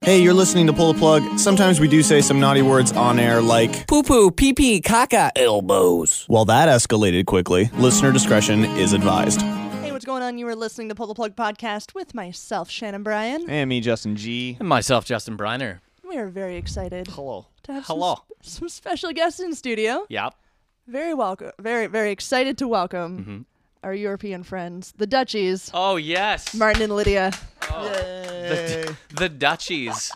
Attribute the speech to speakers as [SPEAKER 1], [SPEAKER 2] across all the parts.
[SPEAKER 1] Hey, you're listening to Pull the Plug. Sometimes we do say some naughty words on air like,
[SPEAKER 2] Poo poo, pee pee, caca, elbows.
[SPEAKER 1] well, that escalated quickly. Listener discretion is advised.
[SPEAKER 3] Hey, what's going on? You are listening to Pull the Plug Podcast with myself, Shannon Bryan.
[SPEAKER 1] And me, Justin G.
[SPEAKER 4] And myself, Justin Briner.
[SPEAKER 3] We are very excited
[SPEAKER 4] Hello.
[SPEAKER 3] to have some
[SPEAKER 4] Hello.
[SPEAKER 3] sp- Some, special guests in studio.
[SPEAKER 4] Yep.
[SPEAKER 3] Very welcome. Very, very excited to welcome
[SPEAKER 4] Mm-hmm.
[SPEAKER 3] our European friends, the Dutchies,
[SPEAKER 4] Oh yes.
[SPEAKER 3] Martin and Lydia.
[SPEAKER 4] the, the Dutchies.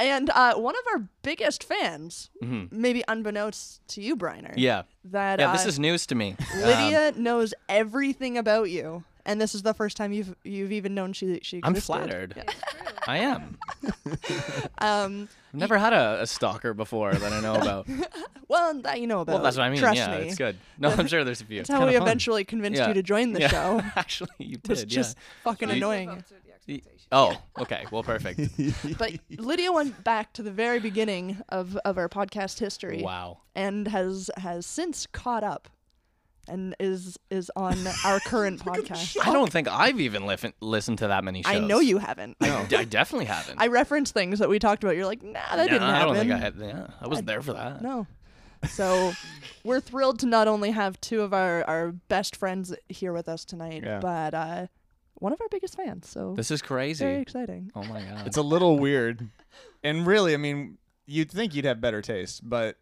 [SPEAKER 3] And uh, one of our biggest fans, maybe unbeknownst to you, Briner.
[SPEAKER 4] Mm-hmm. Yeah.
[SPEAKER 3] That
[SPEAKER 4] Yeah. This
[SPEAKER 3] uh,
[SPEAKER 4] is news to me. Um,
[SPEAKER 3] Lydia knows everything about you, and this is the first time you've you've even known she she.
[SPEAKER 4] I'm
[SPEAKER 3] existed.
[SPEAKER 4] flattered. I am.
[SPEAKER 3] Um,
[SPEAKER 4] I've never had a, a stalker before that I know about.
[SPEAKER 3] well, that you know about.
[SPEAKER 4] well, that's what I mean.
[SPEAKER 3] Trust
[SPEAKER 4] yeah,
[SPEAKER 3] me.
[SPEAKER 4] it's good. No, I'm sure there's a few.
[SPEAKER 3] That's how we eventually convinced you to join the show.
[SPEAKER 4] Actually, you did.
[SPEAKER 3] was
[SPEAKER 4] yeah.
[SPEAKER 3] just fucking
[SPEAKER 4] You-
[SPEAKER 3] annoying.
[SPEAKER 4] Y- Oh, okay. Well, perfect.
[SPEAKER 3] But Lydia went back to the very beginning of, of our podcast history
[SPEAKER 4] wow.
[SPEAKER 3] and has has since caught up and is is on our current podcast.
[SPEAKER 4] I don't think I've even lif- listened to that many shows.
[SPEAKER 3] I know you haven't.
[SPEAKER 4] I, I definitely haven't.
[SPEAKER 3] I reference things that we talked about. You're like, nah, that
[SPEAKER 4] Yeah,
[SPEAKER 3] didn't happen.
[SPEAKER 4] I don't think I had. Yeah, I wasn't there for that.
[SPEAKER 3] No. So we're thrilled to not only have two of our, our best friends here with us tonight,
[SPEAKER 1] Yeah.
[SPEAKER 3] but uh, one of our biggest fans. So
[SPEAKER 4] This is
[SPEAKER 3] very
[SPEAKER 4] crazy.
[SPEAKER 3] exciting.
[SPEAKER 4] Oh my god.
[SPEAKER 5] It's a little weird. And really, I mean, you'd think you'd have better taste, but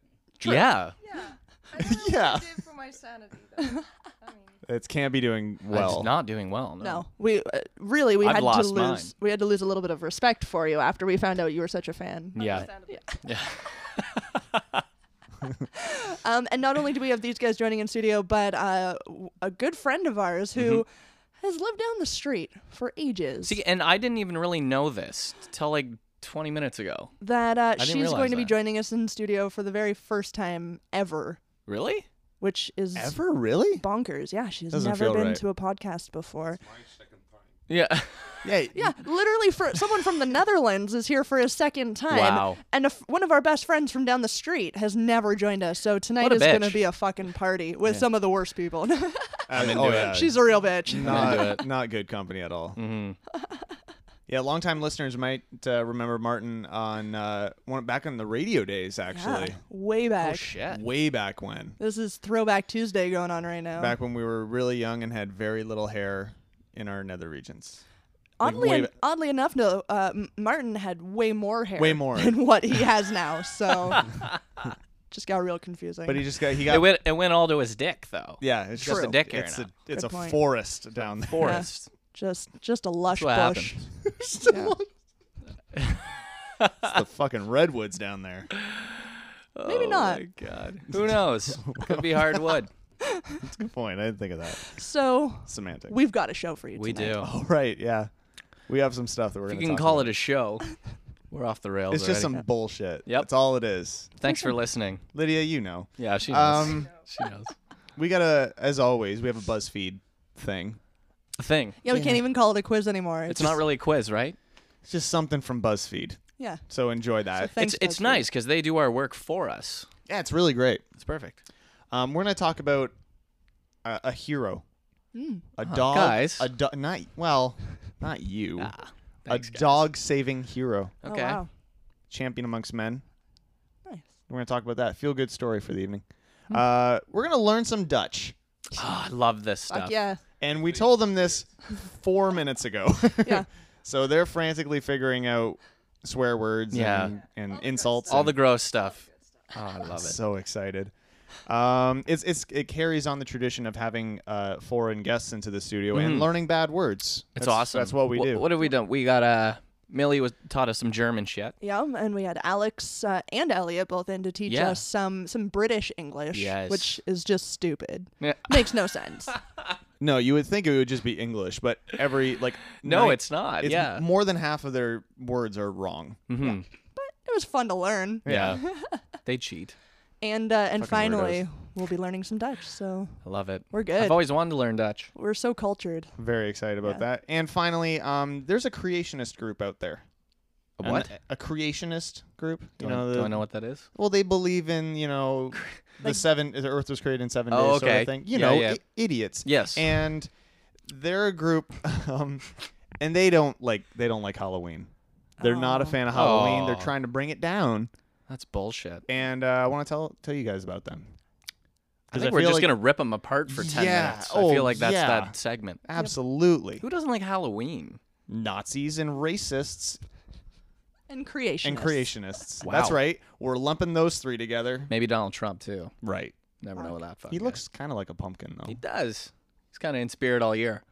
[SPEAKER 4] Yeah.
[SPEAKER 6] Yeah. I don't know what
[SPEAKER 5] Yeah.
[SPEAKER 6] I did for my sanity, though. I mean,
[SPEAKER 5] it can't be doing well.
[SPEAKER 4] It's not doing well. No.
[SPEAKER 3] No, we uh, really we
[SPEAKER 4] I've
[SPEAKER 3] had to
[SPEAKER 4] lost
[SPEAKER 3] lose
[SPEAKER 4] mine.
[SPEAKER 3] we had to lose a little bit of respect for you after we found out you were such a fan.
[SPEAKER 4] Yeah.
[SPEAKER 6] understandable.
[SPEAKER 3] Um, and not only do we have these guys joining in studio, but uh, w- a good friend of ours who has lived down the street for ages.
[SPEAKER 4] Mm-hmm. See, and I didn't even really know this till like 20 minutes ago.
[SPEAKER 3] that uh,
[SPEAKER 4] didn't
[SPEAKER 3] she's going
[SPEAKER 4] realize
[SPEAKER 3] to be
[SPEAKER 4] that.
[SPEAKER 3] joining us in studio for the very first time ever,
[SPEAKER 4] Really?
[SPEAKER 3] which is
[SPEAKER 5] ever really.
[SPEAKER 3] bonkers. Yeah, she's
[SPEAKER 5] Doesn't
[SPEAKER 3] never
[SPEAKER 5] feel
[SPEAKER 3] been
[SPEAKER 5] right.
[SPEAKER 3] to a podcast before.
[SPEAKER 4] Yeah.
[SPEAKER 5] Yeah, uh,
[SPEAKER 3] Yeah, literally, for someone from the Netherlands is here for a second time.
[SPEAKER 4] Wow.
[SPEAKER 3] And a f one of our best friends from down the street has never joined us. So tonight
[SPEAKER 4] What a
[SPEAKER 3] is going to
[SPEAKER 4] bitch.
[SPEAKER 3] be a fucking party with some of the worst people.
[SPEAKER 5] I'm
[SPEAKER 4] into
[SPEAKER 5] oh,
[SPEAKER 4] it.
[SPEAKER 5] Yeah.
[SPEAKER 3] She's a real bitch.
[SPEAKER 4] into
[SPEAKER 3] Uh,
[SPEAKER 5] not,
[SPEAKER 4] it.
[SPEAKER 5] not good company at all.
[SPEAKER 4] hmm
[SPEAKER 5] Yeah, longtime listeners might uh, remember Martin on uh, one, back on the radio days, actually,
[SPEAKER 3] Yeah, way
[SPEAKER 4] Oh
[SPEAKER 3] back.
[SPEAKER 4] shit.
[SPEAKER 5] way back when.
[SPEAKER 3] This is Throwback Tuesday going on right now.
[SPEAKER 5] Back when we were really young and had very little hair in our nether regions. like,
[SPEAKER 3] oddly,
[SPEAKER 5] way
[SPEAKER 3] en-
[SPEAKER 5] ba-
[SPEAKER 3] oddly enough, no, uh, M- Martin had way more hair.
[SPEAKER 5] Way more.
[SPEAKER 3] than what he has now. So just got real confusing.
[SPEAKER 5] But he just got he got
[SPEAKER 4] It went, it went all to his dick though.
[SPEAKER 5] yeah, it's
[SPEAKER 4] Just
[SPEAKER 5] true.
[SPEAKER 4] a dick hair
[SPEAKER 5] It's
[SPEAKER 4] now.
[SPEAKER 5] a it's
[SPEAKER 3] Good
[SPEAKER 5] a
[SPEAKER 3] point.
[SPEAKER 5] forest down there.
[SPEAKER 4] Forest.
[SPEAKER 3] just just a lush
[SPEAKER 4] what
[SPEAKER 3] bush. Yeah.
[SPEAKER 5] It's the fucking redwoods down there.
[SPEAKER 3] Maybe not.
[SPEAKER 4] God. Who knows? Could be hardwood.
[SPEAKER 5] That's a good point. I didn't think of that.
[SPEAKER 3] So
[SPEAKER 5] Semantic.
[SPEAKER 3] we've got a show for you.
[SPEAKER 4] We
[SPEAKER 3] tonight.
[SPEAKER 4] do.
[SPEAKER 5] Oh, right, yeah. We have some stuff that we're
[SPEAKER 4] If
[SPEAKER 5] going
[SPEAKER 4] you
[SPEAKER 5] to
[SPEAKER 4] can call it a show, we're off the rails.
[SPEAKER 5] It's just
[SPEAKER 4] already.
[SPEAKER 5] some bullshit.
[SPEAKER 4] Yep.
[SPEAKER 5] That's all it is.
[SPEAKER 4] Thanks for listening.
[SPEAKER 5] Lydia, you know.
[SPEAKER 4] Yeah, she knows.
[SPEAKER 5] Um,
[SPEAKER 4] she knows.
[SPEAKER 5] we got to, as always, we have a BuzzFeed thing.
[SPEAKER 4] A thing.
[SPEAKER 3] Yeah, we can't even call it a quiz anymore.
[SPEAKER 4] It's not really a quiz, right?
[SPEAKER 5] It's just something from BuzzFeed.
[SPEAKER 3] Yeah.
[SPEAKER 5] So enjoy that.
[SPEAKER 3] Thanks,
[SPEAKER 4] Uh, it's it's
[SPEAKER 3] BuzzFeed.
[SPEAKER 4] nice because they do our work for us.
[SPEAKER 5] yeah, it's really great.
[SPEAKER 4] It's perfect.
[SPEAKER 5] Um, we're going to talk about a, a hero.
[SPEAKER 3] Hmm.
[SPEAKER 5] A dog.
[SPEAKER 4] Uh-huh. guys.
[SPEAKER 5] A dog. Not, well, not you.
[SPEAKER 4] Ah,
[SPEAKER 5] a
[SPEAKER 4] thanks, guys.
[SPEAKER 5] dog saving hero.
[SPEAKER 3] Oh,
[SPEAKER 4] Okay.
[SPEAKER 3] wow.
[SPEAKER 5] Champion amongst men.
[SPEAKER 3] Nice. Hmm.
[SPEAKER 5] We're going to talk about that. Feel good story for the evening. Uh, we're going to learn some Dutch.
[SPEAKER 4] Ah, I love this stuff.
[SPEAKER 3] Fuck yeah.
[SPEAKER 5] And we told them this four minutes ago.
[SPEAKER 3] Yeah.
[SPEAKER 5] so they're frantically figuring out swear words
[SPEAKER 4] Yeah.
[SPEAKER 5] and,
[SPEAKER 3] Oh,
[SPEAKER 5] and insults.
[SPEAKER 4] All
[SPEAKER 5] and-
[SPEAKER 4] the gross stuff. Oh, I love it.
[SPEAKER 5] so excited. Um, it's it's it carries on the tradition of having uh, foreign guests into the studio and learning bad words.
[SPEAKER 4] Mm-hmm. It's
[SPEAKER 5] That's-
[SPEAKER 4] awesome.
[SPEAKER 5] That's what we
[SPEAKER 4] Wh-
[SPEAKER 5] do.
[SPEAKER 4] What have we done? We got uh Millie was taught us some German shit.
[SPEAKER 3] Yeah, and we had Alex uh, and Elliot both in to teach
[SPEAKER 4] Yeah.
[SPEAKER 3] us some some British English,
[SPEAKER 4] Yes.
[SPEAKER 3] which is just stupid.
[SPEAKER 4] Yeah.
[SPEAKER 3] Makes no sense.
[SPEAKER 5] no, you would think it would just be English, but every like
[SPEAKER 4] No,
[SPEAKER 5] ni-
[SPEAKER 4] it's not.
[SPEAKER 5] it's
[SPEAKER 4] yeah.
[SPEAKER 5] more than half of their words are wrong.
[SPEAKER 4] hmm
[SPEAKER 3] it was fun to learn,
[SPEAKER 4] Yeah. they cheat.
[SPEAKER 3] and uh, and
[SPEAKER 5] Fucking
[SPEAKER 3] finally we'll be learning some Dutch. So
[SPEAKER 4] I love it.
[SPEAKER 3] We're good.
[SPEAKER 4] I've always wanted to learn Dutch.
[SPEAKER 3] we're so cultured.
[SPEAKER 5] Very excited about
[SPEAKER 3] Yeah.
[SPEAKER 5] that. And finally, um, there's a creationist group out there.
[SPEAKER 4] A
[SPEAKER 5] And
[SPEAKER 4] what?
[SPEAKER 5] A, a creationist group.
[SPEAKER 4] Do,
[SPEAKER 5] you
[SPEAKER 4] I,
[SPEAKER 5] know,
[SPEAKER 4] do
[SPEAKER 5] the-
[SPEAKER 4] I know what that is?
[SPEAKER 5] Well, they believe in you know the seven. The Earth was created in seven days,
[SPEAKER 4] Oh,
[SPEAKER 5] sort
[SPEAKER 4] okay.
[SPEAKER 5] of thing. You
[SPEAKER 4] Yeah,
[SPEAKER 5] know,
[SPEAKER 4] yeah.
[SPEAKER 5] I- idiots.
[SPEAKER 4] Yes.
[SPEAKER 5] And they're a group, um, and they don't like they don't like Halloween. They're not a
[SPEAKER 3] Oh.
[SPEAKER 5] fan of Halloween. They're
[SPEAKER 4] Aw.
[SPEAKER 5] trying to bring it down.
[SPEAKER 4] That's bullshit.
[SPEAKER 5] And uh, I want to tell tell you guys about them.
[SPEAKER 4] I
[SPEAKER 5] 'Cause I
[SPEAKER 4] think we're
[SPEAKER 5] feel
[SPEAKER 4] just
[SPEAKER 5] like-
[SPEAKER 4] gonna rip them apart for ten
[SPEAKER 5] Yeah,
[SPEAKER 4] minutes.
[SPEAKER 5] oh,
[SPEAKER 4] I feel like that's
[SPEAKER 5] yeah.
[SPEAKER 4] that segment.
[SPEAKER 5] Absolutely.
[SPEAKER 4] Who doesn't like Halloween?
[SPEAKER 5] Nazis and racists
[SPEAKER 3] and creation.
[SPEAKER 5] and creationists.
[SPEAKER 4] Wow.
[SPEAKER 5] That's right. We're lumping those three together.
[SPEAKER 4] Maybe Donald Trump too.
[SPEAKER 5] Right.
[SPEAKER 4] Never know what that fuck.
[SPEAKER 5] He looks kind of like a pumpkin, though.
[SPEAKER 4] He does. He's kind of in spirit all year.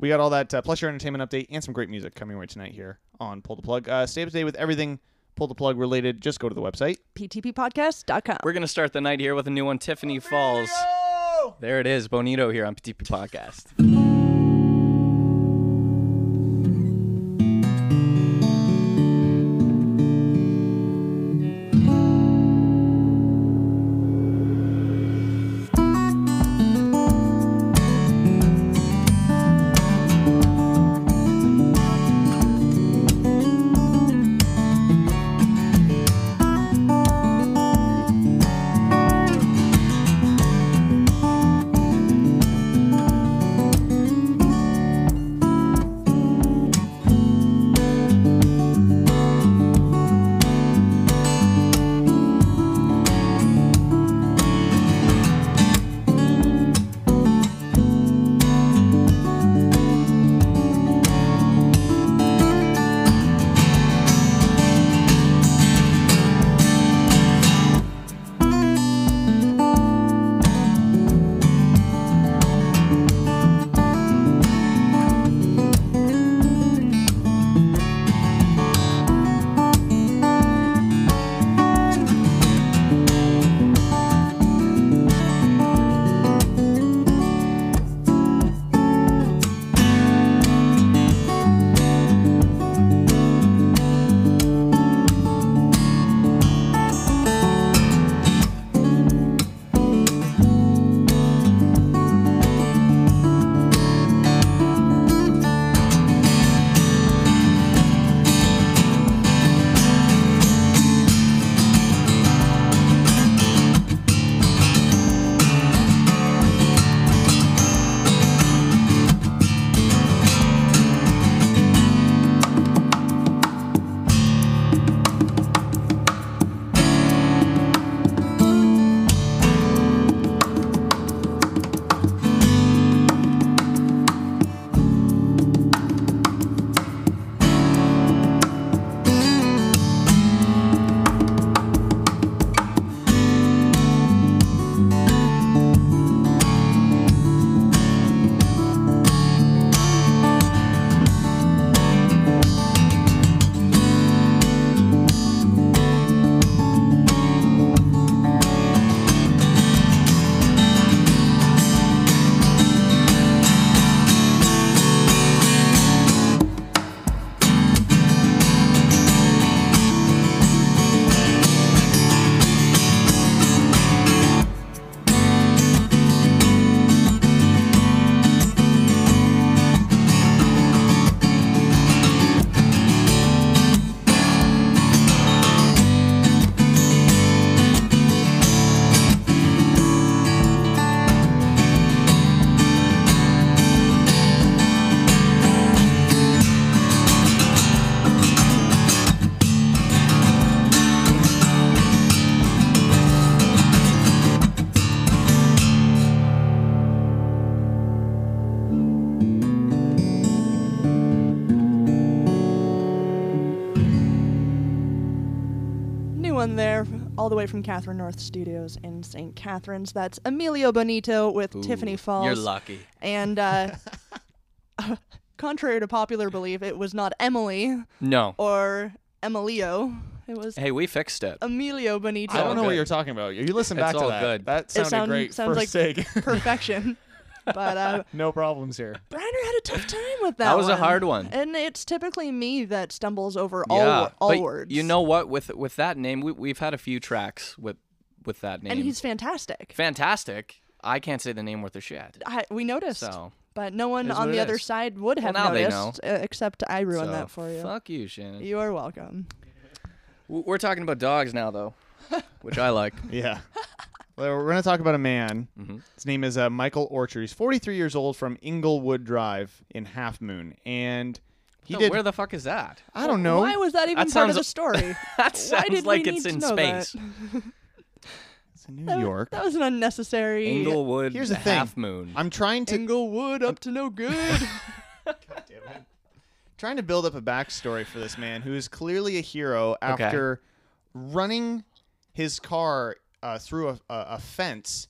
[SPEAKER 5] We got all that uh, plus your entertainment update and some great music coming your way tonight here on Pull the Plug. Uh, stay up to date with everything Pull the Plug related. Just go to the website.
[SPEAKER 3] PTPpodcast.com.
[SPEAKER 4] We're gonna start the night here with a new one, Tiffany Falls. There it is, Bonito here on PTP Podcast.
[SPEAKER 3] New one there, all the way from Catherine North Studios in St. Catharines. That's Emilio Bonito with Tiffany Falls.
[SPEAKER 4] You're lucky.
[SPEAKER 3] And uh, contrary to popular belief, it was not Emily
[SPEAKER 4] No.
[SPEAKER 3] or Emilio. It was
[SPEAKER 4] Hey, we fixed it.
[SPEAKER 3] Oh, Emilio Bonito.
[SPEAKER 5] I don't know
[SPEAKER 4] good.
[SPEAKER 5] what you're talking about. You listen
[SPEAKER 4] It's
[SPEAKER 5] back to
[SPEAKER 4] all
[SPEAKER 5] that.
[SPEAKER 4] good.
[SPEAKER 5] That sounded
[SPEAKER 3] sound-
[SPEAKER 5] great.
[SPEAKER 3] sounds
[SPEAKER 5] First
[SPEAKER 3] like-
[SPEAKER 5] take.
[SPEAKER 3] Perfection. but uh,
[SPEAKER 5] no problems here.
[SPEAKER 3] Briner had a tough time with that.
[SPEAKER 4] That was a
[SPEAKER 3] one.
[SPEAKER 4] hard one.
[SPEAKER 3] And it's typically me that stumbles over all
[SPEAKER 4] yeah.
[SPEAKER 3] wo- all
[SPEAKER 4] but
[SPEAKER 3] words.
[SPEAKER 4] You know what? With with that name, we, we've had a few tracks with with that name.
[SPEAKER 3] and he's fantastic.
[SPEAKER 4] fantastic. I can't say the name worth a shit.
[SPEAKER 3] I, we noticed,
[SPEAKER 4] So-
[SPEAKER 3] but no one
[SPEAKER 4] Is
[SPEAKER 3] on
[SPEAKER 4] what
[SPEAKER 3] the
[SPEAKER 4] it
[SPEAKER 3] other
[SPEAKER 4] is.
[SPEAKER 3] side would have
[SPEAKER 4] now they
[SPEAKER 3] noticed, uh, except I ruined
[SPEAKER 4] So,
[SPEAKER 3] that for you.
[SPEAKER 4] Fuck you, Shannon.
[SPEAKER 3] You are welcome.
[SPEAKER 4] W- We're talking about dogs now, though, which I like.
[SPEAKER 5] Yeah. well, we're going to talk about a man. His name is uh, Michael Orchard. He's 43 years old from Inglewood Drive in Half Moon. And He
[SPEAKER 4] No,
[SPEAKER 5] did.
[SPEAKER 4] Where the fuck is that?
[SPEAKER 5] I don't know.
[SPEAKER 3] Why was that even
[SPEAKER 4] That
[SPEAKER 3] part
[SPEAKER 4] sounds-
[SPEAKER 3] of the story?
[SPEAKER 4] That sounds
[SPEAKER 3] did we
[SPEAKER 4] like
[SPEAKER 3] need
[SPEAKER 4] it's
[SPEAKER 3] to
[SPEAKER 4] in
[SPEAKER 3] know that?
[SPEAKER 4] space.
[SPEAKER 5] It's in New
[SPEAKER 3] That-
[SPEAKER 5] York.
[SPEAKER 3] That was an unnecessary.
[SPEAKER 4] Inglewood
[SPEAKER 5] Here's the thing.
[SPEAKER 4] half moon.
[SPEAKER 5] I'm trying to
[SPEAKER 3] Inglewood up to no good.
[SPEAKER 5] trying to build up a backstory for this man who is clearly a hero
[SPEAKER 4] Okay.
[SPEAKER 5] after running his car uh, through a, a, a fence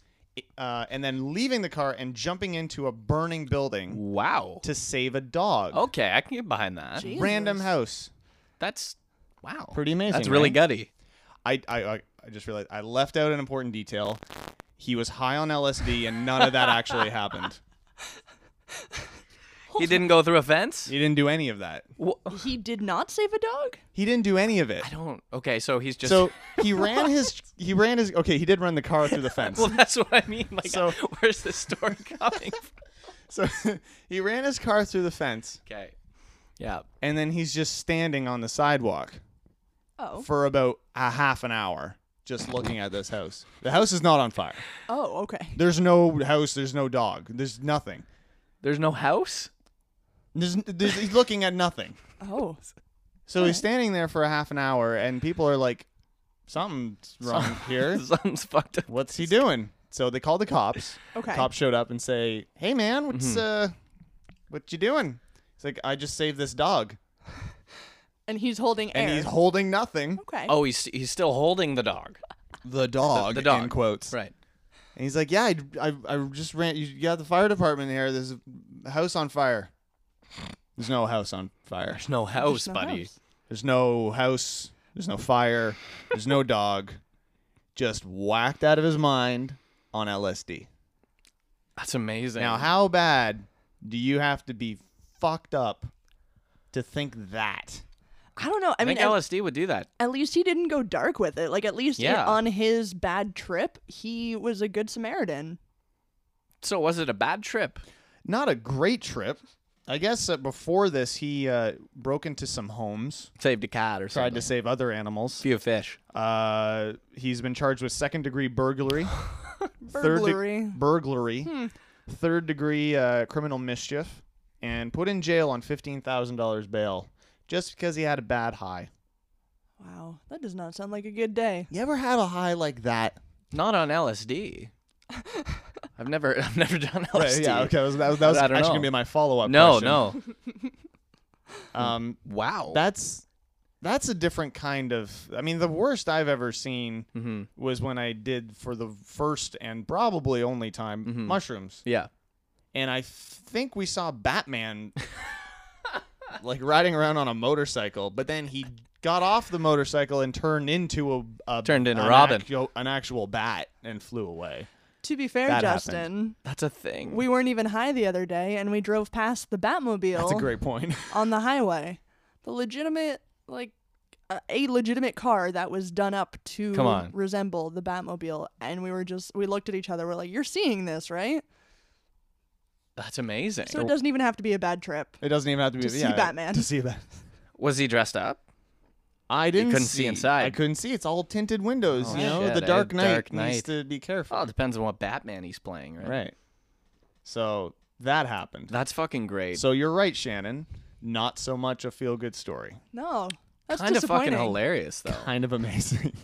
[SPEAKER 5] uh, and then leaving the car and jumping into a burning building
[SPEAKER 4] wow.
[SPEAKER 5] to save a dog.
[SPEAKER 4] Okay, I can get behind that.
[SPEAKER 3] Gee.
[SPEAKER 5] Random
[SPEAKER 3] Jesus.
[SPEAKER 5] house.
[SPEAKER 4] That's wow.
[SPEAKER 5] Pretty amazing,
[SPEAKER 4] That's really
[SPEAKER 5] right?
[SPEAKER 4] gutty.
[SPEAKER 5] I, I, I I just realized I left out an important detail. He was high on LSD and none of that actually happened.
[SPEAKER 4] He didn't go through a fence.
[SPEAKER 5] He didn't do any of that.
[SPEAKER 4] Wha-
[SPEAKER 3] he did not save a dog.
[SPEAKER 5] He didn't do any of it.
[SPEAKER 4] I don't. Okay, so he's just.
[SPEAKER 5] So he ran his he ran his okay, he did run the car through the fence.
[SPEAKER 4] well, that's what I mean. Like,
[SPEAKER 5] So-
[SPEAKER 4] where's the story coming? from?
[SPEAKER 5] So he ran his car through the fence
[SPEAKER 4] Okay. Yeah.
[SPEAKER 5] and then he's just standing on the sidewalk
[SPEAKER 3] Oh.
[SPEAKER 5] for about a half an hour just looking at this house. The house is not on fire.
[SPEAKER 3] Oh, okay.
[SPEAKER 5] There's no house, there's no dog, there's nothing.
[SPEAKER 4] There's no house.
[SPEAKER 5] There's, there's he's looking at nothing.
[SPEAKER 3] Oh.
[SPEAKER 5] So he's standing there for a half an hour and people are like something's wrong here.
[SPEAKER 4] Something's fucked up.
[SPEAKER 5] What's he doing? So they call the cops.
[SPEAKER 3] Okay.
[SPEAKER 5] Cops showed up and say, "Hey man, what's uh what you doing?" He's like, "I just saved this dog."
[SPEAKER 3] And he's holding air.
[SPEAKER 5] And he's holding nothing.
[SPEAKER 3] okay.
[SPEAKER 4] Oh, he's he's still holding the dog.
[SPEAKER 5] the dog,
[SPEAKER 4] The- the dog.
[SPEAKER 5] in quotes.
[SPEAKER 4] Right.
[SPEAKER 5] And he's like, yeah, I, I, I just ran. You got the fire department here. There's a house on fire. There's no house on fire.
[SPEAKER 4] There's no house,
[SPEAKER 3] no
[SPEAKER 4] buddy.
[SPEAKER 3] house.
[SPEAKER 5] There's no house. There's no fire. There's no dog. Just whacked out of his mind on LSD.
[SPEAKER 4] That's amazing.
[SPEAKER 5] Now, how bad do you have to be fucked up to think that?
[SPEAKER 3] I don't know. I,
[SPEAKER 4] I,
[SPEAKER 3] mean,
[SPEAKER 4] think
[SPEAKER 3] at,
[SPEAKER 4] LSD would do that.
[SPEAKER 3] at least he didn't go dark with it. Like at least
[SPEAKER 4] Yeah.
[SPEAKER 3] on his bad trip, he was a good Samaritan.
[SPEAKER 4] So was it a bad trip?
[SPEAKER 5] Not a great trip. I guess uh, before this, he uh, broke into some homes,
[SPEAKER 4] Saved a cat or
[SPEAKER 5] tried
[SPEAKER 4] something.
[SPEAKER 5] to save other animals.
[SPEAKER 4] few fish.
[SPEAKER 5] Uh, he's been charged with second degree burglary, third de-
[SPEAKER 3] Burglary.
[SPEAKER 5] burglary,
[SPEAKER 4] Hmm.
[SPEAKER 5] third degree uh, criminal mischief, and put in jail on fifteen thousand dollars bail just because he had a bad high.
[SPEAKER 3] wow, that does not sound like a good day.
[SPEAKER 5] You ever had a high like that?
[SPEAKER 4] Not on LSD. I've never I've never done LSD.
[SPEAKER 5] yeah, okay, that was, that was, that was
[SPEAKER 4] I don't
[SPEAKER 5] actually
[SPEAKER 4] know.
[SPEAKER 5] gonna be my follow up.
[SPEAKER 4] No, no.
[SPEAKER 5] no. Um,
[SPEAKER 4] Wow.
[SPEAKER 5] that's that's a different kind of. I mean, the worst I've ever seen
[SPEAKER 4] mm-hmm.
[SPEAKER 5] was when I did for the first and probably only time
[SPEAKER 4] Mhm.
[SPEAKER 5] mushrooms.
[SPEAKER 4] Yeah.
[SPEAKER 5] and I think we saw Batman like riding around on a motorcycle, but then he got off the motorcycle and turned into a, a
[SPEAKER 4] Turned into
[SPEAKER 5] an
[SPEAKER 4] Robin.
[SPEAKER 5] actu- an actual bat, and flew away.
[SPEAKER 3] To be fair,
[SPEAKER 5] That happened.
[SPEAKER 3] Justin,
[SPEAKER 4] That's a thing.
[SPEAKER 3] we weren't even high the other day, and we drove past the Batmobile.
[SPEAKER 5] That's a
[SPEAKER 4] Oh.
[SPEAKER 5] great point.
[SPEAKER 3] on the highway. The legitimate, like, uh, a legitimate car that was done up to
[SPEAKER 4] Come on.
[SPEAKER 3] resemble the Batmobile. And we were just, we looked at each other. We're like, you're seeing this, right?
[SPEAKER 4] That's amazing.
[SPEAKER 3] So it doesn't even have to be a bad trip.
[SPEAKER 5] It doesn't even have to be
[SPEAKER 3] To see
[SPEAKER 5] yeah,
[SPEAKER 3] Batman.
[SPEAKER 5] To see Batman.
[SPEAKER 4] was he dressed up?
[SPEAKER 5] I didn't
[SPEAKER 4] couldn't see inside.
[SPEAKER 5] I couldn't see. It's all tinted windows.
[SPEAKER 4] Oh,
[SPEAKER 5] you know,
[SPEAKER 4] shit.
[SPEAKER 5] the
[SPEAKER 4] Eh,
[SPEAKER 5] Dark Knight
[SPEAKER 4] Dark
[SPEAKER 5] needs
[SPEAKER 4] Knight.
[SPEAKER 5] to be careful.
[SPEAKER 4] Well, Oh, it depends on what Batman he's playing, right?
[SPEAKER 5] right. So that happened.
[SPEAKER 4] That's fucking great.
[SPEAKER 5] So you're right, Shannon. Not so much a feel good story.
[SPEAKER 3] No. That's
[SPEAKER 4] kind of
[SPEAKER 3] disappointing.
[SPEAKER 4] fucking hilarious though.
[SPEAKER 5] Kind of amazing.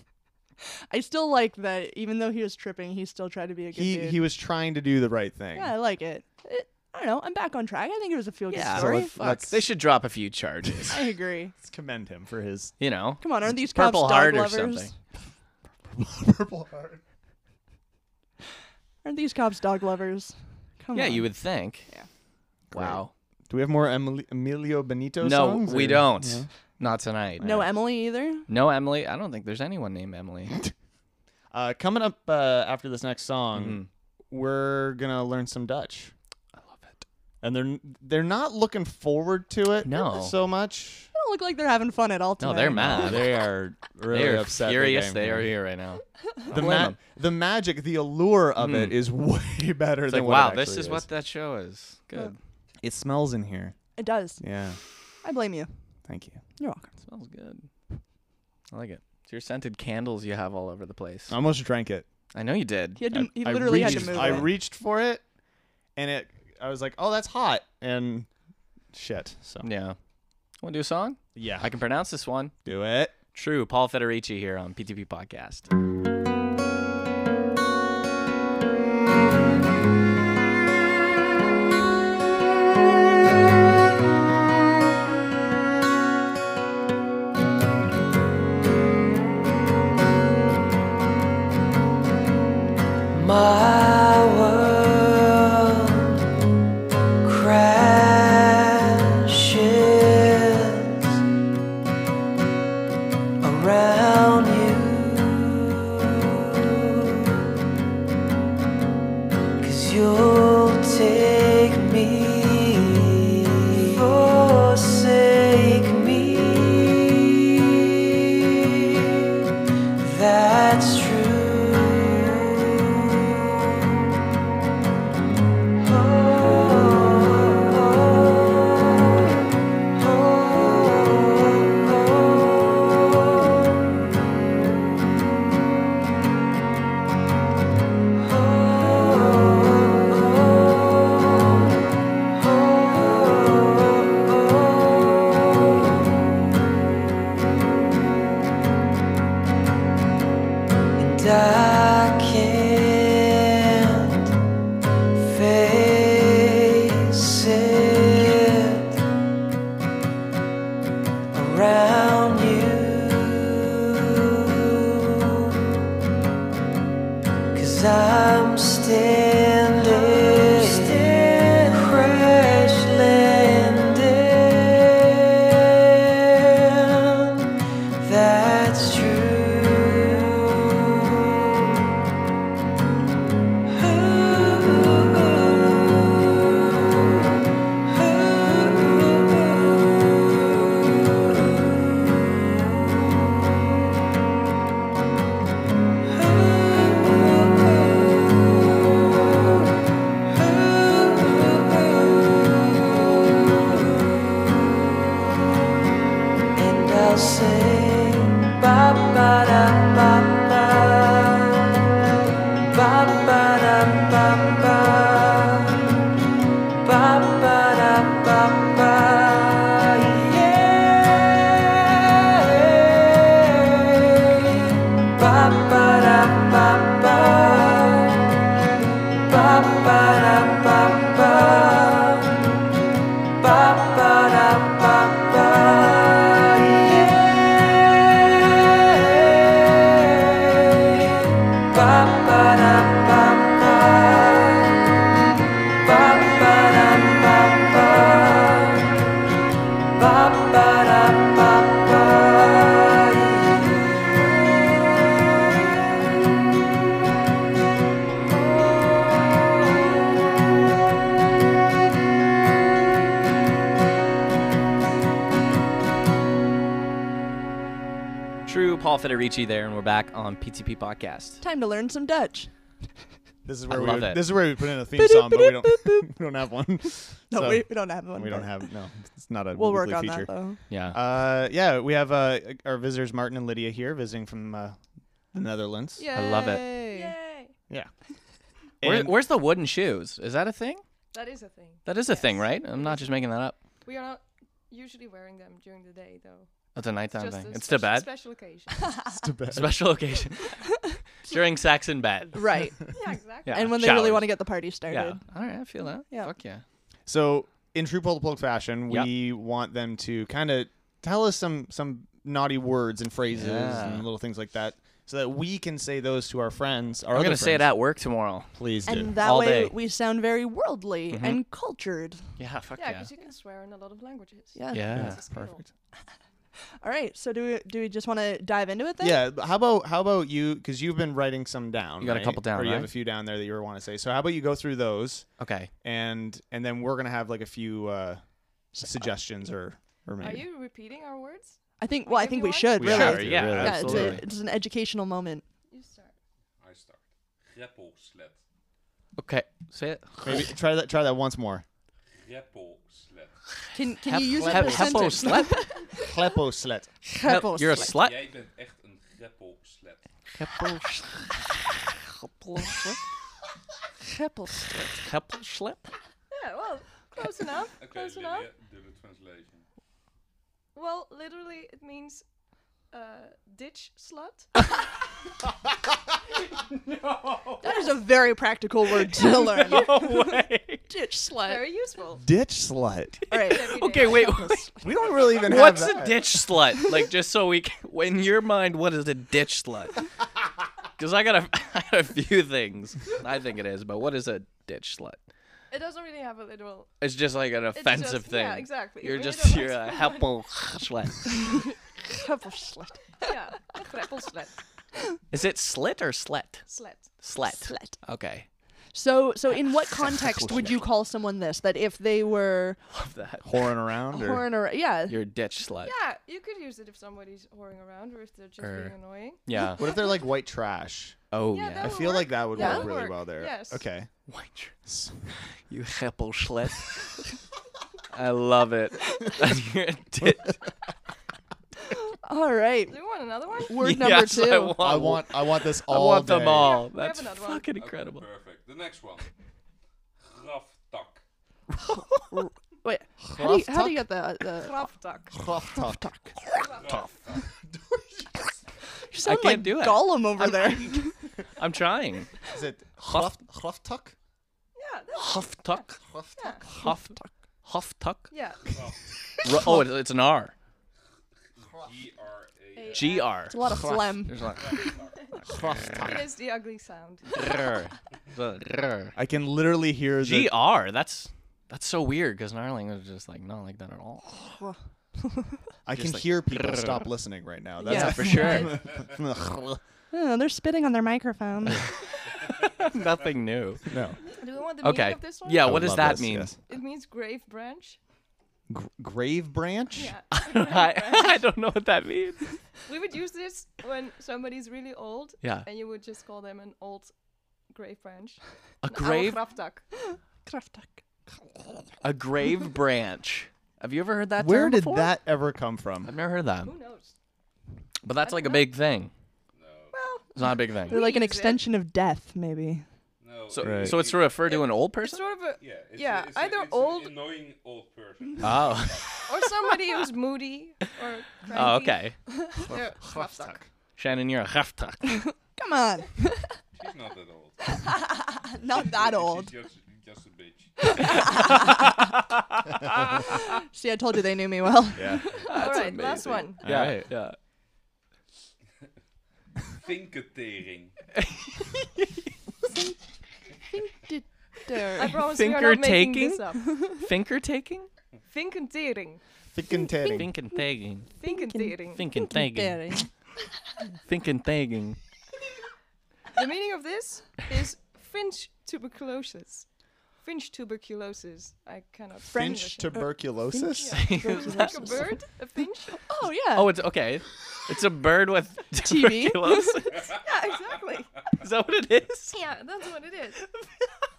[SPEAKER 3] I still like that, even though he was tripping, he still tried to be a good
[SPEAKER 5] he
[SPEAKER 3] dude.
[SPEAKER 5] he was trying to do the right thing.
[SPEAKER 3] yeah, I like it. it. I don't know. I'm back on track. I think it was a feel good
[SPEAKER 4] Yeah.
[SPEAKER 3] story.
[SPEAKER 5] if-
[SPEAKER 4] Fuck.
[SPEAKER 5] let's-
[SPEAKER 4] They should drop a few charges.
[SPEAKER 3] I agree.
[SPEAKER 5] Let's commend him for his
[SPEAKER 4] you know.
[SPEAKER 3] Come on, aren't these cops
[SPEAKER 4] Purple
[SPEAKER 3] dog
[SPEAKER 4] Heart or
[SPEAKER 3] lovers?
[SPEAKER 4] something.
[SPEAKER 5] purple heart.
[SPEAKER 3] Aren't these cops dog lovers? Come
[SPEAKER 4] Yeah,
[SPEAKER 3] on.
[SPEAKER 4] you would think.
[SPEAKER 3] Yeah.
[SPEAKER 4] Wow.
[SPEAKER 5] Do we have more Emily- Emilio Benito
[SPEAKER 4] No,
[SPEAKER 5] songs?
[SPEAKER 4] we
[SPEAKER 5] or-
[SPEAKER 4] don't.
[SPEAKER 5] Yeah.
[SPEAKER 4] Not tonight.
[SPEAKER 3] No Emily either.
[SPEAKER 4] No, Emily. I don't think there's anyone named Emily.
[SPEAKER 5] Uh, coming up uh, after this next song,
[SPEAKER 4] Hmm.
[SPEAKER 5] we're gonna learn some Dutch,
[SPEAKER 4] Mm-hmm. I love it.
[SPEAKER 5] and they're they're not looking forward to it.
[SPEAKER 4] No.
[SPEAKER 5] so much. Uh,
[SPEAKER 3] They don't look like they're having fun at all.
[SPEAKER 4] No,
[SPEAKER 3] Tonight.
[SPEAKER 4] they're mad.
[SPEAKER 5] they are really
[SPEAKER 4] they are
[SPEAKER 5] upset.
[SPEAKER 4] furious.
[SPEAKER 5] they
[SPEAKER 4] They are here right now.
[SPEAKER 5] The,
[SPEAKER 4] blame
[SPEAKER 5] ma-
[SPEAKER 4] 'em.
[SPEAKER 5] the magic, the allure of it is way better
[SPEAKER 4] It's
[SPEAKER 5] than
[SPEAKER 4] like,
[SPEAKER 5] what
[SPEAKER 4] wow,
[SPEAKER 5] it
[SPEAKER 4] this is,
[SPEAKER 5] actually
[SPEAKER 4] what that show is. Good.
[SPEAKER 5] it smells in here.
[SPEAKER 3] It does.
[SPEAKER 5] Yeah,
[SPEAKER 3] I blame you.
[SPEAKER 5] thank you.
[SPEAKER 3] You're welcome.
[SPEAKER 4] It smells good. I like it. It's your scented candles you have all over the place.
[SPEAKER 5] I almost drank it.
[SPEAKER 4] I know you did.
[SPEAKER 3] He, had to,
[SPEAKER 5] I-
[SPEAKER 3] he
[SPEAKER 5] I
[SPEAKER 3] literally had
[SPEAKER 5] reached-
[SPEAKER 3] to move.
[SPEAKER 5] I
[SPEAKER 3] it.
[SPEAKER 5] reached for it, and it. I was like, "Oh, that's hot," and shit. So
[SPEAKER 4] Yeah. Want to do a song?
[SPEAKER 5] Yeah.
[SPEAKER 4] I can pronounce this one.
[SPEAKER 5] do it.
[SPEAKER 4] True. Paul Federici here on PTP Podcast.
[SPEAKER 2] My world crashes around you. Cause you'll take me, forsake me. That's true. I can't face it around you. 'Cause I'm standing, crash landing. That's true. and I'll say ba ba da ba ba ba ba da ba ba ba ba da ba ba yeah ba ba da ba ba ba ba da ba ba Ba-ba-da-ba-ba, yeah. Ba-ba-da-ba-ba. Ba-ba-da-ba-ba. Ba-ba-da-ba-ba,
[SPEAKER 4] True. Paul Federici there, and we're back on PTP Podcast.
[SPEAKER 3] Time to learn some Dutch.
[SPEAKER 5] This is where
[SPEAKER 4] I
[SPEAKER 5] we
[SPEAKER 4] love
[SPEAKER 5] would-
[SPEAKER 4] it.
[SPEAKER 5] this is where we put in a theme song, but we don't we don't have one.
[SPEAKER 3] No,
[SPEAKER 5] So,
[SPEAKER 3] we, we don't have one.
[SPEAKER 5] we don't
[SPEAKER 3] but
[SPEAKER 5] have no. It's not a
[SPEAKER 3] We'll work
[SPEAKER 5] weekly
[SPEAKER 3] on
[SPEAKER 5] feature.
[SPEAKER 3] that though.
[SPEAKER 4] Yeah.
[SPEAKER 5] Uh, yeah, we have uh, our visitors Martin and Lydia here visiting from uh, the Netherlands.
[SPEAKER 4] I love it.
[SPEAKER 6] Yay.
[SPEAKER 5] Yeah.
[SPEAKER 4] Where,
[SPEAKER 5] And-
[SPEAKER 4] where's the wooden shoes? Is that a thing?
[SPEAKER 6] That is a thing.
[SPEAKER 4] That is a thing, right? I'm not just making that up.
[SPEAKER 6] We are not usually wearing them during the day, though.
[SPEAKER 4] That's a nighttime
[SPEAKER 6] Just
[SPEAKER 4] thing.
[SPEAKER 6] a
[SPEAKER 4] It's too
[SPEAKER 6] speci-
[SPEAKER 4] bad.
[SPEAKER 6] Special occasion.
[SPEAKER 4] Special occasion. During Saxon bed.
[SPEAKER 3] Right.
[SPEAKER 6] yeah, exactly.
[SPEAKER 4] Yeah.
[SPEAKER 3] and when they really
[SPEAKER 4] showers.
[SPEAKER 3] want to get the party started.
[SPEAKER 4] Yeah. All right, I feel that.
[SPEAKER 3] Yeah.
[SPEAKER 4] Fuck yeah.
[SPEAKER 5] So in true Pull to Plug fashion,
[SPEAKER 4] Yep.
[SPEAKER 5] we want them to kind of tell us some some naughty words and phrases
[SPEAKER 4] Yeah.
[SPEAKER 5] and little things like that, so that we can say those to our friends. Our
[SPEAKER 4] I'm
[SPEAKER 5] other
[SPEAKER 4] gonna say it
[SPEAKER 5] friends.
[SPEAKER 4] at work tomorrow.
[SPEAKER 5] Please do.
[SPEAKER 3] And that
[SPEAKER 4] All
[SPEAKER 3] way
[SPEAKER 4] day. Mm-hmm.
[SPEAKER 3] we sound very worldly and cultured.
[SPEAKER 4] Yeah. Fuck
[SPEAKER 6] Yeah,
[SPEAKER 4] yeah.
[SPEAKER 6] because you can swear in a lot of languages.
[SPEAKER 3] Yeah.
[SPEAKER 4] Yeah.
[SPEAKER 6] It's cool.
[SPEAKER 3] All right. So do we do we just want to dive into it then?
[SPEAKER 5] yeah. but How about how about you? Because you've been writing some down.
[SPEAKER 4] You got a
[SPEAKER 5] right?
[SPEAKER 4] couple down,
[SPEAKER 5] Or you have
[SPEAKER 4] right?
[SPEAKER 5] a few down there that you want to say. So how about you go through those,
[SPEAKER 4] Okay.
[SPEAKER 5] and and then we're gonna have like a few uh, suggestions or or
[SPEAKER 6] Are
[SPEAKER 5] maybe.
[SPEAKER 6] you repeating our words?
[SPEAKER 3] I think. Well, I think we
[SPEAKER 6] Everyone?
[SPEAKER 3] should
[SPEAKER 5] We
[SPEAKER 3] really.
[SPEAKER 5] should,
[SPEAKER 4] yeah,
[SPEAKER 5] really.
[SPEAKER 3] Yeah, it's, a,
[SPEAKER 4] absolutely.
[SPEAKER 3] it's an educational moment.
[SPEAKER 6] You start.
[SPEAKER 7] I start. Greppelslet.
[SPEAKER 4] Okay. Say it.
[SPEAKER 5] Maybe try that. Try that once more.
[SPEAKER 7] Greppelslet.
[SPEAKER 3] Can can you use it in
[SPEAKER 4] Hep-
[SPEAKER 3] a
[SPEAKER 4] hepo
[SPEAKER 3] sentence?
[SPEAKER 4] slut.
[SPEAKER 5] Kleppo slet.
[SPEAKER 4] Hep- You're a slut.
[SPEAKER 7] Jij bent echt een greppelslet.
[SPEAKER 4] Hepo slut. Hepo slut. Hepo slut.
[SPEAKER 6] Yeah, well, close enough.
[SPEAKER 7] Oké,
[SPEAKER 6] Close enough.
[SPEAKER 7] Lydia, do the translation.
[SPEAKER 6] Well, literally, it means uh, ditch slut.
[SPEAKER 3] Uh, That is a very practical word to learn.
[SPEAKER 4] No way.
[SPEAKER 3] Ditch slut.
[SPEAKER 6] Very useful.
[SPEAKER 5] Ditch slut.
[SPEAKER 3] All right.
[SPEAKER 4] Okay, wait.
[SPEAKER 5] We don't really even
[SPEAKER 4] What's
[SPEAKER 5] have
[SPEAKER 4] a
[SPEAKER 5] that.
[SPEAKER 4] ditch slut? Like, just so we can, in your mind, what is a ditch slut? Because I got a, I got a few things. I think it is, but what is a ditch slut?
[SPEAKER 6] It doesn't really have a literal.
[SPEAKER 4] It's just like an
[SPEAKER 6] just-
[SPEAKER 4] offensive thing.
[SPEAKER 6] yeah, exactly.
[SPEAKER 4] You're
[SPEAKER 6] We
[SPEAKER 4] just
[SPEAKER 6] don't
[SPEAKER 4] you're a helpful slut.
[SPEAKER 3] Couple slut.
[SPEAKER 6] Yeah, a grapple slut.
[SPEAKER 4] Is it slit or slut?
[SPEAKER 6] Slut.
[SPEAKER 4] Slut. Slut. Okay.
[SPEAKER 3] So, so in what context would you call someone this? That if they were
[SPEAKER 4] Love that.
[SPEAKER 5] Whoring around. Or,
[SPEAKER 3] horn or yeah,
[SPEAKER 4] You're a ditch slut.
[SPEAKER 6] Yeah, you could use it if somebody's whoring around or if they're just
[SPEAKER 4] Or-
[SPEAKER 6] being annoying.
[SPEAKER 4] Yeah.
[SPEAKER 5] what if they're like white trash?
[SPEAKER 4] Oh
[SPEAKER 6] Yeah,
[SPEAKER 4] yeah.
[SPEAKER 5] I
[SPEAKER 6] that- That'll
[SPEAKER 5] feel
[SPEAKER 6] work.
[SPEAKER 5] like that would
[SPEAKER 6] Yeah.
[SPEAKER 5] work
[SPEAKER 6] That'll
[SPEAKER 5] really
[SPEAKER 6] work.
[SPEAKER 5] well there.
[SPEAKER 6] Yes.
[SPEAKER 5] Okay.
[SPEAKER 4] White dress. You helpful slut. I love it. You're a ditch.
[SPEAKER 3] all right.
[SPEAKER 6] Do you want another one?
[SPEAKER 3] Word number
[SPEAKER 4] Yes, I
[SPEAKER 3] two.
[SPEAKER 4] want,
[SPEAKER 5] I want I want this
[SPEAKER 4] I
[SPEAKER 5] all
[SPEAKER 4] want
[SPEAKER 5] day.
[SPEAKER 4] them all.
[SPEAKER 6] have
[SPEAKER 4] That's
[SPEAKER 6] another one.
[SPEAKER 4] fucking
[SPEAKER 7] Okay,
[SPEAKER 4] incredible.
[SPEAKER 7] perfect. The next one. Graftak.
[SPEAKER 3] Wait, how do you, how do you
[SPEAKER 5] Graftak?
[SPEAKER 3] get the the?
[SPEAKER 6] Graftak.
[SPEAKER 5] Cough talk.
[SPEAKER 3] You sound
[SPEAKER 4] can't
[SPEAKER 3] like
[SPEAKER 4] do it.
[SPEAKER 3] Gollum over there.
[SPEAKER 4] I'm trying.
[SPEAKER 5] Is it huff huff tuck?
[SPEAKER 6] Yeah, that's,
[SPEAKER 4] Huff tuck.
[SPEAKER 5] Huff
[SPEAKER 6] yeah,
[SPEAKER 5] tuck.
[SPEAKER 4] Huff tuck. Huff tuck.
[SPEAKER 6] yeah.
[SPEAKER 4] Ru- oh, it's, it's an R.
[SPEAKER 7] G-R-A.
[SPEAKER 6] A-
[SPEAKER 4] G R.
[SPEAKER 3] It's a lot of phlegm.
[SPEAKER 4] There's like
[SPEAKER 5] Huff
[SPEAKER 6] It
[SPEAKER 5] tuck.
[SPEAKER 6] is the ugly sound.
[SPEAKER 4] rrr. The rrr.
[SPEAKER 5] I can literally hear the
[SPEAKER 4] GR. That's that's so weird because gnarling was just like not like that at all.
[SPEAKER 5] I can
[SPEAKER 4] like-
[SPEAKER 5] hear people stop listening right now. That's
[SPEAKER 3] Yeah,
[SPEAKER 5] for
[SPEAKER 4] sure.
[SPEAKER 5] sure.
[SPEAKER 3] Oh, they're spitting on their microphone.
[SPEAKER 4] Nothing new.
[SPEAKER 5] no.
[SPEAKER 6] Do you want the
[SPEAKER 4] Okay.
[SPEAKER 6] meaning of this one?
[SPEAKER 4] Yeah.
[SPEAKER 5] I
[SPEAKER 4] What does
[SPEAKER 5] love
[SPEAKER 4] that
[SPEAKER 5] this,
[SPEAKER 4] mean?
[SPEAKER 5] yes.
[SPEAKER 6] It means grave branch.
[SPEAKER 5] Gr- grave branch?
[SPEAKER 6] Yeah.
[SPEAKER 4] I, I don't know what that means.
[SPEAKER 6] we would use this when somebody's really old
[SPEAKER 4] Yeah.
[SPEAKER 6] and you would just call them an old grave branch.
[SPEAKER 4] A
[SPEAKER 6] An oude
[SPEAKER 4] grave.
[SPEAKER 6] graftak.
[SPEAKER 4] A grave branch. Have you ever heard that?
[SPEAKER 5] Where
[SPEAKER 4] term
[SPEAKER 5] did
[SPEAKER 4] before?
[SPEAKER 5] that ever come from?
[SPEAKER 4] I've never heard that.
[SPEAKER 6] Who knows?
[SPEAKER 4] But that's like a big thing.
[SPEAKER 6] Well,
[SPEAKER 4] It's not a big thing.
[SPEAKER 3] They're like an
[SPEAKER 6] Please, eh?
[SPEAKER 3] extension of death, maybe.
[SPEAKER 7] No.
[SPEAKER 4] So,
[SPEAKER 5] Right.
[SPEAKER 4] so it's referred to an old
[SPEAKER 6] it's
[SPEAKER 4] person.
[SPEAKER 6] sort of a
[SPEAKER 7] yeah, it's
[SPEAKER 6] yeah,
[SPEAKER 7] a, it's
[SPEAKER 6] either
[SPEAKER 7] a, it's
[SPEAKER 6] old-
[SPEAKER 7] an annoying old person.
[SPEAKER 4] Oh.
[SPEAKER 6] or somebody who's moody or cranky.
[SPEAKER 4] oh, okay.
[SPEAKER 6] They're graftak.
[SPEAKER 4] Shannon, you're a graftak.
[SPEAKER 3] Come on,
[SPEAKER 7] She's not that old.
[SPEAKER 3] not that old.
[SPEAKER 7] She's just, just a bitch.
[SPEAKER 3] See, I told you they knew me well.
[SPEAKER 5] Yeah.
[SPEAKER 6] All right, last one.
[SPEAKER 4] Yeah,
[SPEAKER 5] Alright.
[SPEAKER 4] yeah.
[SPEAKER 7] Vinketering.
[SPEAKER 6] I promise we are
[SPEAKER 4] Thinker
[SPEAKER 6] not making
[SPEAKER 4] taking?
[SPEAKER 6] this up.
[SPEAKER 4] Finker taking?
[SPEAKER 6] Finkentering.
[SPEAKER 5] Thinking teddy.
[SPEAKER 4] Finken tagging.
[SPEAKER 6] Finkentering.
[SPEAKER 4] Finken tagging. Finken tagging.
[SPEAKER 6] The meaning of this is Finch tuberculosis. Finch tuberculosis. I cannot.
[SPEAKER 5] Finch tuberculosis?
[SPEAKER 6] Like a bird? A finch?
[SPEAKER 3] Oh yeah.
[SPEAKER 4] Oh, it's okay. It's a bird with
[SPEAKER 3] TB?
[SPEAKER 4] tuberculosis.
[SPEAKER 6] Yeah, exactly.
[SPEAKER 4] Is that what it is?
[SPEAKER 6] Yeah, that's what it is.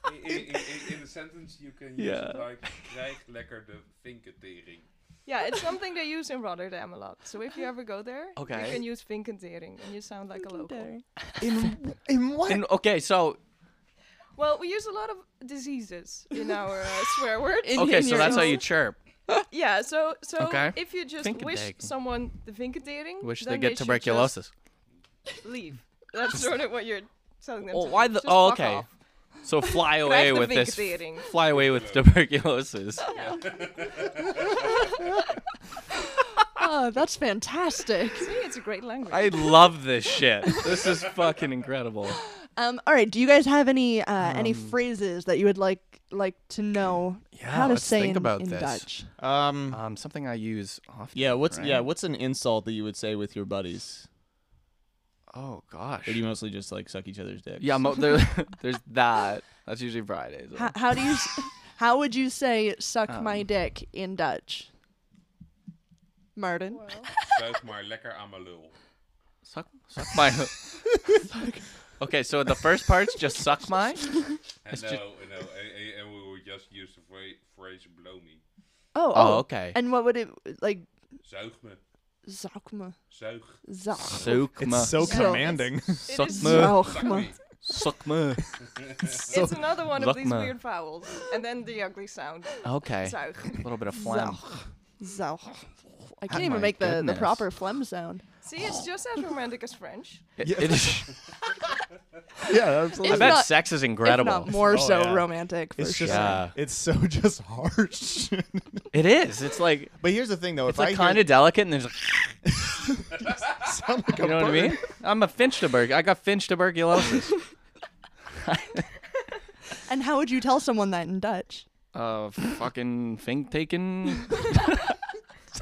[SPEAKER 7] In, in, in, in a sentence, you can use
[SPEAKER 4] Yeah.
[SPEAKER 7] it like, krijg lekker de vinketering.
[SPEAKER 6] Yeah, it's something they use in Rotterdam a lot. So if you ever go there,
[SPEAKER 4] Okay.
[SPEAKER 6] you can use Vinkentering and you sound like a local.
[SPEAKER 5] in, in what?
[SPEAKER 4] And okay, so
[SPEAKER 6] Well, we use a lot of diseases in our uh, swear word.
[SPEAKER 3] In-
[SPEAKER 4] okay,
[SPEAKER 3] in
[SPEAKER 4] so
[SPEAKER 3] your
[SPEAKER 4] that's how
[SPEAKER 3] own-
[SPEAKER 4] you chirp.
[SPEAKER 6] yeah, so so
[SPEAKER 4] Okay.
[SPEAKER 6] if you just wish
[SPEAKER 4] Vinkentering.
[SPEAKER 6] someone the Vinkentering,
[SPEAKER 4] Wish they
[SPEAKER 6] then
[SPEAKER 4] get
[SPEAKER 6] should just
[SPEAKER 4] tuberculosis.
[SPEAKER 6] leave. That's sort of what you're telling them.
[SPEAKER 4] Oh,
[SPEAKER 6] to
[SPEAKER 4] why
[SPEAKER 6] do.
[SPEAKER 4] the?
[SPEAKER 6] Just
[SPEAKER 4] Oh,
[SPEAKER 6] fuck
[SPEAKER 4] okay.
[SPEAKER 6] off.
[SPEAKER 4] So fly away
[SPEAKER 6] the
[SPEAKER 4] with this.
[SPEAKER 6] Vinkentering.
[SPEAKER 4] Fly away with tuberculosis.
[SPEAKER 3] Oh, that's fantastic.
[SPEAKER 6] See, it's a great language.
[SPEAKER 4] I love this shit. This is fucking incredible.
[SPEAKER 3] Um, all right. Do you guys have any uh, any phrases that you would like like to know
[SPEAKER 4] Um, Yeah,
[SPEAKER 3] how to
[SPEAKER 4] let's
[SPEAKER 3] say
[SPEAKER 4] think
[SPEAKER 3] in,
[SPEAKER 4] about
[SPEAKER 3] in
[SPEAKER 4] this.
[SPEAKER 3] Dutch?
[SPEAKER 5] Um
[SPEAKER 4] Um, something I use often.
[SPEAKER 8] Yeah, what's
[SPEAKER 4] right?
[SPEAKER 8] yeah, what's an insult that you would say with your buddies?
[SPEAKER 4] Oh gosh.
[SPEAKER 8] Or do you mostly just like suck each other's dicks?
[SPEAKER 4] Yeah, mo- there, there's that. That's usually Fridays.
[SPEAKER 3] How, how do you s- how would you say "suck
[SPEAKER 4] Um,
[SPEAKER 3] my dick" in Dutch? Martin.
[SPEAKER 7] Zuig maar lekker aan mijn lul.
[SPEAKER 4] Suck, suck my. okay, so the first part's just suck my.
[SPEAKER 7] And no, no, and, and- and we will just use the phrase, phrase blow me.
[SPEAKER 3] Oh,
[SPEAKER 4] Oh, okay.
[SPEAKER 3] And what would it like?
[SPEAKER 7] Zuig me.
[SPEAKER 3] Zak me,
[SPEAKER 7] Zuig.
[SPEAKER 3] zak,
[SPEAKER 4] Soak
[SPEAKER 5] it's so
[SPEAKER 3] So-
[SPEAKER 5] commanding.
[SPEAKER 4] suck
[SPEAKER 6] is
[SPEAKER 4] me.
[SPEAKER 3] zaug
[SPEAKER 7] Zak
[SPEAKER 3] me.
[SPEAKER 7] me.
[SPEAKER 4] Suck me.
[SPEAKER 6] it's another one of these
[SPEAKER 4] Zakma.
[SPEAKER 6] weird vowels, and then the ugly sound.
[SPEAKER 4] Okay. A
[SPEAKER 6] Zuig.
[SPEAKER 4] little bit of phlegm.
[SPEAKER 3] zaug. I can't
[SPEAKER 8] Oh
[SPEAKER 3] even
[SPEAKER 8] my
[SPEAKER 3] make the, the
[SPEAKER 8] goodness.
[SPEAKER 3] proper phlegm sound.
[SPEAKER 6] See, it's just as romantic as French.
[SPEAKER 4] It- it is-
[SPEAKER 5] Yeah, absolutely.
[SPEAKER 4] I
[SPEAKER 3] If
[SPEAKER 4] bet
[SPEAKER 3] not-
[SPEAKER 4] sex is
[SPEAKER 3] If not
[SPEAKER 4] incredible.
[SPEAKER 3] more so
[SPEAKER 5] yeah.
[SPEAKER 3] romantic for
[SPEAKER 5] It's
[SPEAKER 3] sure.
[SPEAKER 5] just
[SPEAKER 4] Yeah.
[SPEAKER 5] it's so just harsh.
[SPEAKER 4] It is. It's like
[SPEAKER 5] but here's the thing though,
[SPEAKER 4] it's
[SPEAKER 5] if
[SPEAKER 4] like
[SPEAKER 5] I
[SPEAKER 4] kind of delicate, and there's
[SPEAKER 5] of sound like a
[SPEAKER 4] you know what I
[SPEAKER 5] bird-
[SPEAKER 4] mean. I'm a Finch tuberc. I got Finch tuberculosis.
[SPEAKER 3] And how would you tell someone that in Dutch?
[SPEAKER 4] uh, fucking fink taken.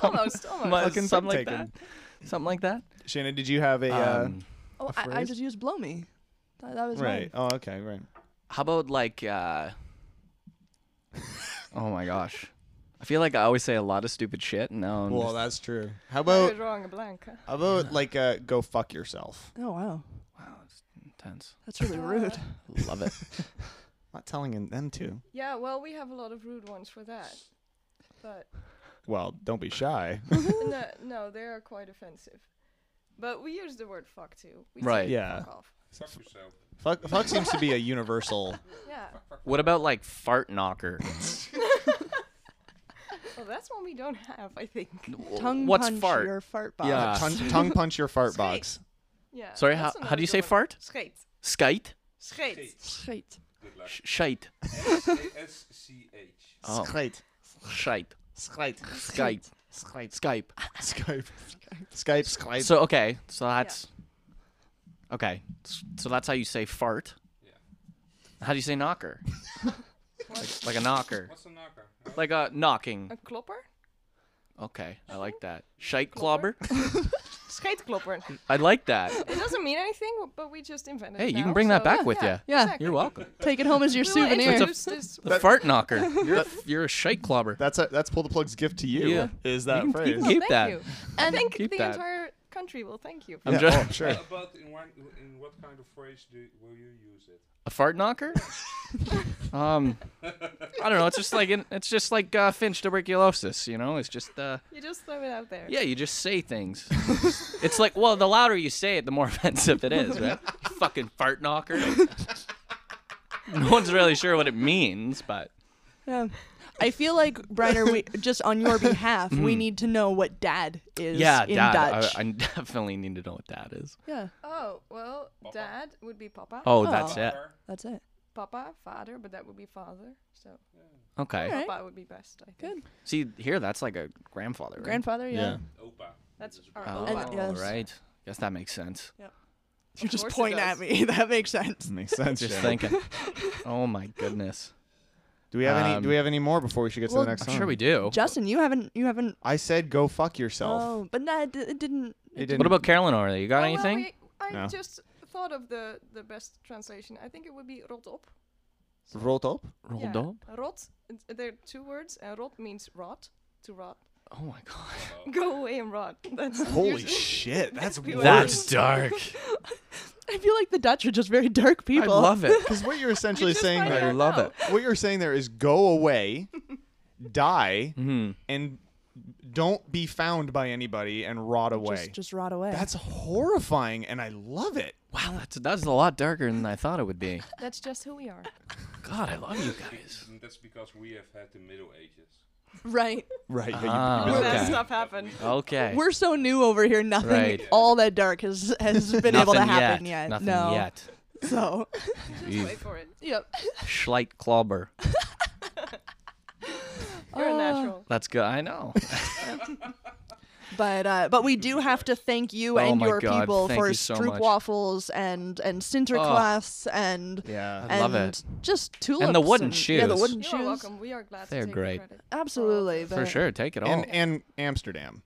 [SPEAKER 6] Almost, almost.
[SPEAKER 4] Fucking something like that.
[SPEAKER 5] fink-taken.
[SPEAKER 4] Something like that.
[SPEAKER 5] Shannon, did you have a uh,
[SPEAKER 4] Um,
[SPEAKER 3] Oh,
[SPEAKER 5] I- I
[SPEAKER 3] I,
[SPEAKER 5] phrase?
[SPEAKER 3] just used blow me. That, was
[SPEAKER 5] right? Oh, okay, right.
[SPEAKER 4] How about like uh Oh my gosh. I feel like I always say a lot of stupid shit and now I'm
[SPEAKER 5] Well,
[SPEAKER 4] Um, just-
[SPEAKER 5] that's true. How
[SPEAKER 6] You're
[SPEAKER 5] about
[SPEAKER 6] drawing a blank. Huh?
[SPEAKER 5] how about like uh, go fuck yourself?
[SPEAKER 3] Oh wow,
[SPEAKER 4] wow, it's intense.
[SPEAKER 3] that's
[SPEAKER 6] Uh,
[SPEAKER 3] really rude.
[SPEAKER 4] Love it.
[SPEAKER 5] not telling them to.
[SPEAKER 6] Yeah, well, we have a lot of rude ones for that. But
[SPEAKER 5] Well, don't be shy.
[SPEAKER 6] no, no, they are quite offensive. But we use the word fuck too. We say
[SPEAKER 4] Right.
[SPEAKER 5] Yeah.
[SPEAKER 6] Fuck off.
[SPEAKER 7] Fuck yourself.
[SPEAKER 5] fuck, fuck seems to be a universal.
[SPEAKER 6] Yeah.
[SPEAKER 4] What about like fart knocker?
[SPEAKER 6] Well, that's one we don't have, I think.
[SPEAKER 3] Tongue
[SPEAKER 4] What's
[SPEAKER 3] punch
[SPEAKER 4] fart?
[SPEAKER 3] your fart box.
[SPEAKER 4] Yeah.
[SPEAKER 5] Tongue, tongue punch your fart box.
[SPEAKER 6] Yeah.
[SPEAKER 4] Sorry,
[SPEAKER 6] that's
[SPEAKER 4] how- how
[SPEAKER 6] another
[SPEAKER 4] do you
[SPEAKER 6] good
[SPEAKER 4] say
[SPEAKER 6] one.
[SPEAKER 4] fart?
[SPEAKER 6] Scheet.
[SPEAKER 4] Skite?
[SPEAKER 6] Scheet.
[SPEAKER 3] Shite.
[SPEAKER 4] Sh- shite.
[SPEAKER 7] S-C-H.
[SPEAKER 4] Oh,
[SPEAKER 5] Skype.
[SPEAKER 4] shite.
[SPEAKER 5] Skype.
[SPEAKER 4] Skype. Skype.
[SPEAKER 5] Skype. Skype. Skype.
[SPEAKER 4] So okay, so that's Okay. s- So that's how you say fart. How do you say knocker? like, like a knocker.
[SPEAKER 7] What's a knocker?
[SPEAKER 4] Like a knocking.
[SPEAKER 6] A klopper?
[SPEAKER 4] Okay, I like that. Shite clobber?
[SPEAKER 6] Scheet klopper.
[SPEAKER 4] I like that.
[SPEAKER 6] It doesn't mean anything, but we just invented
[SPEAKER 4] Hey,
[SPEAKER 6] it.
[SPEAKER 4] you can
[SPEAKER 6] now,
[SPEAKER 4] bring that
[SPEAKER 6] so-
[SPEAKER 4] back
[SPEAKER 6] yeah,
[SPEAKER 4] with
[SPEAKER 6] yeah,
[SPEAKER 4] you.
[SPEAKER 3] Yeah.
[SPEAKER 6] Exactly.
[SPEAKER 4] You're welcome.
[SPEAKER 3] Take it home as your
[SPEAKER 6] We will
[SPEAKER 3] souvenir.
[SPEAKER 6] introduce this
[SPEAKER 4] The fart knocker. You're a, you're a shite clobber.
[SPEAKER 5] that's a, that's pull the plug's gift to you.
[SPEAKER 4] Yeah.
[SPEAKER 5] Is that
[SPEAKER 4] you can, you
[SPEAKER 5] phrase? oh,
[SPEAKER 4] can
[SPEAKER 6] Well,
[SPEAKER 4] keep
[SPEAKER 6] thank
[SPEAKER 4] that.
[SPEAKER 6] you. I think
[SPEAKER 4] keep
[SPEAKER 6] the
[SPEAKER 4] that.
[SPEAKER 6] entire country will thank you.
[SPEAKER 4] I'm
[SPEAKER 5] Yeah,
[SPEAKER 4] just
[SPEAKER 5] oh, sure.
[SPEAKER 7] About in, one, in what kind of phrase do will you use it?
[SPEAKER 4] a fart knocker. um, I don't know. It's just like an, it's just like uh, Finch tuberculosis. You know, it's just uh,
[SPEAKER 6] You just throw it out there.
[SPEAKER 4] yeah, you just say things. it's like well, the louder you say it, the more offensive it is, right? You fucking fart knocker. no one's really sure what it means, but
[SPEAKER 3] Yeah. I feel like Briner, we just on your behalf, we need to know what dad is
[SPEAKER 4] yeah,
[SPEAKER 3] in
[SPEAKER 4] dad. I-
[SPEAKER 3] Dutch.
[SPEAKER 4] I, definitely need to know what dad is.
[SPEAKER 3] yeah,
[SPEAKER 6] Oh, well, dad would be papa.
[SPEAKER 4] Oh, that's
[SPEAKER 3] Oh.
[SPEAKER 4] it.
[SPEAKER 3] that's it.
[SPEAKER 6] Papa, father, but that would be father. So
[SPEAKER 4] Okay.
[SPEAKER 3] Alright.
[SPEAKER 6] papa would be best, I think.
[SPEAKER 3] Good.
[SPEAKER 4] See here, that's like a grandfather, right?
[SPEAKER 3] Grandfather, yeah.
[SPEAKER 8] Yeah.
[SPEAKER 7] Opa.
[SPEAKER 6] That's our
[SPEAKER 4] Oh,
[SPEAKER 3] And-
[SPEAKER 6] papa.
[SPEAKER 3] yes.
[SPEAKER 4] right. Guess that makes sense.
[SPEAKER 3] You just
[SPEAKER 6] course it
[SPEAKER 3] point at
[SPEAKER 6] does.
[SPEAKER 3] me. That makes sense.
[SPEAKER 5] Makes sense.
[SPEAKER 4] Just
[SPEAKER 5] Shannon.
[SPEAKER 4] thinking. oh my goodness.
[SPEAKER 5] Do we have any?
[SPEAKER 4] Um,
[SPEAKER 5] Do we have any more before we should get to
[SPEAKER 3] well,
[SPEAKER 5] the next
[SPEAKER 4] I'm
[SPEAKER 5] song?
[SPEAKER 4] sure we do.
[SPEAKER 3] Justin, you haven't you haven't.
[SPEAKER 5] I said go fuck yourself.
[SPEAKER 3] Oh, but no, it, di- it didn't.
[SPEAKER 5] It didn't.
[SPEAKER 4] What about Carolyn over there? You got
[SPEAKER 6] Oh, well,
[SPEAKER 4] anything?
[SPEAKER 6] we- I
[SPEAKER 5] No.
[SPEAKER 6] just thought of the, the best translation. I think it would be rot op.
[SPEAKER 5] rolled up?
[SPEAKER 4] Rolled
[SPEAKER 6] yeah.
[SPEAKER 4] up?
[SPEAKER 6] Rot, it- there are two words, and rot means rot, to rot.
[SPEAKER 4] Oh my god.
[SPEAKER 6] Go away and rot. That's
[SPEAKER 5] Holy
[SPEAKER 6] usually-
[SPEAKER 5] shit! That's
[SPEAKER 6] We
[SPEAKER 5] worse.
[SPEAKER 6] That's
[SPEAKER 4] dark.
[SPEAKER 3] I feel like the Dutch are just very dark
[SPEAKER 4] I
[SPEAKER 3] people.
[SPEAKER 4] love it.
[SPEAKER 5] Because what you're essentially
[SPEAKER 6] just
[SPEAKER 5] saying
[SPEAKER 6] find
[SPEAKER 5] there,
[SPEAKER 6] out
[SPEAKER 4] love
[SPEAKER 6] now.
[SPEAKER 4] it.
[SPEAKER 5] what you're saying there is go away, die,
[SPEAKER 4] Mhm.
[SPEAKER 5] and don't be found by anybody and rot away.
[SPEAKER 3] Just, just rot away.
[SPEAKER 5] That's horrifying, and I love it.
[SPEAKER 4] Wow, that's that's a lot darker than I thought it would be.
[SPEAKER 6] That's just who we are.
[SPEAKER 4] God, I love you guys.
[SPEAKER 7] And that's because we have had the Middle Ages.
[SPEAKER 3] right.
[SPEAKER 5] Right.
[SPEAKER 4] Ah,
[SPEAKER 6] That
[SPEAKER 4] okay.
[SPEAKER 6] stuff happened.
[SPEAKER 4] Okay.
[SPEAKER 3] We're so new over here. Nothing
[SPEAKER 4] Right.
[SPEAKER 3] all that dark has has been able to
[SPEAKER 4] Nothing
[SPEAKER 3] happen yet.
[SPEAKER 4] yet. Nothing
[SPEAKER 3] no.
[SPEAKER 4] yet.
[SPEAKER 3] So.
[SPEAKER 4] Eve.
[SPEAKER 6] Wait for it.
[SPEAKER 3] Yep.
[SPEAKER 4] Schleit Klauber.
[SPEAKER 6] You're a natural.
[SPEAKER 4] That's good. I know.
[SPEAKER 3] But uh, but we do have to thank you
[SPEAKER 4] Oh
[SPEAKER 3] and
[SPEAKER 4] my
[SPEAKER 3] your
[SPEAKER 4] God,
[SPEAKER 3] people
[SPEAKER 4] thank
[SPEAKER 3] for
[SPEAKER 4] you so much. Oh.
[SPEAKER 3] stroopwafels and and Sinterklaas and
[SPEAKER 5] Yeah.
[SPEAKER 4] I love
[SPEAKER 3] and
[SPEAKER 4] it.
[SPEAKER 3] just tulips
[SPEAKER 4] the wooden
[SPEAKER 3] Yeah, the
[SPEAKER 4] shoes.
[SPEAKER 3] wooden
[SPEAKER 6] You're
[SPEAKER 3] shoes.
[SPEAKER 6] welcome. We are glad
[SPEAKER 4] They're
[SPEAKER 6] to take the
[SPEAKER 4] great.
[SPEAKER 6] credit.
[SPEAKER 3] Absolutely.
[SPEAKER 4] For
[SPEAKER 3] but-
[SPEAKER 4] sure. Take it all.
[SPEAKER 5] And and Amsterdam.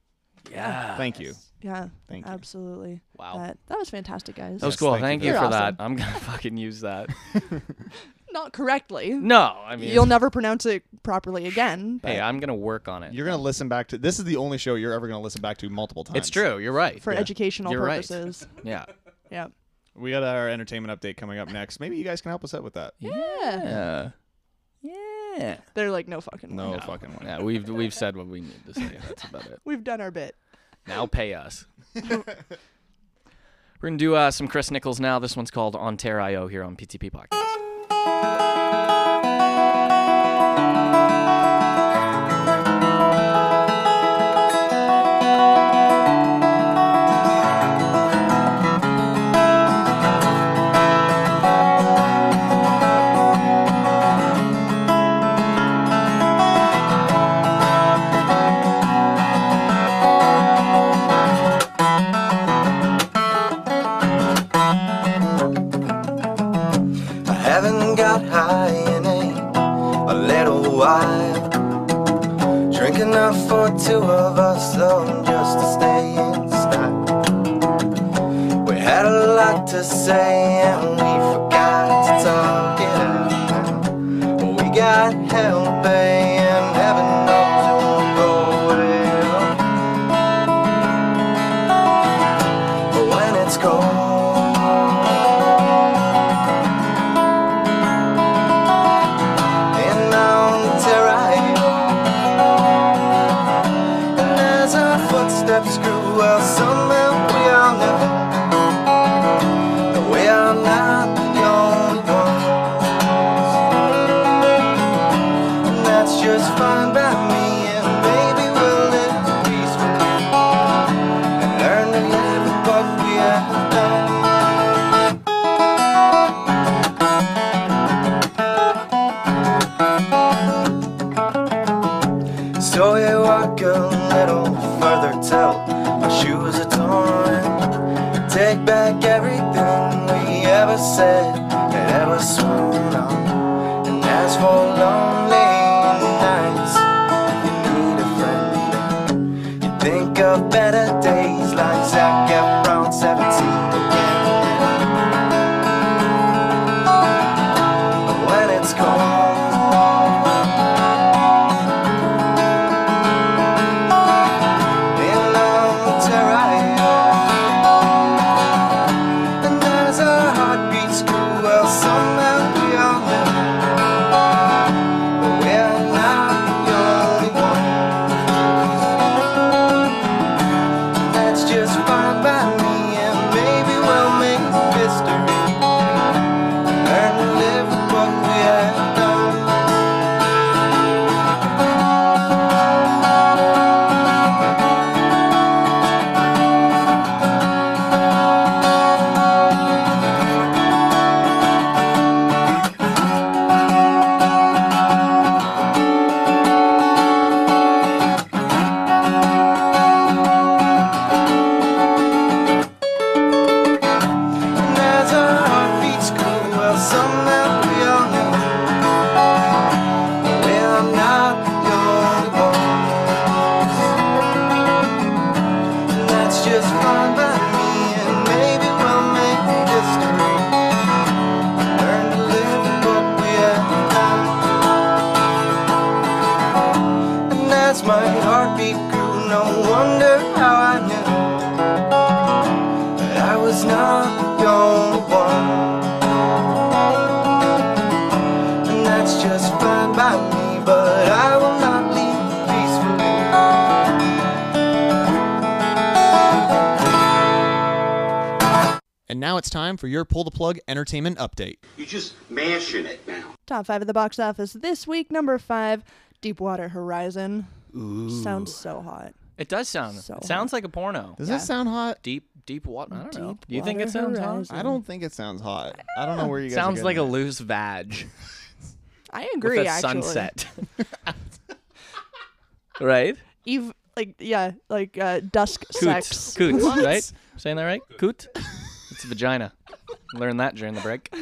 [SPEAKER 4] yeah.
[SPEAKER 5] Thank you.
[SPEAKER 3] Yeah.
[SPEAKER 5] Thank you.
[SPEAKER 3] absolutely.
[SPEAKER 4] Wow.
[SPEAKER 3] That, that was fantastic, guys.
[SPEAKER 4] That was
[SPEAKER 5] Yes,
[SPEAKER 4] cool.
[SPEAKER 5] thank you
[SPEAKER 4] Thank you
[SPEAKER 3] very
[SPEAKER 4] for
[SPEAKER 3] much.
[SPEAKER 4] that. I'm gonna fucking use that.
[SPEAKER 3] Not correctly.
[SPEAKER 4] No, I mean
[SPEAKER 3] You'll never pronounce it properly again. But
[SPEAKER 4] Hey, I'm gonna work on it.
[SPEAKER 5] You're gonna listen back to this is the only show you're ever gonna listen back to multiple times.
[SPEAKER 4] It's true. You're right.
[SPEAKER 3] for educational
[SPEAKER 4] You're right.
[SPEAKER 3] purposes.
[SPEAKER 4] yeah.
[SPEAKER 3] Yeah.
[SPEAKER 5] We got our entertainment update coming up next. Maybe you guys can help us out with that.
[SPEAKER 3] Yeah.
[SPEAKER 4] Yeah. Uh, Yeah.
[SPEAKER 3] They're like, no fucking way.
[SPEAKER 5] No, Oh, fucking way.
[SPEAKER 4] Yeah, we've we've said what we need to say. That's about it.
[SPEAKER 3] We've done our bit.
[SPEAKER 4] Now pay us. We're gonna do uh, some Chris Nichols now. This one's called On Tear IO here on PTP Podcast.
[SPEAKER 2] Thank
[SPEAKER 9] two of us alone just to stay in stock. We had a lot to say and we forgot to talk it out. We got held bay and heaven knows it won't go well. But when it's cold. in Mount Arayo. And as our footsteps grew, well, somehow we all knew that we are not the only ones. And that's just fine by me, and maybe we'll live peacefully and learn to live with what we have done. So you walk a little further till our shoes are torn. Take back everything we ever said and ever sworn on. And as for lonely nights, you need a friend. You think of better days like Zac Efron 17 again. But when it's cold. In Ontario. And as our heartbeats grew, well, somehow we all knew that we're not the only ones. That's just fine by me, and maybe we'll make history and learn to live with what we have done. And as our heartbeats grew, well, somehow we all knew that we're not the only ones. And that's just fine by me, and maybe we'll make history. Learn to live with what we have done. And as my heartbeat grew, no wonder how I knew. But I was not the only one. And that's just fine by me, but I will not leave peacefully.
[SPEAKER 5] And now it's time for your pull the plug entertainment update.
[SPEAKER 10] You just mashing it now.
[SPEAKER 3] Top five of the box office this week. Number five, Deepwater Horizon. Sounds so hot.
[SPEAKER 4] It does sound.
[SPEAKER 3] So
[SPEAKER 4] it sounds like a porno.
[SPEAKER 5] Does that sound hot?
[SPEAKER 4] Deep, deep water. I don't know.
[SPEAKER 3] Deep
[SPEAKER 4] Do you think it
[SPEAKER 3] water
[SPEAKER 4] sounds hot?
[SPEAKER 3] horizon.
[SPEAKER 5] I don't think it sounds hot. I don't know where you guys. are
[SPEAKER 4] Sounds
[SPEAKER 5] getting
[SPEAKER 4] like a
[SPEAKER 5] that.
[SPEAKER 4] loose vag
[SPEAKER 3] I
[SPEAKER 4] with
[SPEAKER 3] agree.
[SPEAKER 4] a
[SPEAKER 3] actually,
[SPEAKER 4] sunset. right?
[SPEAKER 3] Eve, like yeah, like uh, dusk sex.
[SPEAKER 4] Coot. Coot, right? I'm saying that right? Coot. It's vagina. Learn that during the break.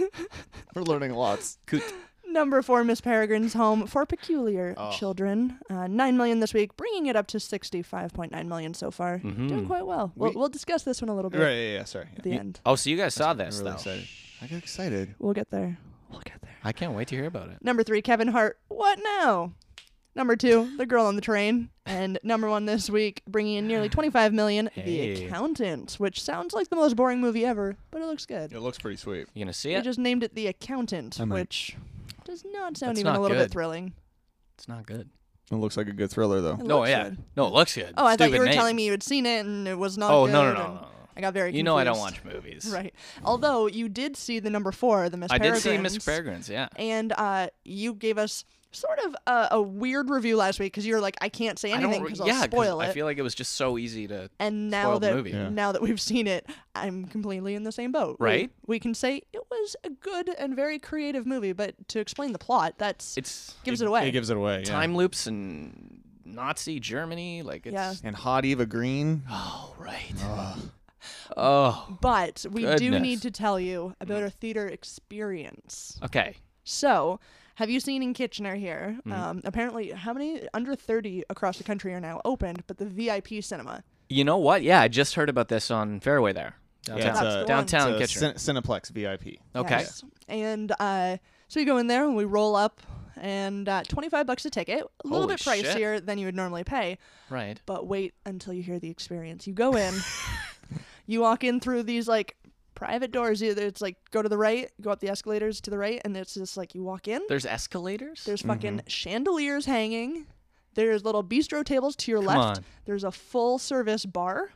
[SPEAKER 5] We're learning lots.
[SPEAKER 4] Coot.
[SPEAKER 3] Number four, Miss Peregrine's Home for Peculiar
[SPEAKER 4] Oh.
[SPEAKER 3] Children. Uh, Nine million this week, bringing it up to sixty-five point nine million so far.
[SPEAKER 4] Mm-hmm.
[SPEAKER 3] Doing quite well. We'll,
[SPEAKER 5] We-
[SPEAKER 3] we'll discuss this one a little bit
[SPEAKER 5] Right? Yeah. yeah sorry.
[SPEAKER 3] at the end.
[SPEAKER 4] Oh, so you guys saw this
[SPEAKER 5] really
[SPEAKER 4] though.
[SPEAKER 5] excited. I got excited.
[SPEAKER 3] We'll get there. We'll get there.
[SPEAKER 4] I can't wait to hear about it.
[SPEAKER 3] Number three, Kevin Hart. What now? Number two, The Girl on the Train, and number one this week, bringing in nearly twenty-five million,
[SPEAKER 4] Hey.
[SPEAKER 3] The Accountant, which sounds like the most boring movie ever, but it looks good.
[SPEAKER 4] Oh,
[SPEAKER 5] It looks pretty sweet.
[SPEAKER 4] You gonna see
[SPEAKER 3] They
[SPEAKER 4] it?
[SPEAKER 3] just named it The Accountant, which does not sound
[SPEAKER 4] That's
[SPEAKER 3] even
[SPEAKER 4] not
[SPEAKER 3] a little
[SPEAKER 4] good.
[SPEAKER 3] bit thrilling.
[SPEAKER 4] It's not good.
[SPEAKER 5] It looks like a good thriller though.
[SPEAKER 3] It
[SPEAKER 4] No,
[SPEAKER 3] looks
[SPEAKER 4] yeah.
[SPEAKER 3] good.
[SPEAKER 4] No, it looks good.
[SPEAKER 3] Oh, I thought
[SPEAKER 4] Stupid
[SPEAKER 3] you were
[SPEAKER 4] name.
[SPEAKER 3] telling me you had seen it and it was not.
[SPEAKER 4] Oh
[SPEAKER 3] good,
[SPEAKER 4] no no no no.
[SPEAKER 3] and
[SPEAKER 4] no.
[SPEAKER 3] I got very.
[SPEAKER 4] You know I don't watch
[SPEAKER 3] confused.
[SPEAKER 4] movies.
[SPEAKER 3] Right. Although you did see the number four, the Miss.
[SPEAKER 4] I did see Miss
[SPEAKER 3] Peregrine's,
[SPEAKER 4] Peregrine's. Yeah.
[SPEAKER 3] And uh, you gave us sort of a, a weird review last week because you were like, I can't say
[SPEAKER 4] I don't.
[SPEAKER 3] anything
[SPEAKER 4] re-
[SPEAKER 3] because I'll
[SPEAKER 4] yeah, 'cause
[SPEAKER 3] spoil it.
[SPEAKER 4] I feel like it was just so easy to.
[SPEAKER 3] and now
[SPEAKER 4] spoiled the
[SPEAKER 3] that
[SPEAKER 4] movie. Yeah.
[SPEAKER 3] now that we've seen it, I'm completely in the same boat. We-
[SPEAKER 4] Right?
[SPEAKER 3] We, can say it was a good and very creative movie, but to explain the plot, that's
[SPEAKER 4] It's
[SPEAKER 3] gives it, away.
[SPEAKER 5] It gives it away. Yeah.
[SPEAKER 4] time loops and Nazi Germany. Like it's.
[SPEAKER 3] Yeah.
[SPEAKER 5] And hot Eva Green.
[SPEAKER 4] Oh right. Oh.
[SPEAKER 3] but we do
[SPEAKER 4] Goodness.
[SPEAKER 3] need to tell you about our theater experience.
[SPEAKER 4] Okay.
[SPEAKER 3] So, Have you seen in Kitchener here?
[SPEAKER 4] Mm-hmm.
[SPEAKER 3] Um, apparently, how many under 30 across the country are now opened, but the VIP cinema.
[SPEAKER 4] You know what? Yeah, I just heard about this on Fairway there. Downtown,
[SPEAKER 5] it's a-
[SPEAKER 4] downtown
[SPEAKER 5] It's a
[SPEAKER 4] Kitchener.
[SPEAKER 5] Cin- Cineplex VIP.
[SPEAKER 4] okay.
[SPEAKER 3] Yes. And uh, so you go in there and we roll up and uh, 25 bucks a ticket, a little
[SPEAKER 4] Holy
[SPEAKER 3] bit
[SPEAKER 4] shit.
[SPEAKER 3] pricier than you would normally pay.
[SPEAKER 4] Right.
[SPEAKER 3] but wait until you hear the experience. You go in, you walk in through these like private doors. Either it's like go to the right, go up the escalators to the right, and it's just like you walk in.
[SPEAKER 4] There's escalators?
[SPEAKER 3] There's fucking
[SPEAKER 4] Mm-hmm.
[SPEAKER 3] chandeliers hanging. There's little bistro tables to your
[SPEAKER 4] Come
[SPEAKER 3] left.
[SPEAKER 4] on.
[SPEAKER 3] There's a full service bar.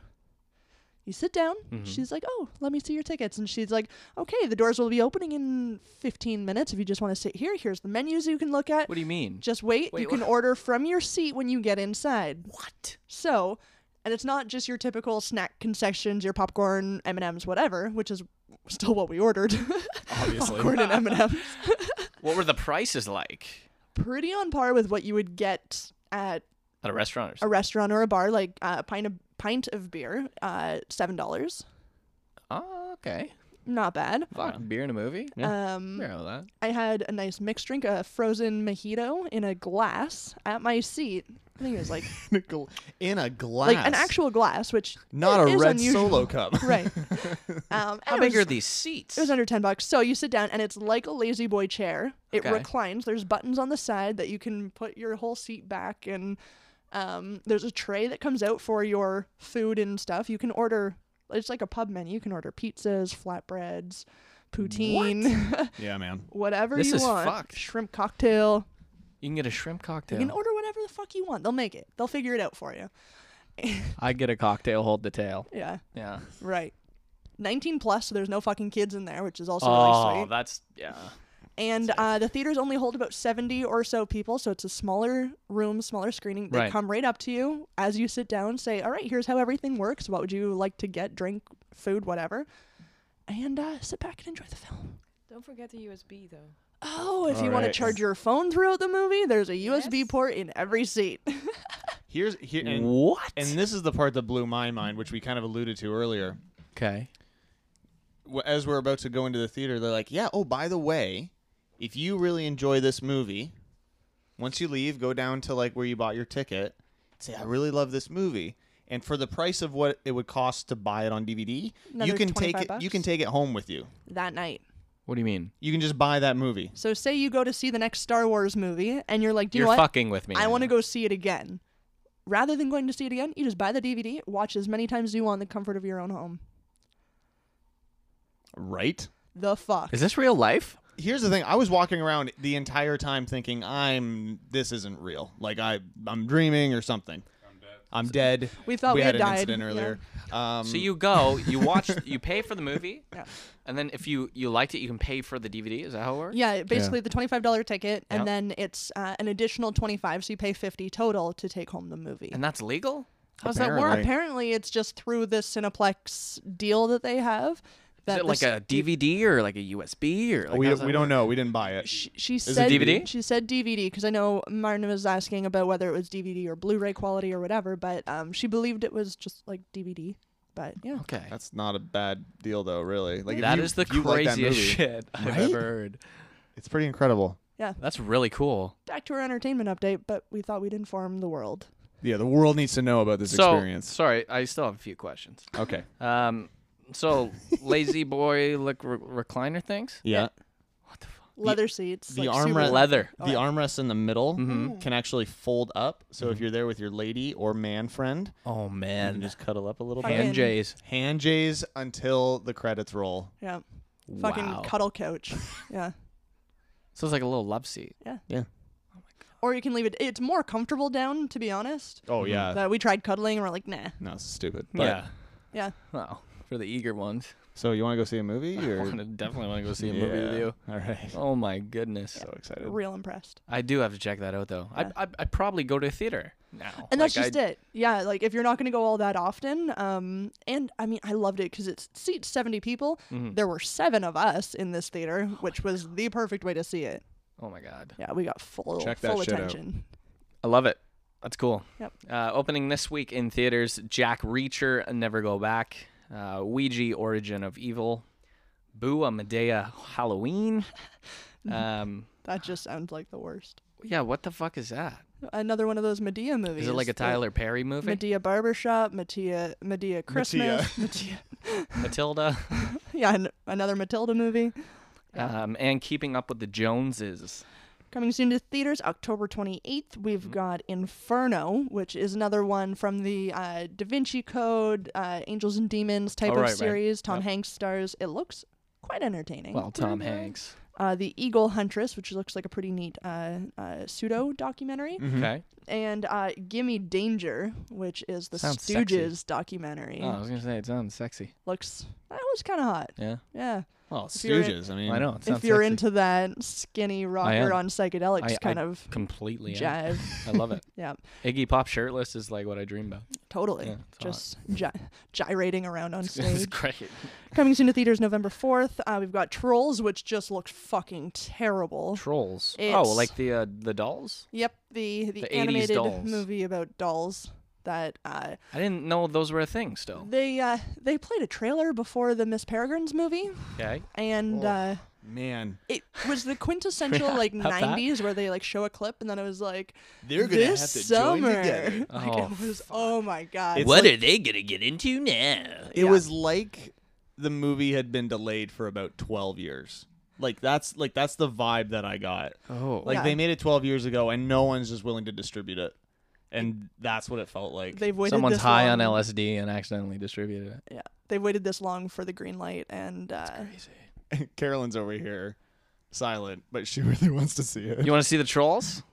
[SPEAKER 3] You sit down.
[SPEAKER 4] Mm-hmm.
[SPEAKER 3] She's like, "Oh, let me see your tickets." And she's like, "Okay, the doors will be opening in 15 minutes. If you just want to sit here, here's the menus you can look at.
[SPEAKER 4] what do you mean?
[SPEAKER 3] Just wait.
[SPEAKER 4] Wait,
[SPEAKER 3] you can
[SPEAKER 4] what?
[SPEAKER 3] order from your seat when you get inside."
[SPEAKER 4] what?
[SPEAKER 3] So, and it's not just your typical snack concessions, your popcorn, M and M's, whatever, which is still what we ordered. Obviously, popcorn and M and M's,
[SPEAKER 4] What were the prices like
[SPEAKER 3] pretty on par with what you would get at
[SPEAKER 4] at a restaurant or
[SPEAKER 3] a
[SPEAKER 4] something?
[SPEAKER 3] restaurant or a bar. Like uh, a pint of pint of beer, uh, seven dollars.
[SPEAKER 4] Oh, okay.
[SPEAKER 3] Not bad.
[SPEAKER 4] Fuck, beer in a movie?
[SPEAKER 3] Um,
[SPEAKER 4] Fair with that.
[SPEAKER 3] I had a nice mixed drink, a frozen mojito in a glass at my seat. I think it was like
[SPEAKER 5] In a glass.
[SPEAKER 3] like an actual glass, which
[SPEAKER 5] Not
[SPEAKER 3] i-
[SPEAKER 5] a
[SPEAKER 3] is
[SPEAKER 5] red
[SPEAKER 3] unusual.
[SPEAKER 5] solo cup.
[SPEAKER 3] right? Um,
[SPEAKER 4] How big are these seats?
[SPEAKER 3] It was under 10 bucks. So you sit down and it's like a lazy boy chair. It
[SPEAKER 4] Okay.
[SPEAKER 3] reclines. There's buttons on the side that you can put your whole seat back and um, there's a tray that comes out for your food and stuff. You can order it's like a pub menu. You can order pizzas, flatbreads, poutine,
[SPEAKER 5] yeah, man.
[SPEAKER 3] whatever
[SPEAKER 4] This
[SPEAKER 3] you
[SPEAKER 4] is
[SPEAKER 3] want.
[SPEAKER 4] fucked.
[SPEAKER 3] Shrimp cocktail.
[SPEAKER 4] you can get a shrimp cocktail.
[SPEAKER 3] You can order whatever the fuck you want. They'll make it. They'll figure it out for you.
[SPEAKER 4] I get a cocktail, hold the tail.
[SPEAKER 3] Yeah.
[SPEAKER 4] Yeah.
[SPEAKER 3] Right. 19 plus, so there's no fucking kids in there, which is also really
[SPEAKER 4] Oh,
[SPEAKER 3] sweet.
[SPEAKER 4] that's yeah.
[SPEAKER 3] and uh, the theaters only hold about 70 or so people so it's a smaller room smaller screening they
[SPEAKER 4] Right.
[SPEAKER 3] come right up to you as you sit down say all right here's how everything works what would you like to get drink food whatever and uh, sit back and enjoy the film
[SPEAKER 6] Don't forget the USB though.
[SPEAKER 3] oh if you
[SPEAKER 5] All
[SPEAKER 3] want to
[SPEAKER 5] right.
[SPEAKER 3] charge your phone throughout the movie there's a usb port in every seat
[SPEAKER 5] Here's here and,
[SPEAKER 4] what?
[SPEAKER 5] and this is the part that blew my mind, which we kind of alluded to earlier.
[SPEAKER 4] okay.
[SPEAKER 5] w- as we're about to go into the theater, they're like, "Yeah, oh, by the way, if you really enjoy this movie, once you leave, go down to like where you bought your ticket, and say, "I really love this movie." And for the price of what it would cost to buy it on DVD, you
[SPEAKER 3] Another
[SPEAKER 5] can take it
[SPEAKER 3] 25
[SPEAKER 5] you
[SPEAKER 3] bucks?
[SPEAKER 5] can take it home with you.
[SPEAKER 3] that night
[SPEAKER 4] What do you mean?
[SPEAKER 5] You can just buy that movie.
[SPEAKER 3] so say you go to see the next star wars movie and you're like Do you
[SPEAKER 4] You're
[SPEAKER 3] know what
[SPEAKER 4] fucking with me.
[SPEAKER 3] i want to
[SPEAKER 4] now.
[SPEAKER 3] go see it again rather than going to see it again you just buy the dvd watch as many times as you want in the comfort of your own home
[SPEAKER 5] Right?
[SPEAKER 3] the fuck
[SPEAKER 4] Is this real life?
[SPEAKER 5] Here's the thing, I was walking around the entire time thinking I'm this isn't real. Like I I'm dreaming or something. I'm dead.
[SPEAKER 3] We thought we
[SPEAKER 5] Oh, had
[SPEAKER 3] had
[SPEAKER 5] an
[SPEAKER 3] died,
[SPEAKER 5] incident
[SPEAKER 3] yeah.
[SPEAKER 5] earlier. Um,
[SPEAKER 4] So you go, you watch, you pay for the movie,
[SPEAKER 3] Yeah.
[SPEAKER 4] and then if you you liked it, you can pay for the DVD. Is that how it works?
[SPEAKER 3] Yeah, basically the twenty-five dollar ticket,
[SPEAKER 4] Yeah.
[SPEAKER 3] and then it's uh, an additional twenty-five, so you pay fifty total to take home the movie.
[SPEAKER 4] And that's legal. How's
[SPEAKER 5] Apparently.
[SPEAKER 4] that work?
[SPEAKER 3] Apparently, it's just through this Cineplex deal that they have.
[SPEAKER 4] Is
[SPEAKER 3] That
[SPEAKER 4] it like
[SPEAKER 3] this-
[SPEAKER 4] a DVD or like a USB or like
[SPEAKER 5] we,
[SPEAKER 4] how's that
[SPEAKER 5] we don't
[SPEAKER 4] work?
[SPEAKER 5] know. We didn't buy it.
[SPEAKER 3] She, she
[SPEAKER 5] it
[SPEAKER 3] said
[SPEAKER 4] DVD?
[SPEAKER 3] She said DVD because I know Martin was asking about whether it was DVD or Blu-ray quality or whatever, but um, she believed it was just like DVD. But yeah,
[SPEAKER 4] Okay.
[SPEAKER 5] That's not a bad deal, though. Really, like if
[SPEAKER 4] That
[SPEAKER 5] you-
[SPEAKER 4] is the
[SPEAKER 5] if you like that
[SPEAKER 4] craziest
[SPEAKER 5] movie,
[SPEAKER 4] shit I've ever heard.
[SPEAKER 5] It's pretty incredible.
[SPEAKER 4] That's really cool.
[SPEAKER 3] back to our entertainment update. But we thought we'd inform the world.
[SPEAKER 5] Yeah, the world needs to know about this
[SPEAKER 4] so
[SPEAKER 5] experience.
[SPEAKER 4] sorry, I still have a few questions.
[SPEAKER 5] Okay.
[SPEAKER 4] Um, so lazy boy look re- recliner things.
[SPEAKER 5] Yeah.
[SPEAKER 3] Leather seats,
[SPEAKER 5] the
[SPEAKER 3] like super-
[SPEAKER 5] armrest,
[SPEAKER 4] Leather.
[SPEAKER 5] The armrest in the middle
[SPEAKER 4] Mm-hmm.
[SPEAKER 5] can actually fold up. So if you're there with your lady or man friend,
[SPEAKER 4] Oh
[SPEAKER 5] you can
[SPEAKER 4] man,
[SPEAKER 5] just cuddle up a little bit.
[SPEAKER 3] Fucking-
[SPEAKER 5] Hand,
[SPEAKER 4] MJ's.
[SPEAKER 5] hand jays until the credits roll.
[SPEAKER 3] Yeah, fucking
[SPEAKER 4] wow.
[SPEAKER 3] cuddle couch. Yeah.
[SPEAKER 4] So it's like a little love seat.
[SPEAKER 3] or you can leave it. It's more comfortable down, to be honest.
[SPEAKER 5] Oh yeah.
[SPEAKER 3] That we tried cuddling and we're like, nah.
[SPEAKER 5] no, it's stupid. But,
[SPEAKER 4] yeah.
[SPEAKER 3] Yeah.
[SPEAKER 4] Well, for the eager ones,
[SPEAKER 5] So you want to go see a movie?
[SPEAKER 4] I
[SPEAKER 5] Or
[SPEAKER 4] wanna- definitely want to go see a movie with
[SPEAKER 5] Yeah.
[SPEAKER 4] you.
[SPEAKER 5] All right.
[SPEAKER 4] Oh my goodness.
[SPEAKER 5] So excited.
[SPEAKER 3] Real impressed.
[SPEAKER 4] I do have to check that out though. I, I I probably go to a theater now.
[SPEAKER 3] And that's
[SPEAKER 4] Like,
[SPEAKER 3] just
[SPEAKER 4] I-
[SPEAKER 3] it. Yeah, like if you're not going to go all that often, um, and I mean, I loved it because it seats 70 people.
[SPEAKER 4] Mm-hmm.
[SPEAKER 3] There were seven of us in this theater, which was the perfect way to see it.
[SPEAKER 4] Oh my god.
[SPEAKER 3] Yeah, we got full
[SPEAKER 5] Check that
[SPEAKER 3] full
[SPEAKER 5] shit out.
[SPEAKER 3] attention.
[SPEAKER 4] I love it. That's cool.
[SPEAKER 3] Yep.
[SPEAKER 4] Uh, opening this week in theaters, Jack Reacher, and Never Go Back, uh, Ouija, Origin of Evil, Boo, A Medea, Halloween, Um,
[SPEAKER 3] That just sounds like the worst.
[SPEAKER 4] yeah, what the fuck is that?
[SPEAKER 3] Another one of those Medea movies.
[SPEAKER 4] Is it like a
[SPEAKER 3] the
[SPEAKER 4] Tyler Perry movie?
[SPEAKER 3] Medea Barbershop, Medea Medea Christmas, Medea.
[SPEAKER 4] Matilda,
[SPEAKER 3] yeah, an- another Matilda movie
[SPEAKER 4] um, and Keeping Up with the Joneses.
[SPEAKER 3] coming soon to theaters October 28th. We've
[SPEAKER 4] Mm-hmm.
[SPEAKER 3] got Inferno, which is another one from the uh, Da Vinci Code, uh, Angels and Demons type
[SPEAKER 4] Oh,
[SPEAKER 3] of
[SPEAKER 4] right, right.
[SPEAKER 3] series. Tom Hanks stars. It looks quite entertaining.
[SPEAKER 4] Well, Tom Hanks.
[SPEAKER 3] uh, the Eagle Huntress, which looks like a pretty neat uh, uh, pseudo documentary,
[SPEAKER 5] Mm-hmm.
[SPEAKER 4] Okay.
[SPEAKER 3] and uh, Gimme Danger, which is the
[SPEAKER 4] Sounds sexy.
[SPEAKER 3] Stooges documentary.
[SPEAKER 4] Oh, I was gonna say it sounds sexy.
[SPEAKER 3] Looks that was kind of hot.
[SPEAKER 4] Yeah.
[SPEAKER 3] Yeah,
[SPEAKER 5] Well,
[SPEAKER 3] you're-
[SPEAKER 5] Stooges. I mean,
[SPEAKER 4] I know. It sounds
[SPEAKER 3] if you're
[SPEAKER 4] sexy.
[SPEAKER 3] into that skinny
[SPEAKER 4] am.
[SPEAKER 3] rocker on psychedelics
[SPEAKER 4] I-
[SPEAKER 3] kind
[SPEAKER 4] I
[SPEAKER 3] of
[SPEAKER 4] completely. am.
[SPEAKER 3] jive,
[SPEAKER 4] I love it.
[SPEAKER 3] yeah,
[SPEAKER 4] Iggy Pop shirtless is like what I dream about.
[SPEAKER 3] totally,
[SPEAKER 4] Yeah, it's hot.
[SPEAKER 3] just gi- gyrating around on
[SPEAKER 4] It's
[SPEAKER 3] stage.
[SPEAKER 4] great.
[SPEAKER 3] Coming soon to theaters November fourth. Uh, we've got Trolls, which just looks fucking terrible.
[SPEAKER 4] Trolls. Oh,
[SPEAKER 3] It's-
[SPEAKER 4] like the uh, the dolls?
[SPEAKER 3] Yep, the the,
[SPEAKER 4] 80s
[SPEAKER 3] animated
[SPEAKER 4] dolls.
[SPEAKER 3] movie about dolls that uh,
[SPEAKER 4] I didn't know those were a thing. Still.
[SPEAKER 3] they uh, they played a trailer before the Miss Peregrine's movie,
[SPEAKER 4] Okay. Oh.
[SPEAKER 3] and uh,
[SPEAKER 5] man,
[SPEAKER 3] it was the quintessential like
[SPEAKER 4] about that.
[SPEAKER 3] '90s where they like show a clip, and then it was like
[SPEAKER 5] they're gonna
[SPEAKER 3] this
[SPEAKER 5] have to
[SPEAKER 3] summer.
[SPEAKER 5] join together.
[SPEAKER 3] Like,
[SPEAKER 4] Oh,
[SPEAKER 3] it was oh my god.
[SPEAKER 5] What
[SPEAKER 4] are they gonna get into now?
[SPEAKER 5] It was like the movie had been delayed for about 12 years. Like that's like that's the vibe that I got.
[SPEAKER 4] Oh.
[SPEAKER 5] Like
[SPEAKER 3] Yeah.
[SPEAKER 5] they made it 12 years ago and no one's just willing to distribute it. And that's what it felt like.
[SPEAKER 3] They've waited
[SPEAKER 4] Someone's
[SPEAKER 3] this
[SPEAKER 4] high
[SPEAKER 3] long.
[SPEAKER 4] on LSD and accidentally distributed it.
[SPEAKER 3] Yeah, they've waited this long for the green light, and uh,
[SPEAKER 5] Carolyn's over here silent, but she really wants to see it.
[SPEAKER 4] You want to see the trolls?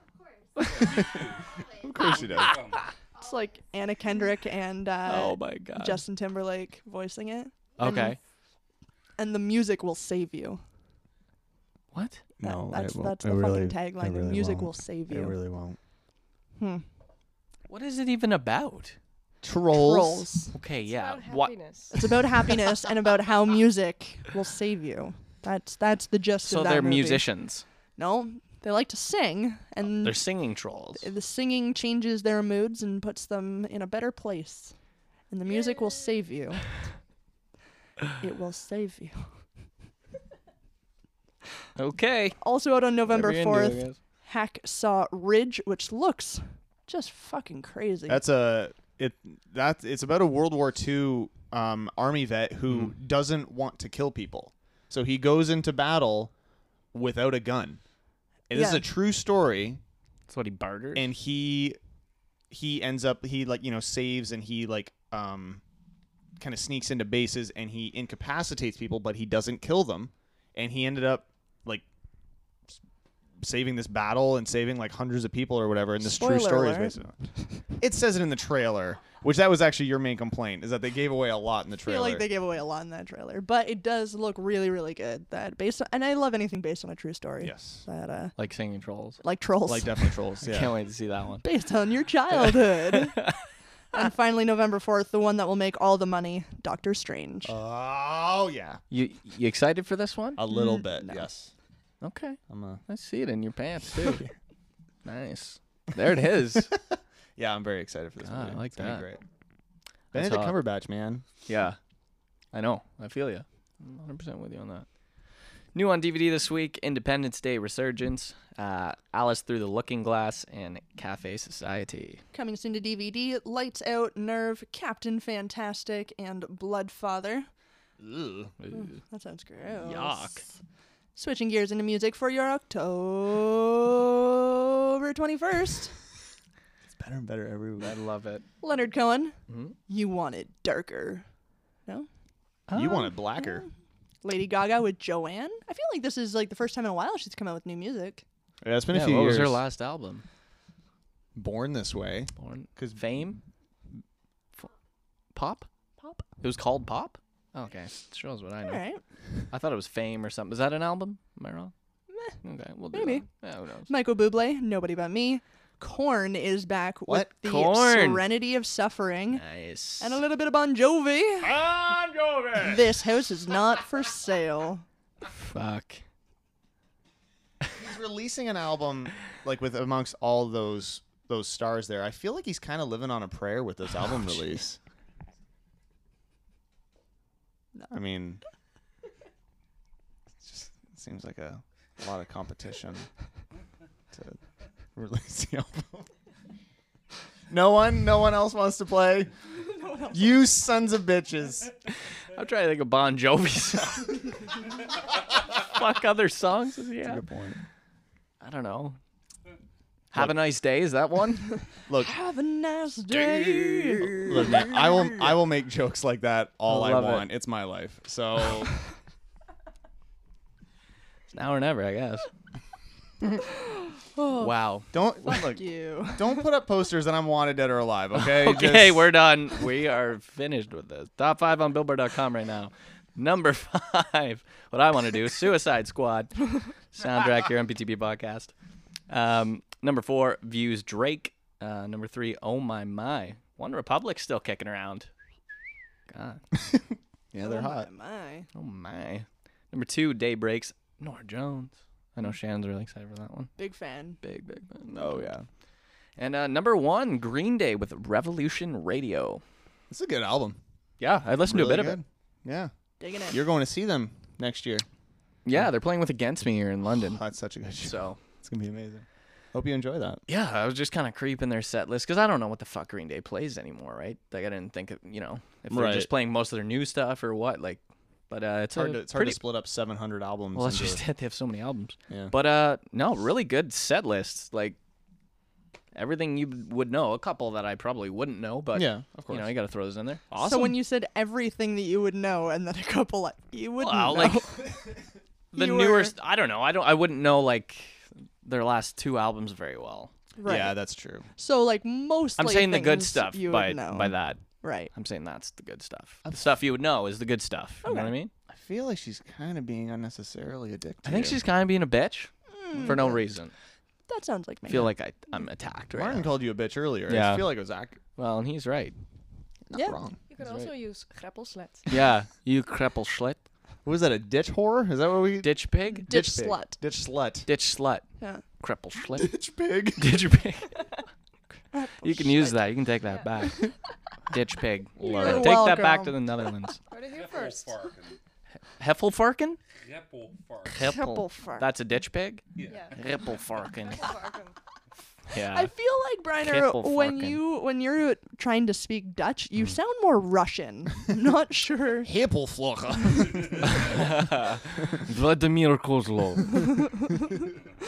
[SPEAKER 5] Of course she does.
[SPEAKER 3] it's like Anna Kendrick and uh,
[SPEAKER 4] oh my god.
[SPEAKER 3] Justin Timberlake voicing it,
[SPEAKER 4] okay.
[SPEAKER 3] and the music will save you.
[SPEAKER 4] What?
[SPEAKER 3] That-
[SPEAKER 5] No,
[SPEAKER 3] that's
[SPEAKER 5] it won't.
[SPEAKER 3] that's
[SPEAKER 5] It
[SPEAKER 3] the
[SPEAKER 5] really-
[SPEAKER 3] fucking tagline.
[SPEAKER 5] it
[SPEAKER 3] the
[SPEAKER 5] really
[SPEAKER 3] music
[SPEAKER 5] won't.
[SPEAKER 3] will save you.
[SPEAKER 5] won't.
[SPEAKER 4] What is it even about?
[SPEAKER 5] Trolls.
[SPEAKER 3] Trolls.
[SPEAKER 4] Okay,
[SPEAKER 6] It's
[SPEAKER 4] yeah.
[SPEAKER 6] about
[SPEAKER 4] What?
[SPEAKER 6] happiness.
[SPEAKER 3] It's about happiness and about how music will save you. That's that's the gist
[SPEAKER 4] So
[SPEAKER 3] of that
[SPEAKER 4] they're
[SPEAKER 3] movie.
[SPEAKER 4] musicians.
[SPEAKER 3] No, they like to sing, and
[SPEAKER 4] They're singing trolls.
[SPEAKER 3] the singing changes their moods and puts them in a better place. And the music will save you. it will save you.
[SPEAKER 4] Okay.
[SPEAKER 3] Also out on November
[SPEAKER 4] Whatever you're into, I
[SPEAKER 3] fourth,
[SPEAKER 4] guess.
[SPEAKER 3] Hacksaw Ridge, which looks just fucking crazy.
[SPEAKER 5] That's a it that it's about a World War II um, army vet who doesn't want to kill people. So he goes into battle without a gun. And this is
[SPEAKER 3] Yeah.
[SPEAKER 5] a true story
[SPEAKER 4] That's what he bartered.
[SPEAKER 5] and he he ends up he like you know saves and he like um kind of sneaks into bases and he incapacitates people but he doesn't kill them and he ended up like s- saving this battle and saving like hundreds of people or whatever and this true
[SPEAKER 3] Spoiler
[SPEAKER 5] story
[SPEAKER 3] alert.
[SPEAKER 5] is based on it. it says it in the trailer which that was actually your main complaint is that they gave away a lot in the
[SPEAKER 3] I
[SPEAKER 5] trailer
[SPEAKER 3] feel like they gave away a lot in that trailer, but it does look really, really good. That based on, and I love anything based on a true story.
[SPEAKER 5] yes
[SPEAKER 3] That uh,
[SPEAKER 4] like singing trolls.
[SPEAKER 3] like trolls.
[SPEAKER 5] like definitely trolls yeah
[SPEAKER 4] Can't wait to see that one.
[SPEAKER 3] based on your childhood. and finally, November 4th, the one that will make all the money, Doctor Strange.
[SPEAKER 5] oh yeah
[SPEAKER 4] You you excited for this one?
[SPEAKER 5] a
[SPEAKER 3] Mm,
[SPEAKER 5] little bit yes
[SPEAKER 4] Okay.
[SPEAKER 5] i'm a
[SPEAKER 4] I see it in your pants too. nice. There it is.
[SPEAKER 5] Yeah, I'm very excited for this
[SPEAKER 4] God,
[SPEAKER 5] movie.
[SPEAKER 4] I like
[SPEAKER 5] It's gonna be
[SPEAKER 4] that.
[SPEAKER 5] Great. Benedict
[SPEAKER 4] hot.
[SPEAKER 5] Cumberbatch, man.
[SPEAKER 4] yeah. I know. I feel you. 100% with you on that. New on DVD this week Independence Day Resurgence, uh, Alice Through the Looking Glass, and Cafe Society.
[SPEAKER 3] Coming soon to DVD, Lights Out, Nerve, Captain Fantastic, and Bloodfather. That sounds gross.
[SPEAKER 4] Yuck.
[SPEAKER 3] Switching gears into music for your October 21st,
[SPEAKER 5] It's better and better every week.
[SPEAKER 4] I love it.
[SPEAKER 3] Leonard Cohen, You Want It Darker. No?
[SPEAKER 5] You
[SPEAKER 4] Um,
[SPEAKER 5] want it blacker.
[SPEAKER 3] Lady Gaga with Joanne. I feel like this is like the first time in a while she's come out with new music.
[SPEAKER 5] Yeah, it's been
[SPEAKER 4] Yeah,
[SPEAKER 5] a
[SPEAKER 4] what
[SPEAKER 5] few years.
[SPEAKER 4] was her last album?
[SPEAKER 5] Born This Way.
[SPEAKER 4] Born
[SPEAKER 5] 'Cause-
[SPEAKER 4] Fame? F- pop? Pop? It was called Pop? Okay. Shows what I know.
[SPEAKER 3] All right.
[SPEAKER 4] I thought it was Fame or something. Is that an album? Am I wrong? Okay, we'll do
[SPEAKER 3] Maybe.
[SPEAKER 4] that. Yeah, who knows?
[SPEAKER 3] Michael Bublé, Nobody But Me. Corn is back
[SPEAKER 4] What?
[SPEAKER 3] with the
[SPEAKER 4] Korn.
[SPEAKER 3] Serenity of Suffering
[SPEAKER 4] Nice.
[SPEAKER 3] and a little bit of Bon Jovi. Bon Jovi. This house is not for sale.
[SPEAKER 4] Fuck.
[SPEAKER 5] He's releasing an album like with amongst all those those stars there. I feel like he's kind of living on a prayer with this album release. I mean, it just seems like a a lot of competition to release the album. No one, no one else wants to play. You sons of bitches.
[SPEAKER 4] I'm trying to think of Bon Jovi song. Fuck other songs. does he have?
[SPEAKER 5] point.
[SPEAKER 4] I don't know. Have a nice day. Is that one?
[SPEAKER 5] Look,
[SPEAKER 3] Have a nice day.
[SPEAKER 5] look, man, I will, I will make jokes like that all I,
[SPEAKER 4] love it.
[SPEAKER 5] want. It's my life. So
[SPEAKER 4] now or never, I guess.
[SPEAKER 3] Oh.
[SPEAKER 4] wow.
[SPEAKER 5] don't look,
[SPEAKER 3] You.
[SPEAKER 5] don't put up posters that I'm wanted dead or alive. Okay.
[SPEAKER 4] Okay,
[SPEAKER 5] Just-
[SPEAKER 4] we're done. We are finished with this. Top five on Billboard.com right now. Number five. What I want to do is Suicide Squad. Soundtrack, your MPTB podcast. Um, number four, Views Drake. Uh, number three, Oh My My. One Republic still kicking around. God.
[SPEAKER 5] Yeah, they're hot.
[SPEAKER 3] My.
[SPEAKER 4] Oh my. Number two, Day Breaks. Nora Jones. I know Shannon's really excited for that one.
[SPEAKER 3] Big fan.
[SPEAKER 4] Big, big. fan. Oh, yeah. And uh, number one, Green Day with Revolution Radio.
[SPEAKER 5] It's a good album.
[SPEAKER 4] Yeah, I listened to a bit of it.
[SPEAKER 5] Yeah.
[SPEAKER 3] Digging it.
[SPEAKER 5] You're going to see them next year.
[SPEAKER 4] Yeah, they're playing with Against Me here in London.
[SPEAKER 5] That's such a good show.
[SPEAKER 4] So
[SPEAKER 5] It's gonna be amazing. Hope you enjoy that.
[SPEAKER 4] yeah, I was just kind of creeping their set list because I don't know what the fuck Green Day plays anymore, right? Like I didn't think, of, you know, if they're just
[SPEAKER 5] Right.
[SPEAKER 4] playing most of their new stuff or what. Like, but uh, it's,
[SPEAKER 5] It's hard
[SPEAKER 4] a
[SPEAKER 5] to it's hard
[SPEAKER 4] pretty.
[SPEAKER 5] to split up 700 albums.
[SPEAKER 4] well, that's
[SPEAKER 5] into-
[SPEAKER 4] just it. They have so many albums.
[SPEAKER 5] Yeah.
[SPEAKER 4] But uh, no, really good set lists. Like everything you would know. A couple that I probably wouldn't know, but
[SPEAKER 5] yeah, of course.
[SPEAKER 4] you know, you got to throw those in there.
[SPEAKER 3] So when you said everything that you would know, and then a couple like you wouldn't
[SPEAKER 4] Wow,
[SPEAKER 3] know.
[SPEAKER 4] like the
[SPEAKER 3] You were-
[SPEAKER 4] newest. I don't know. I don't. I wouldn't know like their last two albums very well.
[SPEAKER 3] right.
[SPEAKER 5] Yeah, that's true.
[SPEAKER 3] so like mostly.
[SPEAKER 4] I'm saying the good
[SPEAKER 3] things
[SPEAKER 4] stuff
[SPEAKER 3] You
[SPEAKER 4] by
[SPEAKER 3] would know.
[SPEAKER 4] by that.
[SPEAKER 3] Right.
[SPEAKER 4] I'm saying that's the good stuff. The stuff you would know is the good stuff. You know what I mean?
[SPEAKER 5] I feel like she's kind of being unnecessarily addicted.
[SPEAKER 4] I think she's kind of being a bitch for
[SPEAKER 3] Mm.
[SPEAKER 4] no reason.
[SPEAKER 3] That sounds like me.
[SPEAKER 4] I feel like I, I'm attacked right
[SPEAKER 5] Martin
[SPEAKER 4] now.
[SPEAKER 5] called you a bitch earlier. I
[SPEAKER 4] Yeah.
[SPEAKER 5] feel like it was ac-
[SPEAKER 4] Well, and he's right.
[SPEAKER 5] not
[SPEAKER 3] Yeah.
[SPEAKER 5] wrong.
[SPEAKER 6] You could also use greppelslet.
[SPEAKER 4] Yeah, you crepple schlit.
[SPEAKER 5] What was that? A ditch whore? Is that what we?
[SPEAKER 4] Ditch pig?
[SPEAKER 3] ditch
[SPEAKER 5] pig.
[SPEAKER 3] slut.
[SPEAKER 5] Ditch slut.
[SPEAKER 4] Ditch slut.
[SPEAKER 3] Yeah.
[SPEAKER 4] Crepple schlit.
[SPEAKER 5] Ditch pig.
[SPEAKER 4] Ditch pig. you can use that. You can take that back. Ditch pig.
[SPEAKER 3] Love
[SPEAKER 4] Take
[SPEAKER 3] it.
[SPEAKER 4] that back
[SPEAKER 3] welcome.
[SPEAKER 4] to the Netherlands.
[SPEAKER 6] Heard it here
[SPEAKER 7] Heffelvarken.
[SPEAKER 6] first.
[SPEAKER 4] Heffelvarken?
[SPEAKER 7] Heffelvarken.
[SPEAKER 4] Heppel.
[SPEAKER 3] Heffelvarken.
[SPEAKER 4] That's a ditch pig?
[SPEAKER 6] Yeah.
[SPEAKER 4] Rippelfarken.
[SPEAKER 6] Heffelvarken.
[SPEAKER 4] Yeah.
[SPEAKER 3] I feel like Briner,
[SPEAKER 4] Kippel
[SPEAKER 3] when
[SPEAKER 4] fucking.
[SPEAKER 3] you when you're trying to speak Dutch, you sound more Russian. Not sure.
[SPEAKER 5] Hippelflocker.
[SPEAKER 4] Vladimir Kozlov.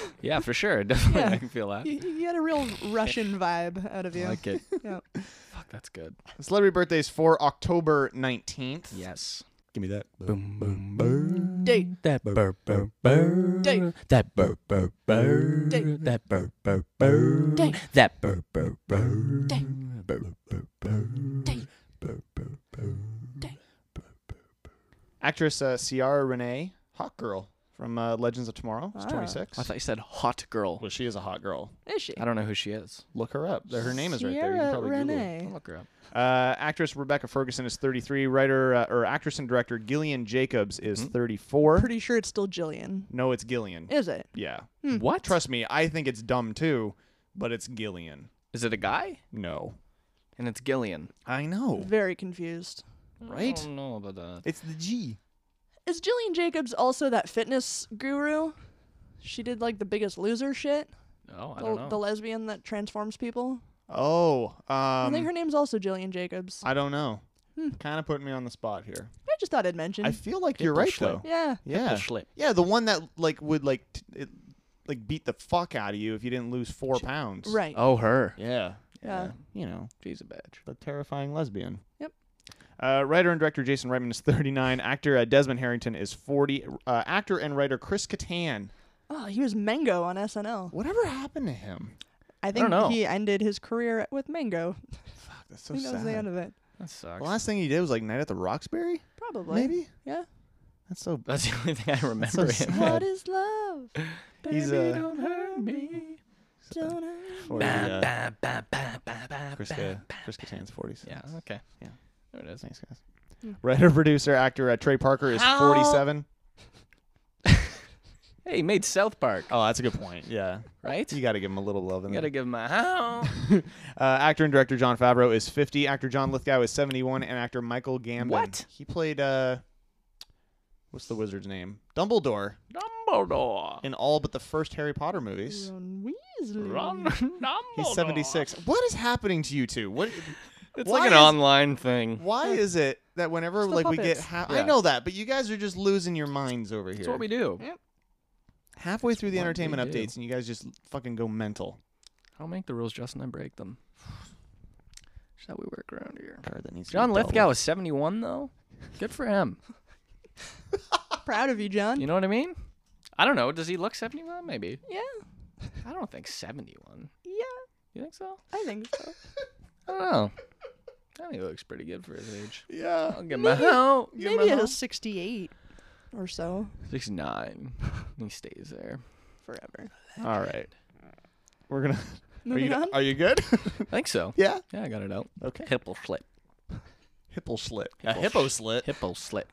[SPEAKER 4] yeah, for sure. Definitely, I can feel that.
[SPEAKER 3] You, you get a real Russian vibe out of you.
[SPEAKER 4] I like it.
[SPEAKER 3] Yeah.
[SPEAKER 4] Fuck, that's good.
[SPEAKER 5] Celebrity birthdays for October 19th.
[SPEAKER 4] Yes.
[SPEAKER 5] Give me that.
[SPEAKER 11] Boom, boom, boom.
[SPEAKER 3] Date.
[SPEAKER 11] That burr, burr, burr.
[SPEAKER 3] Date.
[SPEAKER 11] That burr, burr, burr.
[SPEAKER 3] Date.
[SPEAKER 11] That burr, burr, burr.
[SPEAKER 3] Date.
[SPEAKER 11] That burr, burr, burr.
[SPEAKER 3] Date.
[SPEAKER 11] Burr, burr, burr.
[SPEAKER 3] Date.
[SPEAKER 11] Burr, burr, burr.
[SPEAKER 5] Actress uh, Ciara Renee, hot girl from uh, Legends of Tomorrow. She's
[SPEAKER 3] Ah.
[SPEAKER 5] 26.
[SPEAKER 4] I thought you said hot girl.
[SPEAKER 5] well, she is a hot girl.
[SPEAKER 3] Is she?
[SPEAKER 4] I don't know who she is.
[SPEAKER 5] Look her up. There- Her name is right there. You can
[SPEAKER 3] Ciara
[SPEAKER 5] probably Google it.
[SPEAKER 3] Renee.
[SPEAKER 4] I'll look her up.
[SPEAKER 5] Uh, actress Rebecca Ferguson is 33. Writer uh, or actress and director Gillian Jacobs is 34.
[SPEAKER 3] Pretty sure it's still Jillian.
[SPEAKER 5] no, it's Gillian.
[SPEAKER 3] Is it?
[SPEAKER 5] yeah.
[SPEAKER 3] Hmm.
[SPEAKER 4] What?
[SPEAKER 5] Trust me, I think it's dumb too, but it's Gillian.
[SPEAKER 4] Is it a guy?
[SPEAKER 5] No.
[SPEAKER 4] And it's Gillian.
[SPEAKER 5] I know.
[SPEAKER 3] Very confused.
[SPEAKER 4] Right? I don't know about that.
[SPEAKER 5] It's the G.
[SPEAKER 3] Is Jillian Jacobs also that fitness guru? She did like the biggest loser shit.
[SPEAKER 4] Oh, I
[SPEAKER 3] The,
[SPEAKER 4] don't know.
[SPEAKER 3] the lesbian that transforms people.
[SPEAKER 5] Oh, um,
[SPEAKER 3] I think her name's also Jillian Jacobs.
[SPEAKER 5] I don't know.
[SPEAKER 3] Hmm.
[SPEAKER 5] Kind of putting me on the spot here.
[SPEAKER 3] I just thought I'd mention.
[SPEAKER 5] I feel like you're right though.
[SPEAKER 4] Schlitt.
[SPEAKER 3] yeah.
[SPEAKER 5] Yeah.
[SPEAKER 4] Schlitt.
[SPEAKER 5] Yeah, the one that like would like t- it, like beat the fuck out of you if you didn't lose 4 pounds.
[SPEAKER 3] Right.
[SPEAKER 4] Oh, her.
[SPEAKER 5] Yeah.
[SPEAKER 3] Yeah.
[SPEAKER 5] You know.
[SPEAKER 4] She's a bitch.
[SPEAKER 5] the terrifying lesbian.
[SPEAKER 3] Yep.
[SPEAKER 5] Uh, writer and director Jason Reitman is 39. Actor uh, Desmond Harrington is 40. Uh, actor and writer Chris Kattan.
[SPEAKER 3] Oh, he was Mango on SNL.
[SPEAKER 5] Whatever happened to him?
[SPEAKER 3] I think
[SPEAKER 4] know.
[SPEAKER 3] he ended his career with Mango.
[SPEAKER 5] Fuck, that's so
[SPEAKER 3] I think that was
[SPEAKER 5] sad.
[SPEAKER 3] the end of it.
[SPEAKER 4] That sucks.
[SPEAKER 5] The last thing he did was like Night at the Roxbury,
[SPEAKER 3] Probably.
[SPEAKER 5] maybe.
[SPEAKER 3] Yeah.
[SPEAKER 5] That's so.
[SPEAKER 4] That's the only thing I remember
[SPEAKER 5] so
[SPEAKER 4] him.
[SPEAKER 3] What is love?
[SPEAKER 5] He's
[SPEAKER 3] Baby,
[SPEAKER 5] uh,
[SPEAKER 3] don't hurt me. Don't hurt me.
[SPEAKER 5] 40, uh,
[SPEAKER 4] Ba, ba, ba, ba, ba,
[SPEAKER 5] Chris,
[SPEAKER 4] ba.
[SPEAKER 5] Ka- Chris Kattan's 40s.
[SPEAKER 4] Yeah, okay.
[SPEAKER 5] Yeah.
[SPEAKER 4] There it is.
[SPEAKER 5] Thanks, guys. Writer, producer, actor uh, Trey Parker is 47.
[SPEAKER 4] Hey, he made South Park,
[SPEAKER 5] Oh, that's a good point. Yeah,
[SPEAKER 4] right?
[SPEAKER 5] you
[SPEAKER 4] You
[SPEAKER 5] got to give him a little love. In
[SPEAKER 4] gotta
[SPEAKER 5] there.
[SPEAKER 4] give him a how.
[SPEAKER 5] Uh, actor and director John Favreau is 50. Actor John Lithgow is 71, and actor Michael Gambon.
[SPEAKER 4] What?
[SPEAKER 5] He played uh, what's the wizard's name? Dumbledore.
[SPEAKER 4] Dumbledore.
[SPEAKER 5] in all but the first Harry Potter movies.
[SPEAKER 3] Ron Weasley.
[SPEAKER 4] Ron Dumbledore.
[SPEAKER 5] He's 76. What is happening to you two? What?
[SPEAKER 4] It's
[SPEAKER 5] Why
[SPEAKER 4] like an
[SPEAKER 5] is-
[SPEAKER 4] online thing.
[SPEAKER 5] Why is it that whenever
[SPEAKER 3] It's the
[SPEAKER 5] like we get
[SPEAKER 3] puppets.
[SPEAKER 5] half, I
[SPEAKER 4] Yeah.
[SPEAKER 5] know that, but you guys are just losing your minds over here.
[SPEAKER 4] That's what we do.
[SPEAKER 5] halfway through the
[SPEAKER 4] what we
[SPEAKER 5] entertainment
[SPEAKER 4] do.
[SPEAKER 5] updates, and you guys just fucking go mental.
[SPEAKER 4] I'll make the rules, Justin. I break them. That's how we work around here.
[SPEAKER 5] Card that needs to be
[SPEAKER 4] John
[SPEAKER 5] dealt
[SPEAKER 4] Lithgow
[SPEAKER 5] with.
[SPEAKER 4] is 71, though. Good for him.
[SPEAKER 3] Proud of you, John.
[SPEAKER 4] You know what I mean? I don't know. Does he look 71? Maybe.
[SPEAKER 3] Yeah.
[SPEAKER 4] I don't think 71.
[SPEAKER 3] Yeah,
[SPEAKER 4] You think so?
[SPEAKER 3] I think so.
[SPEAKER 4] I don't know. I think he looks pretty good for his age.
[SPEAKER 5] Yeah.
[SPEAKER 4] I'll give him a help.
[SPEAKER 3] Maybe a 68 or so
[SPEAKER 4] 69. He stays there.
[SPEAKER 3] forever.
[SPEAKER 4] All right.
[SPEAKER 5] We're gonna. Are
[SPEAKER 3] Moving
[SPEAKER 5] you,
[SPEAKER 3] on.
[SPEAKER 5] are you good?
[SPEAKER 4] I think so.
[SPEAKER 5] yeah.
[SPEAKER 4] Yeah, I got it out.
[SPEAKER 5] Okay.
[SPEAKER 4] Hipple slit.
[SPEAKER 5] Hipple slit. A hippo slit.
[SPEAKER 4] Hipple slit.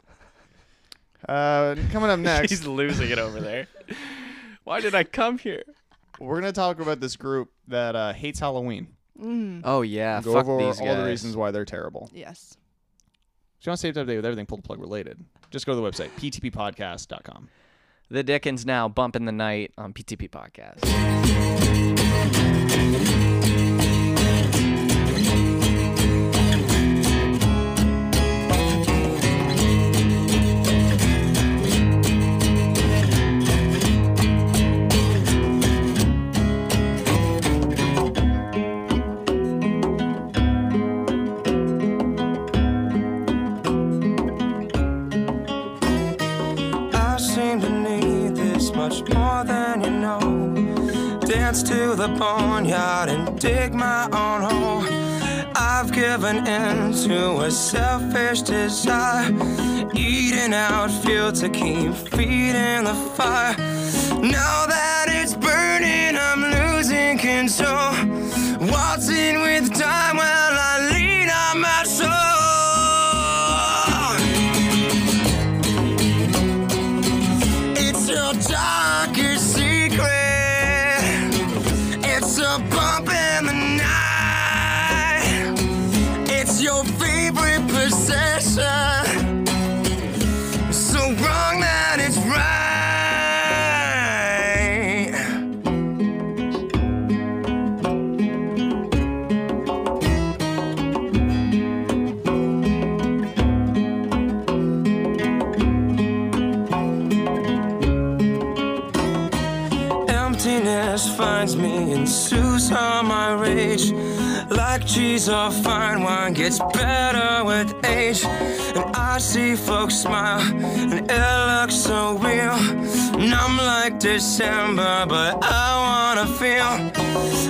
[SPEAKER 5] Uh, coming up next,
[SPEAKER 4] He's losing it over there. Why did I come here?
[SPEAKER 5] we're gonna talk about this group that uh, hates Halloween.
[SPEAKER 4] Oh yeah,
[SPEAKER 5] Go
[SPEAKER 4] fuck
[SPEAKER 5] over
[SPEAKER 4] these
[SPEAKER 5] all the
[SPEAKER 4] guys.
[SPEAKER 5] reasons why they're terrible.
[SPEAKER 3] Yes.
[SPEAKER 5] If you want to stay up to date with everything pull the plug related, just go to the website ptppodcast.com.
[SPEAKER 4] The Dickens now bumping the night on PTP podcast.
[SPEAKER 12] I seem to need this much more than you know. Dance to the boneyard and dig my own hole. I've given in to a selfish desire. Eating out fuel to keep feeding the fire. Now that it's burning, I'm losing control. Waltzing with time while I lean on my soul. It's your darkest secret. It's a bump in the night. It's your favorite possession. So wrong that it's right. Emptiness finds me and soothes all my rage. Like cheese or fine wine gets better with age. And I see folks smile and it looks so real. And I'm like December, but I wanna feel.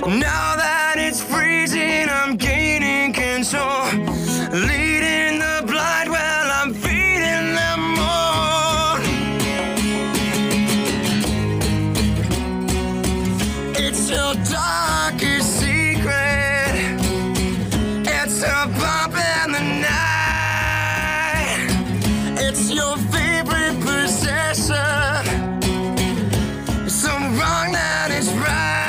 [SPEAKER 12] Now that it's freezing, I'm gaining control. Leading the blind while I'm feeding them more. It's your darkest secret. It's a bump in the night. It's your favorite possession. Some wrong that is right.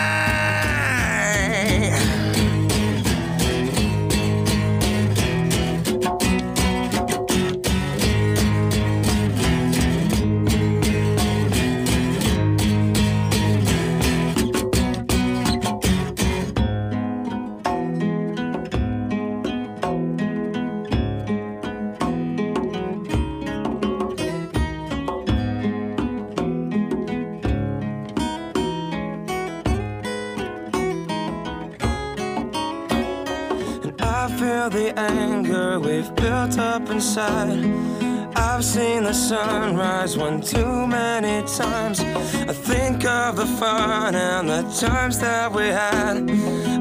[SPEAKER 12] I feel the anger we've built up inside. I've seen the sunrise one too many times. I think of the fun and the times that we had.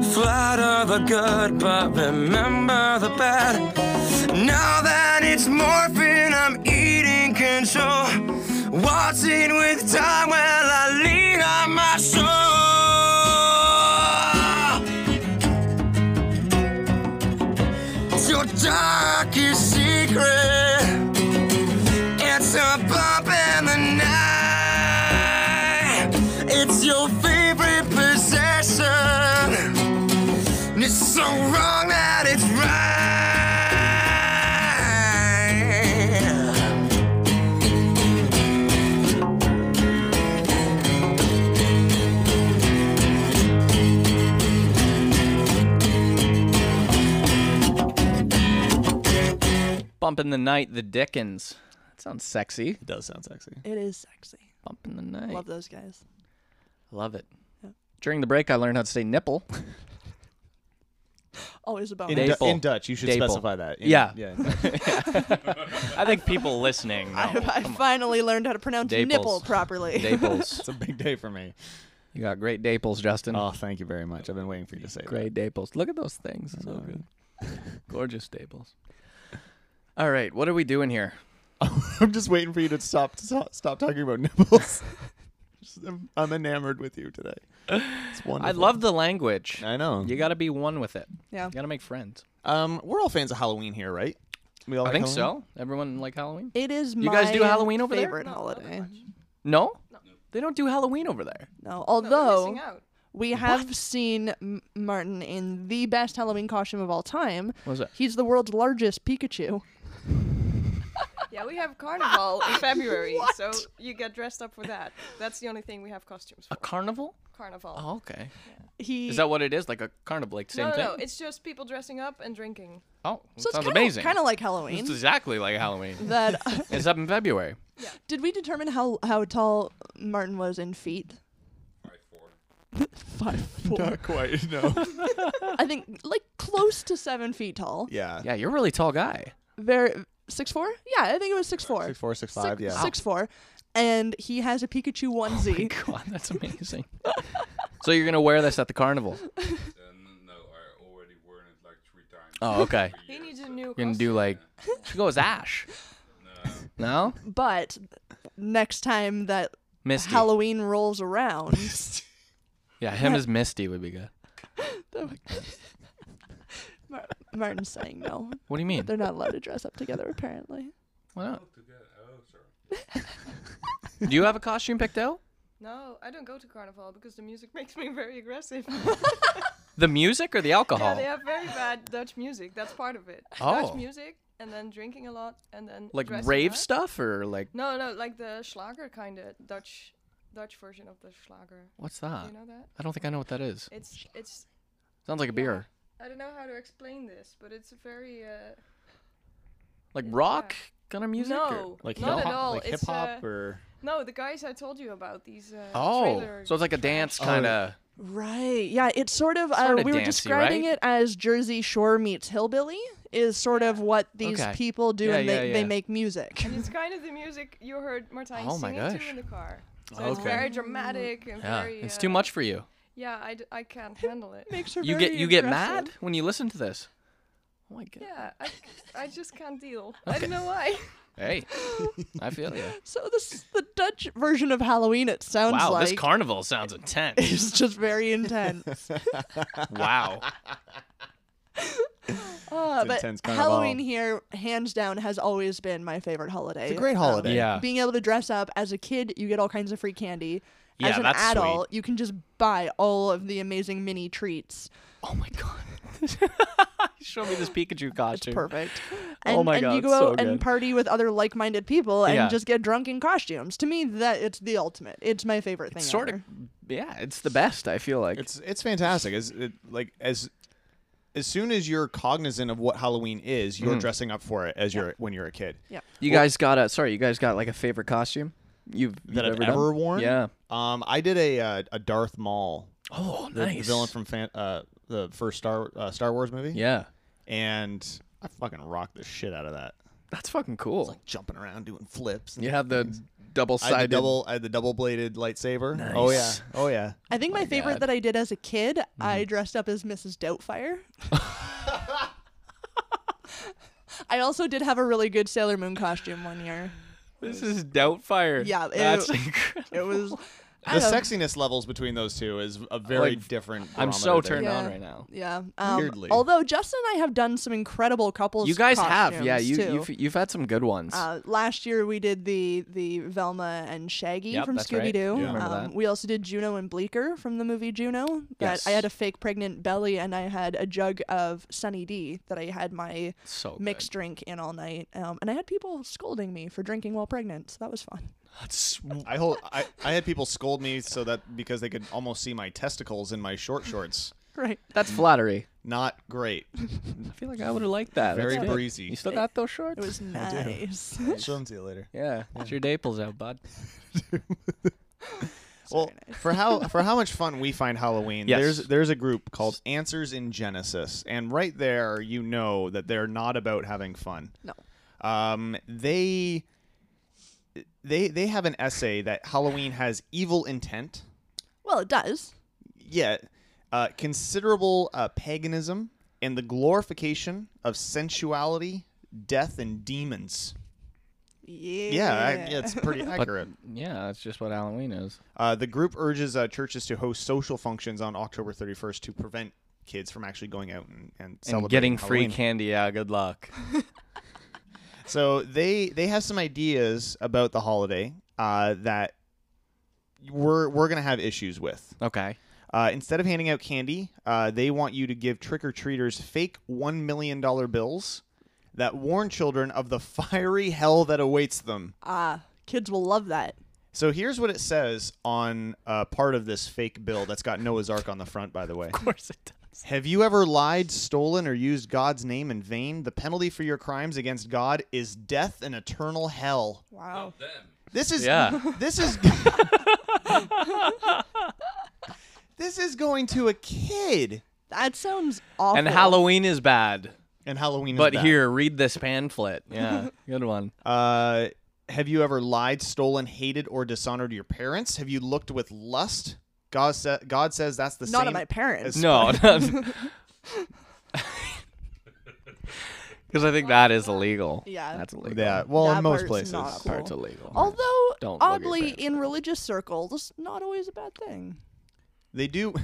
[SPEAKER 12] Flatter the good, but remember the bad. Now that it's morphing, I'm eating control. Waltzing with time while I lean on my soul. It's your darkest secret. It's a bump in the night. It's your favorite possession. And it's so wrong that it's right.
[SPEAKER 4] Bumping the Night, the Dickens. That sounds sexy.
[SPEAKER 8] It does sound sexy.
[SPEAKER 3] It is sexy.
[SPEAKER 4] Bumping the Night.
[SPEAKER 3] Love those guys.
[SPEAKER 4] Love it.
[SPEAKER 3] Yeah.
[SPEAKER 4] During the break, I learned how to say nipple.
[SPEAKER 3] Always about
[SPEAKER 5] In,
[SPEAKER 3] my-
[SPEAKER 5] Du-
[SPEAKER 4] Dapel.
[SPEAKER 5] in Dutch, you should
[SPEAKER 4] Dapel.
[SPEAKER 5] specify that. In-
[SPEAKER 4] Yeah.
[SPEAKER 5] yeah.
[SPEAKER 4] I think people listening know.
[SPEAKER 3] I, I finally learned how to pronounce
[SPEAKER 4] Daples.
[SPEAKER 3] nipple properly.
[SPEAKER 4] Daples.
[SPEAKER 5] It's a big day for me.
[SPEAKER 4] You got great Daples, Justin.
[SPEAKER 5] Oh, thank you very much. I've been waiting for you to say
[SPEAKER 4] Great Daples. Look at those things. So good. Gorgeous Daples. All right, what are we doing here?
[SPEAKER 5] that. I'm just waiting for you to stop to stop, stop talking about nipples. Just- I'm, I'm enamored with you today. It's wonderful.
[SPEAKER 4] I love the language.
[SPEAKER 5] I know.
[SPEAKER 4] You got to be one with it.
[SPEAKER 3] Yeah.
[SPEAKER 4] You got to make friends.
[SPEAKER 5] Um, we're all fans of Halloween here, right? We all
[SPEAKER 4] I
[SPEAKER 5] like
[SPEAKER 4] think
[SPEAKER 5] Halloween?
[SPEAKER 4] so. Everyone like Halloween?
[SPEAKER 3] It is
[SPEAKER 4] You
[SPEAKER 3] my
[SPEAKER 4] guys do Halloween over there?
[SPEAKER 3] favorite holiday.
[SPEAKER 4] No? They don't do Halloween over there.
[SPEAKER 3] No,
[SPEAKER 6] No,
[SPEAKER 3] although
[SPEAKER 6] we're missing out.
[SPEAKER 3] we have seen M- Martin in the best Halloween costume of all time.
[SPEAKER 4] What was it?
[SPEAKER 3] He's the world's largest Pikachu.
[SPEAKER 6] Yeah, we have carnival in February, so you get dressed up for that. That's the only thing we have costumes for.
[SPEAKER 4] A carnival?
[SPEAKER 6] carnival.
[SPEAKER 4] Uh, Oh, okay.
[SPEAKER 3] He
[SPEAKER 4] Is that what it is? Like a carnival, like same
[SPEAKER 6] no, no,
[SPEAKER 4] thing?
[SPEAKER 6] no, it's just people dressing up and drinking.
[SPEAKER 4] oh,
[SPEAKER 3] so
[SPEAKER 4] sounds
[SPEAKER 3] it's
[SPEAKER 4] amazing.
[SPEAKER 3] Kind of like
[SPEAKER 4] It's
[SPEAKER 3] Halloween.
[SPEAKER 4] exactly like Halloween.
[SPEAKER 3] that
[SPEAKER 4] it's up in February.
[SPEAKER 3] did we determine how how tall Martin was in feet? Five four.
[SPEAKER 5] Not quite. No.
[SPEAKER 3] I think like close to seven feet tall.
[SPEAKER 5] yeah.
[SPEAKER 4] Yeah, you're a really tall guy.
[SPEAKER 3] Very six four. Yeah, I think it was six four.
[SPEAKER 5] Six four, six five. yeah.
[SPEAKER 3] Six four. And he has a Pikachu onesie.
[SPEAKER 4] God, that's amazing. so you're gonna wear this at the carnival?
[SPEAKER 7] And no, I already worn it like three times.
[SPEAKER 4] Oh, okay.
[SPEAKER 6] He needs a new
[SPEAKER 4] You're gonna
[SPEAKER 6] costume.
[SPEAKER 4] do like she goes Ash. No,
[SPEAKER 3] but next time that
[SPEAKER 4] Misty.
[SPEAKER 3] Halloween rolls around,
[SPEAKER 4] yeah, him as Misty would be good.
[SPEAKER 3] Mar- Martin's saying no.
[SPEAKER 4] What do you mean?
[SPEAKER 3] They're not allowed to dress up together, apparently.
[SPEAKER 4] Why not?
[SPEAKER 6] oh,
[SPEAKER 4] Do you have a costume picked out?
[SPEAKER 6] No, I don't go to carnival because the music makes me very aggressive.
[SPEAKER 4] The music or the alcohol?
[SPEAKER 6] yeah, they have very bad Dutch music. That's part of it.
[SPEAKER 4] Oh.
[SPEAKER 6] Dutch music and then drinking a lot and then
[SPEAKER 4] like
[SPEAKER 6] dressing
[SPEAKER 4] rave
[SPEAKER 6] up.
[SPEAKER 4] stuff or like
[SPEAKER 6] No, no, like the Schlager kind of Dutch Dutch version of the Schlager.
[SPEAKER 4] what's that?
[SPEAKER 6] Do you know that?
[SPEAKER 4] I don't think I know what that is.
[SPEAKER 6] It's it's
[SPEAKER 4] Sounds like a beer.
[SPEAKER 6] I don't know how to explain this, but it's a very uh
[SPEAKER 4] Like
[SPEAKER 6] Yeah.
[SPEAKER 4] rock kind of music? or-
[SPEAKER 6] no,
[SPEAKER 5] Like
[SPEAKER 6] not
[SPEAKER 5] hip
[SPEAKER 6] at all.
[SPEAKER 5] hop, like hip
[SPEAKER 6] it's
[SPEAKER 5] hop,
[SPEAKER 6] uh,
[SPEAKER 5] or
[SPEAKER 6] no, the guys I told you about these. Uh,
[SPEAKER 4] Oh,
[SPEAKER 6] trailer
[SPEAKER 4] so it's like a dance kind of.
[SPEAKER 3] Right. Yeah, it's sort of,
[SPEAKER 4] Sorta
[SPEAKER 3] uh, we were
[SPEAKER 4] dancey,
[SPEAKER 3] describing
[SPEAKER 4] right?
[SPEAKER 3] it as Jersey Shore meets Hillbilly, is sort of what these
[SPEAKER 4] Okay.
[SPEAKER 3] people do,
[SPEAKER 4] Yeah,
[SPEAKER 3] and they,
[SPEAKER 4] yeah,
[SPEAKER 3] they
[SPEAKER 4] yeah.
[SPEAKER 3] make music.
[SPEAKER 6] And it's kind of the music you heard Martijn
[SPEAKER 4] Oh my
[SPEAKER 6] singing
[SPEAKER 4] gosh.
[SPEAKER 6] to in the car. So it's
[SPEAKER 4] Okay.
[SPEAKER 6] very dramatic and
[SPEAKER 4] Yeah,
[SPEAKER 6] very.
[SPEAKER 4] it's
[SPEAKER 6] uh,
[SPEAKER 4] too much for you.
[SPEAKER 6] Yeah, I, d- I can't handle it.
[SPEAKER 3] Makes her
[SPEAKER 4] You
[SPEAKER 3] very
[SPEAKER 4] get you get
[SPEAKER 3] aggressive.
[SPEAKER 4] mad when you listen to this. Oh my god.
[SPEAKER 6] Yeah, I, I just can't deal. I don't know why.
[SPEAKER 4] Hey, I feel you.
[SPEAKER 3] So this the Dutch version of Halloween. It sounds
[SPEAKER 4] Wow,
[SPEAKER 3] like
[SPEAKER 4] this carnival sounds intense.
[SPEAKER 3] is just very intense.
[SPEAKER 4] wow.
[SPEAKER 3] Uh, but
[SPEAKER 5] intense carnival.
[SPEAKER 3] Halloween here, hands down, has always been my favorite holiday. Um,
[SPEAKER 5] it's a great holiday.
[SPEAKER 4] Yeah.
[SPEAKER 3] being able to dress up as a kid, you get all kinds of free candy.
[SPEAKER 4] Yeah,
[SPEAKER 3] as an
[SPEAKER 4] that's
[SPEAKER 3] adult, you can just buy all of the amazing mini treats.
[SPEAKER 4] Oh my god. Show me this Pikachu costume.
[SPEAKER 3] Perfect. And,
[SPEAKER 4] Oh my
[SPEAKER 3] and
[SPEAKER 4] God,
[SPEAKER 3] you go
[SPEAKER 4] so
[SPEAKER 3] out and
[SPEAKER 4] good.
[SPEAKER 3] party with other like-minded people and
[SPEAKER 4] Yeah.
[SPEAKER 3] just get drunk in costumes. To me, that it's the ultimate. It's my favorite thing.
[SPEAKER 4] Sort of.
[SPEAKER 3] ever.
[SPEAKER 4] Yeah, it's the best. I feel like.
[SPEAKER 5] It's it's fantastic. As it, like as as soon as you're cognizant of what Halloween is,
[SPEAKER 4] Mm-hmm.
[SPEAKER 5] you're dressing up for it as you're when you're a kid.
[SPEAKER 3] Yeah.
[SPEAKER 4] you guys got a sorry. You guys got like a favorite costume you've
[SPEAKER 5] That
[SPEAKER 4] you've
[SPEAKER 5] I've
[SPEAKER 4] ever, done?
[SPEAKER 5] ever worn?
[SPEAKER 4] Yeah.
[SPEAKER 5] Um, I did a uh, a Darth Maul,
[SPEAKER 4] Oh,
[SPEAKER 5] the, the villain from fan, uh, the first Star uh, Star Wars movie.
[SPEAKER 4] yeah.
[SPEAKER 5] and I fucking rocked the shit out of that.
[SPEAKER 4] That's fucking cool.
[SPEAKER 5] Like jumping around doing flips. and
[SPEAKER 4] you have the double
[SPEAKER 5] I had the
[SPEAKER 4] sided
[SPEAKER 5] double, I had the double bladed lightsaber. Oh yeah,
[SPEAKER 4] Nice.
[SPEAKER 5] oh yeah.
[SPEAKER 3] I think my, favorite
[SPEAKER 4] God.
[SPEAKER 3] that I did as a kid,
[SPEAKER 4] Mm-hmm.
[SPEAKER 3] I dressed up as Mrs. Doubtfire. I also did have a really good Sailor Moon costume one year.
[SPEAKER 4] This is Doubtfire.
[SPEAKER 3] Yeah, it-
[SPEAKER 4] That's incredible.
[SPEAKER 3] It was I
[SPEAKER 5] The
[SPEAKER 3] don't-
[SPEAKER 5] sexiness levels between those two is a very
[SPEAKER 4] Like,
[SPEAKER 5] different.
[SPEAKER 4] I'm so
[SPEAKER 5] barometer
[SPEAKER 4] turned
[SPEAKER 5] there.
[SPEAKER 4] on right now.
[SPEAKER 3] Yeah. Um,
[SPEAKER 5] Weirdly.
[SPEAKER 3] Although Justin and I have done some incredible couples.
[SPEAKER 4] You guys have, yeah.
[SPEAKER 3] costumes,
[SPEAKER 4] You
[SPEAKER 3] too.
[SPEAKER 4] you've, you've had some good ones.
[SPEAKER 3] Uh, last year we did the the Velma and Shaggy
[SPEAKER 4] Yep,
[SPEAKER 3] from
[SPEAKER 4] that's right.
[SPEAKER 3] Scooby Doo.
[SPEAKER 4] Yeah. Remember that.
[SPEAKER 3] we also did Juno and Bleecker from the movie Juno. That
[SPEAKER 4] Yes.
[SPEAKER 3] I had a fake pregnant belly and I had a jug of Sunny D that I had my
[SPEAKER 4] so good.
[SPEAKER 3] mixed drink in all night. Um, and I had people scolding me for drinking while pregnant, so that was fun.
[SPEAKER 4] That's
[SPEAKER 5] I hold. I, I had people scold me so that because they could almost see my testicles in my short shorts.
[SPEAKER 3] right.
[SPEAKER 4] That's flattery.
[SPEAKER 5] Not great.
[SPEAKER 4] I feel like I would have liked that. That's
[SPEAKER 5] Very
[SPEAKER 4] good.
[SPEAKER 5] breezy.
[SPEAKER 4] You still got those shorts?
[SPEAKER 3] It was nice.
[SPEAKER 5] I'll show them to you later.
[SPEAKER 4] yeah. Get your daples out, bud.
[SPEAKER 5] well, for how for how much fun we find Halloween,
[SPEAKER 4] Yes.
[SPEAKER 5] there's there's a group called Answers in Genesis, and right there you know that they're not about having fun.
[SPEAKER 3] No.
[SPEAKER 5] Um, they they they have an essay that Halloween has evil intent.
[SPEAKER 3] Well, it does.
[SPEAKER 5] Yeah, uh, considerable uh, paganism and the glorification of sensuality, death, and demons.
[SPEAKER 3] Yeah.
[SPEAKER 5] Yeah, I, yeah it's pretty
[SPEAKER 4] But,
[SPEAKER 5] accurate.
[SPEAKER 4] yeah, that's just what Halloween is.
[SPEAKER 5] Uh, the group urges uh, churches to host social functions on October 31st to prevent kids from actually going out and, and celebrating
[SPEAKER 4] and getting free
[SPEAKER 5] Halloween.
[SPEAKER 4] candy, yeah, good luck.
[SPEAKER 5] So they they have some ideas about the holiday uh, that we're we're gonna have issues with.
[SPEAKER 4] Okay.
[SPEAKER 5] Uh, instead of handing out candy, uh, they want you to give trick or treaters fake one million dollar bills that warn children of the fiery hell that awaits them.
[SPEAKER 3] Ah, kids will love that.
[SPEAKER 5] So here's what it says on uh, part of this fake bill that's got Noah's Ark on the front, by the way.
[SPEAKER 4] Of course it does.
[SPEAKER 5] Have you ever lied, stolen, or used God's name in vain? The penalty for your crimes against God is death and eternal hell.
[SPEAKER 3] Wow.
[SPEAKER 7] Them.
[SPEAKER 5] This is
[SPEAKER 4] Yeah.
[SPEAKER 5] this is This is going to a kid.
[SPEAKER 3] That sounds awful.
[SPEAKER 4] And Halloween is bad.
[SPEAKER 5] And Halloween is
[SPEAKER 4] But
[SPEAKER 5] back.
[SPEAKER 4] here, read this pamphlet. Yeah, good one.
[SPEAKER 5] Uh have you ever lied, stolen, hated, or dishonored your parents? Have you looked with lust? God, sa- God says that's the
[SPEAKER 3] Not
[SPEAKER 5] same.
[SPEAKER 3] at my parents.
[SPEAKER 5] as-
[SPEAKER 4] No, because I think that is illegal.
[SPEAKER 3] Yeah.
[SPEAKER 4] that's illegal.
[SPEAKER 5] Yeah, well,
[SPEAKER 3] That
[SPEAKER 5] in most
[SPEAKER 3] part's
[SPEAKER 5] places.
[SPEAKER 3] not cool.
[SPEAKER 4] part's illegal.
[SPEAKER 3] Although,
[SPEAKER 4] Don't look at your
[SPEAKER 3] oddly,
[SPEAKER 4] parents,
[SPEAKER 3] in religious circles, it's not always a bad thing.
[SPEAKER 5] They do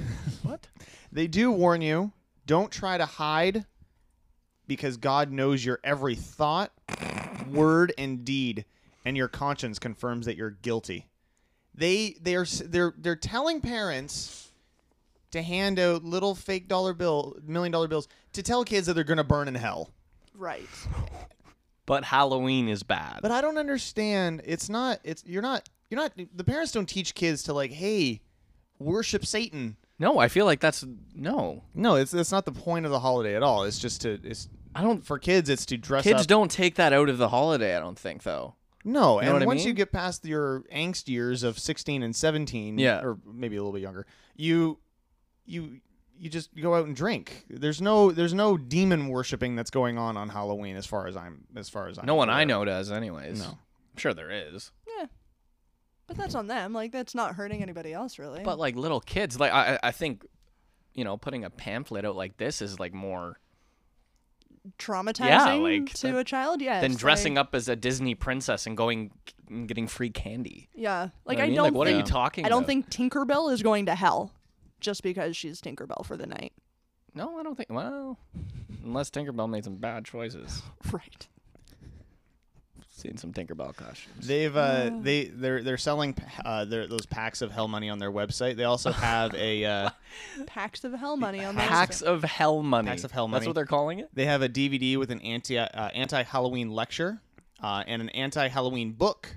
[SPEAKER 5] what? They do warn you. Don't try to hide, because God knows your every thought, word, and deed, and your conscience confirms that you're guilty. They they are s- they're they're telling parents to hand out little fake dollar bill million dollar bills to tell kids that they're gonna burn in hell.
[SPEAKER 3] Right.
[SPEAKER 4] but Halloween is bad.
[SPEAKER 5] But I don't understand. It's not. It's you're not. You're not. The parents don't teach kids to like, hey, worship Satan.
[SPEAKER 4] no, I feel like that's no.
[SPEAKER 5] No, it's that's not the point of the holiday at all. It's just to it's
[SPEAKER 4] I don't.
[SPEAKER 5] for kids. It's to dress
[SPEAKER 4] Kids
[SPEAKER 5] up.
[SPEAKER 4] don't take that out of the holiday. I don't think though.
[SPEAKER 5] no, and
[SPEAKER 4] what I
[SPEAKER 5] once you
[SPEAKER 4] mean?
[SPEAKER 5] get past your angst years of sixteen and seventeen,
[SPEAKER 4] Yeah.
[SPEAKER 5] or maybe a little bit younger, you you you just go out and drink. There's no there's no demon worshiping that's going on on Halloween as far as I'm as far as I
[SPEAKER 4] No one I know does, anyways.
[SPEAKER 5] No.
[SPEAKER 4] I'm sure there is.
[SPEAKER 3] Yeah. But that's on them. Like, that's not hurting anybody else, really.
[SPEAKER 4] But like little kids, like I, I I think, you know, putting a pamphlet out like this is like more
[SPEAKER 3] traumatizing
[SPEAKER 4] like,
[SPEAKER 3] to
[SPEAKER 4] that-
[SPEAKER 3] a child, yeah.
[SPEAKER 4] than dressing up as a Disney princess and going and getting free candy.
[SPEAKER 3] Yeah.
[SPEAKER 4] You know what
[SPEAKER 3] Like, I
[SPEAKER 4] mean?
[SPEAKER 3] don't
[SPEAKER 4] like, what are
[SPEAKER 3] think
[SPEAKER 4] you talking?
[SPEAKER 3] I don't
[SPEAKER 4] about?
[SPEAKER 3] think Tinkerbell is going to hell just because she's Tinkerbell for the night.
[SPEAKER 4] No, I don't think. Well, unless Tinkerbell made some bad choices.
[SPEAKER 3] Right.
[SPEAKER 4] Seen some Tinkerbell costumes.
[SPEAKER 5] They've uh, they they're they're selling uh, their, those packs of hell money on their website. They also have a uh,
[SPEAKER 3] Packs of hell money on that.
[SPEAKER 4] Packs of Hell money.
[SPEAKER 5] Packs of Hell
[SPEAKER 4] That's
[SPEAKER 5] money.
[SPEAKER 4] what they're calling it.
[SPEAKER 5] They have a DVD with an anti uh, anti Halloween lecture uh, and an anti Halloween book.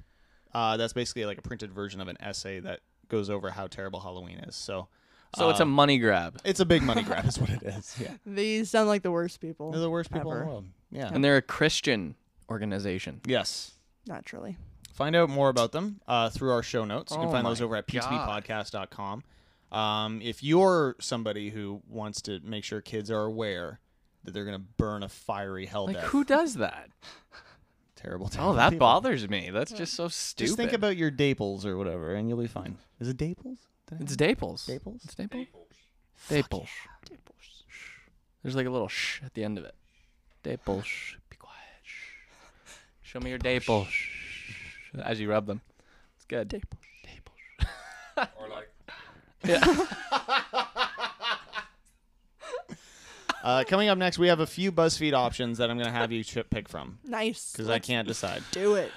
[SPEAKER 5] Uh, that's basically like a printed version of an essay that goes over how terrible Halloween is. So
[SPEAKER 4] So it's a money grab,
[SPEAKER 5] it's a big money grab, is what it is. Yeah,
[SPEAKER 3] These sound like the worst people.
[SPEAKER 5] they're the worst people in
[SPEAKER 3] Ever.
[SPEAKER 5] the world. Yeah.
[SPEAKER 4] and they're a Christian organization.
[SPEAKER 5] yes.
[SPEAKER 3] Naturally.
[SPEAKER 5] Find out more about them uh, through our show notes. You can
[SPEAKER 4] Oh
[SPEAKER 5] find those
[SPEAKER 4] my
[SPEAKER 5] over at
[SPEAKER 4] God.
[SPEAKER 5] ptbpodcast.com. Um, if you're somebody who wants to make sure kids are aware that they're going to burn a fiery hell
[SPEAKER 4] Like
[SPEAKER 5] death,
[SPEAKER 4] who does that?
[SPEAKER 5] terrible, terrible.
[SPEAKER 4] Oh, that
[SPEAKER 5] people.
[SPEAKER 4] bothers me. That's just so stupid.
[SPEAKER 5] Just think about your Daples or whatever, and you'll be fine. Is it Daples? Did I-
[SPEAKER 4] It's Daples.
[SPEAKER 5] Staples?
[SPEAKER 4] It's Daples. Daples. Shh. There's like a little shh at the end of it. Daples. Shh. Be quiet. Shh. Show me your Daples. Shh. As you rub them. It's good. Daples. Daples.
[SPEAKER 7] Or like,
[SPEAKER 5] Uh, coming up next, we have a few BuzzFeed options that I'm going to have you chip pick from
[SPEAKER 3] Nice.
[SPEAKER 5] because I can't decide.
[SPEAKER 3] do it.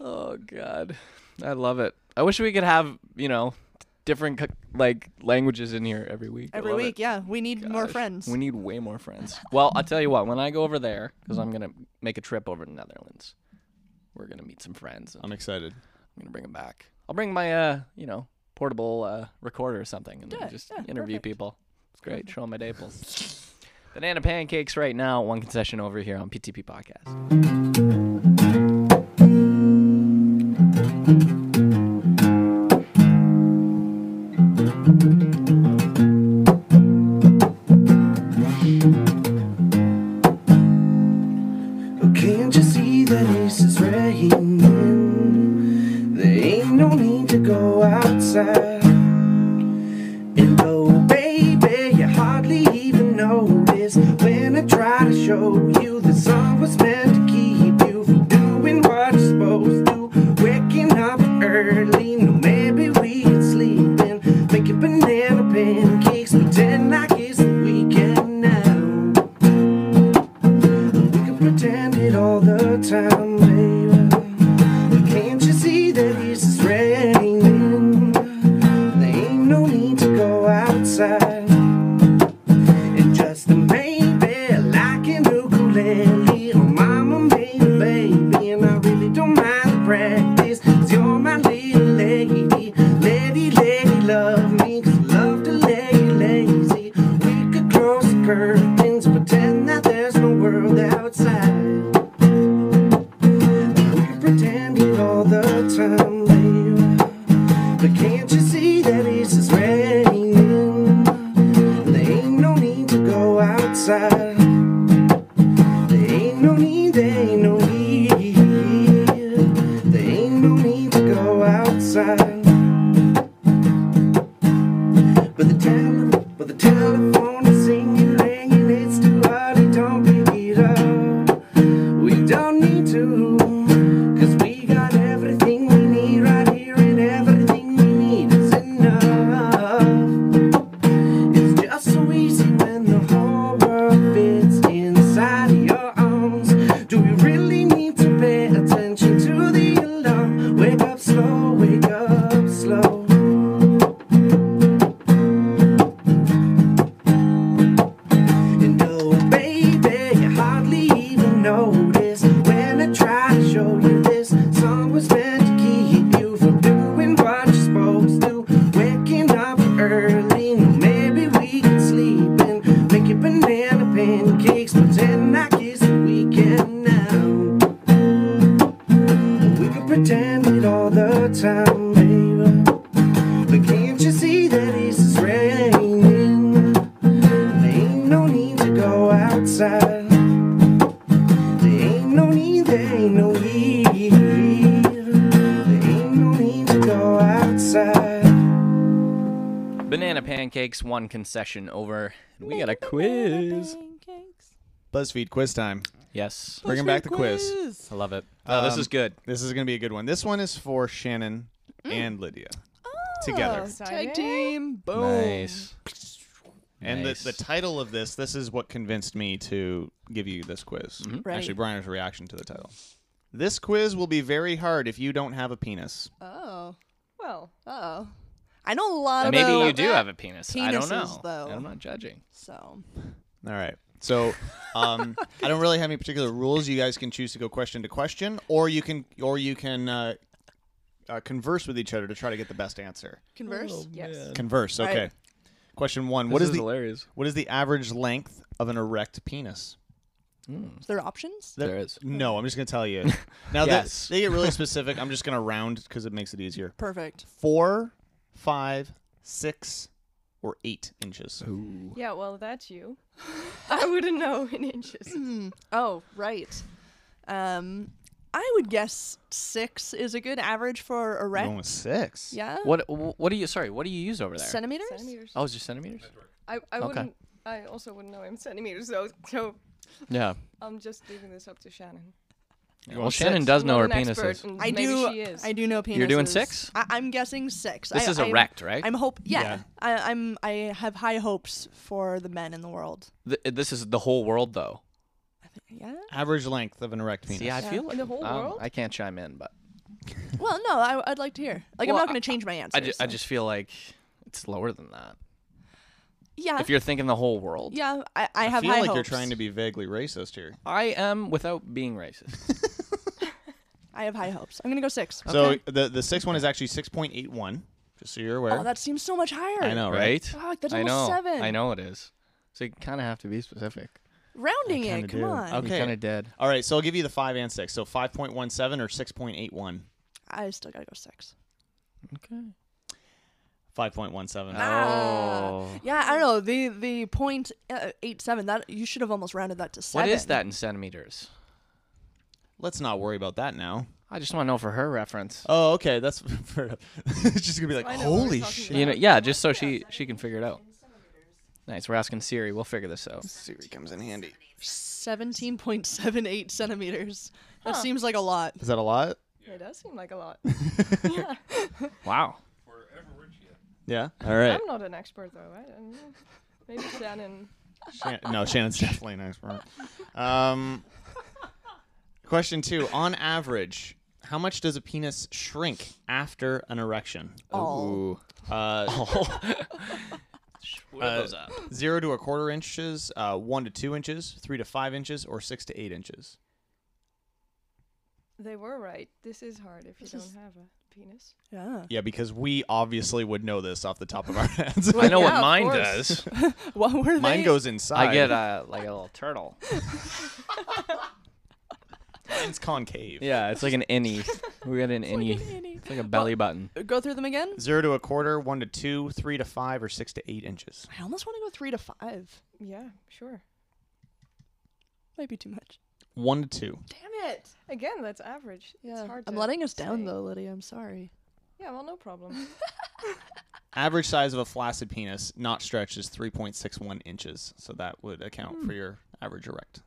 [SPEAKER 4] Oh god, I love it. I wish we could have you know different c- like languages in here every week. I
[SPEAKER 3] Every
[SPEAKER 4] love
[SPEAKER 3] week,
[SPEAKER 4] it.
[SPEAKER 3] yeah. We need more
[SPEAKER 4] Gosh,
[SPEAKER 3] friends.
[SPEAKER 4] We need way more friends. Well, I'll tell you what. When I go over there, because I'm gonna make a trip over to Netherlands, we're gonna meet some friends. and I'm
[SPEAKER 5] I'm excited.
[SPEAKER 4] gonna bring them back. I'll bring my uh you know portable uh recorder or something and
[SPEAKER 3] Yeah,
[SPEAKER 4] just
[SPEAKER 3] yeah,
[SPEAKER 4] interview
[SPEAKER 3] perfect.
[SPEAKER 4] people. It's great. Show 'em my Naples. Banana pancakes right now. One concession over here on PTP Podcast.
[SPEAKER 11] Oh, can't you see that it's just raining? There ain't no need to go outside. And though, baby, you hardly even notice when I try to show you the song was meant to keep you from doing what you're supposed to. Waking up early, no, maybe we could sleep in. Making banana pancakes, pretend like it's the weekend now. We can pretend it all the time, baby. Can't you see that it's just raining? There ain't no need to go outside. And just a maybe, like an ukulele. Oh, mama made a baby, and I really don't mind the practice. Cause you're my little lady. Lady, lady, love me. Cause I love to lay you lazy. We could close the curtains, pretend that there's no world outside. We could pretend it all the time, babe. But can't you see that it's just raining? There ain't no need to go outside. There ain't no need, there ain't no need. There ain't no need to go outside. But the tele, but the telephone is singing, ringing. It's too early, don't pick it up. We don't need to, cause we got everything we need right here, and everything we need is enough. It's just so easy when the whole world fits inside your arms. Do we really need to pay attention to the alarm? Wake up slow, wake up slow. And oh, baby, you hardly even notice when I try to show you this song was meant to keep you from doing what you're supposed to. Waking up early, no, maybe we could sleep in, make your banana pancakes, pretend like it's the weekend now. We could pretend it all the time, baby. But can't you see that it's just raining? There ain't no need to go outside. There ain't no need, there ain't no need. There ain't no need to go outside.
[SPEAKER 4] Banana pancakes. One concession over. And we got a quiz.
[SPEAKER 3] Pancakes.
[SPEAKER 5] BuzzFeed quiz time.
[SPEAKER 4] Yes.
[SPEAKER 5] Bringing back the quiz.
[SPEAKER 4] I love it. Oh, this
[SPEAKER 5] Um,
[SPEAKER 4] is good.
[SPEAKER 5] This is going to be a good one. This one is for Shannon and Lydia
[SPEAKER 3] Oh,
[SPEAKER 5] together.
[SPEAKER 6] Tag
[SPEAKER 3] Tag
[SPEAKER 6] team.
[SPEAKER 3] team. Boom.
[SPEAKER 4] Nice.
[SPEAKER 5] And
[SPEAKER 4] Nice.
[SPEAKER 5] the, the title of this, this is what convinced me to give you this quiz.
[SPEAKER 3] Right.
[SPEAKER 5] Actually, Brian's reaction to the title. This quiz will be very hard if you don't have a penis.
[SPEAKER 3] Oh.
[SPEAKER 6] Well,
[SPEAKER 3] Oh. I know a lot
[SPEAKER 4] Maybe
[SPEAKER 3] about
[SPEAKER 4] you do
[SPEAKER 3] that,
[SPEAKER 4] have a penis. I don't
[SPEAKER 3] penises,
[SPEAKER 4] know.
[SPEAKER 3] though.
[SPEAKER 4] I'm not judging.
[SPEAKER 3] So.
[SPEAKER 5] All right. So, um, I don't really have any particular rules. You guys can choose to go question to question, or you can, or you can uh, uh, converse with each other to try to get the best answer.
[SPEAKER 3] Converse.
[SPEAKER 6] yes.
[SPEAKER 5] Converse.
[SPEAKER 3] Right.
[SPEAKER 5] Okay. Question one: What is, the
[SPEAKER 4] hilarious?
[SPEAKER 5] what is the average length of an erect penis?
[SPEAKER 3] Is there options?
[SPEAKER 4] There is.
[SPEAKER 5] No, I'm just gonna tell you. Now
[SPEAKER 4] Yes.
[SPEAKER 5] that they get really specific, I'm just gonna round because it makes it easier.
[SPEAKER 3] Perfect.
[SPEAKER 5] Four, five, six, or eight inches.
[SPEAKER 6] Yeah, well, that's you. I wouldn't know in inches.
[SPEAKER 3] Oh, right. Um, I would guess six is a good average for a
[SPEAKER 5] You're
[SPEAKER 3] rec.
[SPEAKER 5] going with six.
[SPEAKER 3] Yeah.
[SPEAKER 4] What wh- What do you? Sorry. What do you use over there?
[SPEAKER 3] Oh. Centimeters?
[SPEAKER 6] Centimeters.
[SPEAKER 4] oh, it's just centimeters.
[SPEAKER 6] I, I
[SPEAKER 4] Okay.
[SPEAKER 6] wouldn't. I also wouldn't know in centimeters, so so
[SPEAKER 4] Yeah.
[SPEAKER 6] I'm just leaving this up to Shannon.
[SPEAKER 4] Well, Shannon does
[SPEAKER 6] I'm
[SPEAKER 4] know
[SPEAKER 6] not
[SPEAKER 4] her
[SPEAKER 6] an
[SPEAKER 4] penises.
[SPEAKER 6] expert, and
[SPEAKER 3] I
[SPEAKER 6] maybe
[SPEAKER 3] do.
[SPEAKER 6] She is.
[SPEAKER 3] I do know penises.
[SPEAKER 4] You're doing six?
[SPEAKER 3] I, I'm guessing six.
[SPEAKER 4] This
[SPEAKER 3] I,
[SPEAKER 4] is a
[SPEAKER 3] I'm-
[SPEAKER 4] rect, right?
[SPEAKER 3] I'm hope. Yeah. I, I'm. I have high hopes for the men in the world.
[SPEAKER 4] Th- this is the whole world, though.
[SPEAKER 3] Yeah.
[SPEAKER 5] Average length of an erect penis.
[SPEAKER 4] See, I feel like
[SPEAKER 6] In the whole
[SPEAKER 4] um,
[SPEAKER 6] world?
[SPEAKER 4] I can't chime in, but
[SPEAKER 3] Well, no. I, I'd like to hear. Like,
[SPEAKER 4] Well,
[SPEAKER 3] I'm not going to change my answer.
[SPEAKER 4] I, ju- I
[SPEAKER 3] so-
[SPEAKER 4] just feel like it's lower than that.
[SPEAKER 3] Yeah.
[SPEAKER 4] If you're thinking the whole world,
[SPEAKER 3] yeah. I, I
[SPEAKER 5] I
[SPEAKER 3] have
[SPEAKER 5] feel
[SPEAKER 3] high
[SPEAKER 5] like
[SPEAKER 3] hopes.
[SPEAKER 5] you're trying to be vaguely racist here.
[SPEAKER 4] I am without being racist.
[SPEAKER 3] I have high hopes. I'm going to go six.
[SPEAKER 5] So the the sixth one is actually six point eight one, Just so you're aware.
[SPEAKER 3] Oh, that seems so much higher.
[SPEAKER 5] I know, right?
[SPEAKER 4] right?
[SPEAKER 3] Fuck, that's
[SPEAKER 4] I
[SPEAKER 3] almost
[SPEAKER 4] know.
[SPEAKER 3] seven.
[SPEAKER 4] I know it is. So you kind of have to be specific.
[SPEAKER 3] Rounding
[SPEAKER 5] kinda
[SPEAKER 3] it. Come
[SPEAKER 5] do.
[SPEAKER 3] on.
[SPEAKER 5] Okay.
[SPEAKER 4] You're kind of dead.
[SPEAKER 5] All right, so I'll give you the five and six. So five point one seven or six point eight one.
[SPEAKER 3] I still gotta go six.
[SPEAKER 4] Okay.
[SPEAKER 5] Five point one seven.
[SPEAKER 6] Uh,
[SPEAKER 3] Ah.
[SPEAKER 4] Oh.
[SPEAKER 3] Yeah, I don't know. The the point uh, eight seven. That you should have almost rounded that to
[SPEAKER 4] What
[SPEAKER 3] seven.
[SPEAKER 4] is that in centimeters?
[SPEAKER 5] Let's not worry about that now.
[SPEAKER 4] I just want to know for her reference.
[SPEAKER 5] Oh, okay. That's fair enough. it's just gonna be like,
[SPEAKER 6] I know what we're
[SPEAKER 5] holy
[SPEAKER 6] talking
[SPEAKER 5] shit.
[SPEAKER 6] about.
[SPEAKER 4] You know, yeah, just so she she can figure it out. Nice. We're asking Siri. We'll figure this out.
[SPEAKER 5] Siri comes in handy.
[SPEAKER 3] Seventeen point seven eight centimeters. That seems like a lot.
[SPEAKER 5] Is that a lot?
[SPEAKER 6] It does seem like a lot.
[SPEAKER 4] Wow.
[SPEAKER 5] Yeah. All right.
[SPEAKER 6] I'm not an expert though. I don't know. Maybe Shannon.
[SPEAKER 5] Shan- no, Shannon's definitely an expert. Um, question two: On average, how much does a penis shrink after an erection?
[SPEAKER 3] All.
[SPEAKER 5] Uh,
[SPEAKER 4] Whip those up.
[SPEAKER 5] zero to a quarter inches, uh, one to two inches, three to five inches, or six to eight inches.
[SPEAKER 6] They were right. This is hard if you don't have a penis.
[SPEAKER 3] Yeah.
[SPEAKER 5] Yeah, because we obviously would know this off the top of our heads.
[SPEAKER 4] I know
[SPEAKER 6] Yeah,
[SPEAKER 4] what
[SPEAKER 6] of
[SPEAKER 4] mine
[SPEAKER 6] course.
[SPEAKER 4] does.
[SPEAKER 3] What were they?
[SPEAKER 5] Mine goes inside.
[SPEAKER 4] I get uh, like a little turtle.
[SPEAKER 5] Mine's concave.
[SPEAKER 4] Yeah, it's like an innie. We got an innie. It's like a belly button.
[SPEAKER 3] Go through them again.
[SPEAKER 5] Zero to a quarter, one to two, three to five, or six to eight inches.
[SPEAKER 3] I almost want to go three to five.
[SPEAKER 6] Yeah, sure.
[SPEAKER 3] Might be too much.
[SPEAKER 5] One to two.
[SPEAKER 6] Damn it! Again, that's average. It's hard.
[SPEAKER 3] I'm
[SPEAKER 6] to
[SPEAKER 3] letting us down
[SPEAKER 6] say.
[SPEAKER 3] though, Lydia. I'm sorry.
[SPEAKER 6] Yeah, well, no problem.
[SPEAKER 5] Average size of a flaccid penis, not stretched, is 3.61 inches. So that would account
[SPEAKER 6] Hmm.
[SPEAKER 5] for your average erect.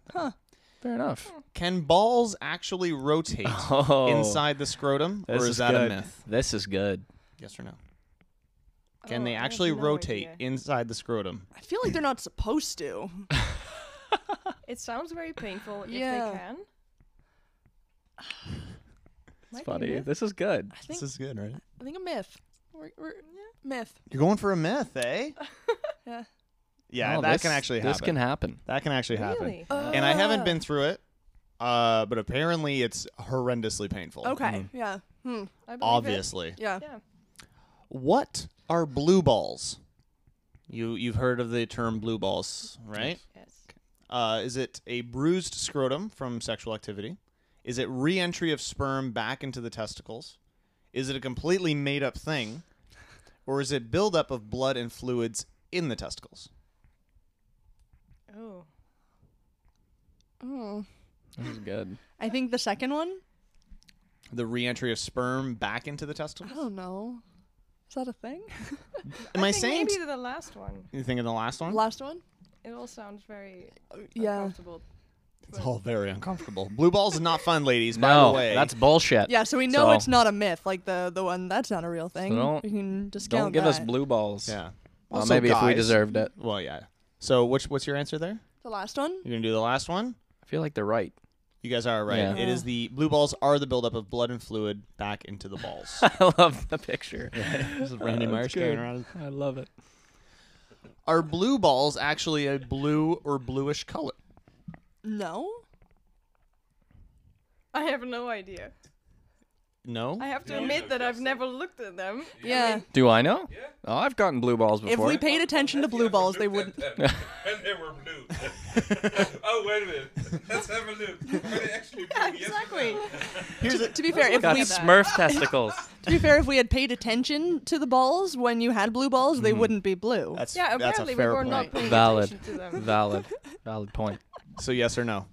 [SPEAKER 4] Fair enough.
[SPEAKER 5] Can balls actually rotate
[SPEAKER 4] Oh,
[SPEAKER 5] inside the scrotum,
[SPEAKER 4] this
[SPEAKER 5] or is, that
[SPEAKER 4] good.
[SPEAKER 5] a myth?
[SPEAKER 4] This is good.
[SPEAKER 5] Yes or no? Can
[SPEAKER 6] Oh, I
[SPEAKER 5] they
[SPEAKER 6] have
[SPEAKER 5] actually
[SPEAKER 6] no
[SPEAKER 5] rotate
[SPEAKER 6] idea.
[SPEAKER 5] inside the scrotum?
[SPEAKER 3] I feel like they're not supposed to.
[SPEAKER 6] It sounds very painful if
[SPEAKER 3] Yeah.
[SPEAKER 6] they can. Might be a
[SPEAKER 4] Funny.
[SPEAKER 6] myth.
[SPEAKER 4] This is good.
[SPEAKER 3] I think.
[SPEAKER 5] is good, right?
[SPEAKER 3] I think a myth. We're, we're, Myth.
[SPEAKER 5] You're going for a myth, eh?
[SPEAKER 3] Yeah.
[SPEAKER 5] Yeah,
[SPEAKER 4] No,
[SPEAKER 5] that
[SPEAKER 4] Oh, this-
[SPEAKER 5] can actually happen.
[SPEAKER 4] This can happen.
[SPEAKER 5] that can actually happen.
[SPEAKER 6] Really?
[SPEAKER 5] And I haven't
[SPEAKER 3] Ah.
[SPEAKER 5] been through it, uh, but apparently it's horrendously painful.
[SPEAKER 3] Oh. Okay. Yeah. Hmm.
[SPEAKER 6] I believe it.
[SPEAKER 5] Obviously.
[SPEAKER 3] Yeah.
[SPEAKER 6] Yeah.
[SPEAKER 5] What are blue balls? You you've heard of the term blue balls, right?
[SPEAKER 6] Yes.
[SPEAKER 5] Uh, is it a bruised scrotum from sexual activity? Is it re-entry of sperm back into the testicles? Is it a completely made up thing, or is it buildup of blood and fluids in the testicles?
[SPEAKER 6] Oh.
[SPEAKER 3] Oh.
[SPEAKER 4] This is good.
[SPEAKER 3] I think the second one.
[SPEAKER 5] The re-entry of sperm back into the
[SPEAKER 3] I
[SPEAKER 5] testicles.
[SPEAKER 3] don't know. Is that a thing?
[SPEAKER 5] Am I,
[SPEAKER 6] I think
[SPEAKER 5] saying?
[SPEAKER 6] maybe the last one.
[SPEAKER 5] you thinking the last one?
[SPEAKER 3] Last one.
[SPEAKER 6] It all sounds very
[SPEAKER 3] Yeah.
[SPEAKER 6] uncomfortable.
[SPEAKER 5] It's all very uncomfortable. Blue balls is not fun, ladies. by
[SPEAKER 4] no,
[SPEAKER 5] the way,
[SPEAKER 4] that's bullshit.
[SPEAKER 3] Yeah. So we know
[SPEAKER 4] So-
[SPEAKER 3] it's not a myth. Like the the one that's not a real thing.
[SPEAKER 4] don't-
[SPEAKER 3] we can discount
[SPEAKER 4] Don't give us
[SPEAKER 3] that.
[SPEAKER 4] blue balls.
[SPEAKER 5] yeah.
[SPEAKER 4] Well,
[SPEAKER 5] Also,
[SPEAKER 4] maybe if we
[SPEAKER 5] guys-
[SPEAKER 4] deserved it.
[SPEAKER 5] Well, yeah. So, which what's your answer there?
[SPEAKER 3] The last one.
[SPEAKER 5] You're gonna do the last one.
[SPEAKER 4] I feel like they're right.
[SPEAKER 5] You guys are right.
[SPEAKER 4] Yeah.
[SPEAKER 5] It is the blue balls are the buildup of blood and fluid back into the balls.
[SPEAKER 4] I love the picture.
[SPEAKER 5] this is
[SPEAKER 4] Randy Marsh carrying around I love it.
[SPEAKER 5] Are blue balls actually a blue or bluish color?
[SPEAKER 3] No.
[SPEAKER 6] I have no idea.
[SPEAKER 5] No.
[SPEAKER 6] I have to admit that I've never looked at them.
[SPEAKER 3] Yeah.
[SPEAKER 4] Do I know? Oh, I've gotten blue balls
[SPEAKER 3] If
[SPEAKER 4] before.
[SPEAKER 3] we paid attention to blue balls, they wouldn't.
[SPEAKER 7] and they were blue. oh, wait a minute. Let's have a look. Are they actually blue? Yes or
[SPEAKER 6] Exactly.
[SPEAKER 5] Here's a,
[SPEAKER 3] To be fair, if
[SPEAKER 4] Got
[SPEAKER 3] we
[SPEAKER 4] Smurf testicles.
[SPEAKER 3] to be fair, if we had paid attention to the balls when you had blue balls, they wouldn't be blue.
[SPEAKER 5] that's
[SPEAKER 6] Yeah,
[SPEAKER 5] that's a
[SPEAKER 6] apparently we
[SPEAKER 5] fair
[SPEAKER 6] were
[SPEAKER 5] point.
[SPEAKER 6] not paying
[SPEAKER 4] Valid.
[SPEAKER 6] attention to them.
[SPEAKER 4] Valid. Valid point.
[SPEAKER 5] So yes or no?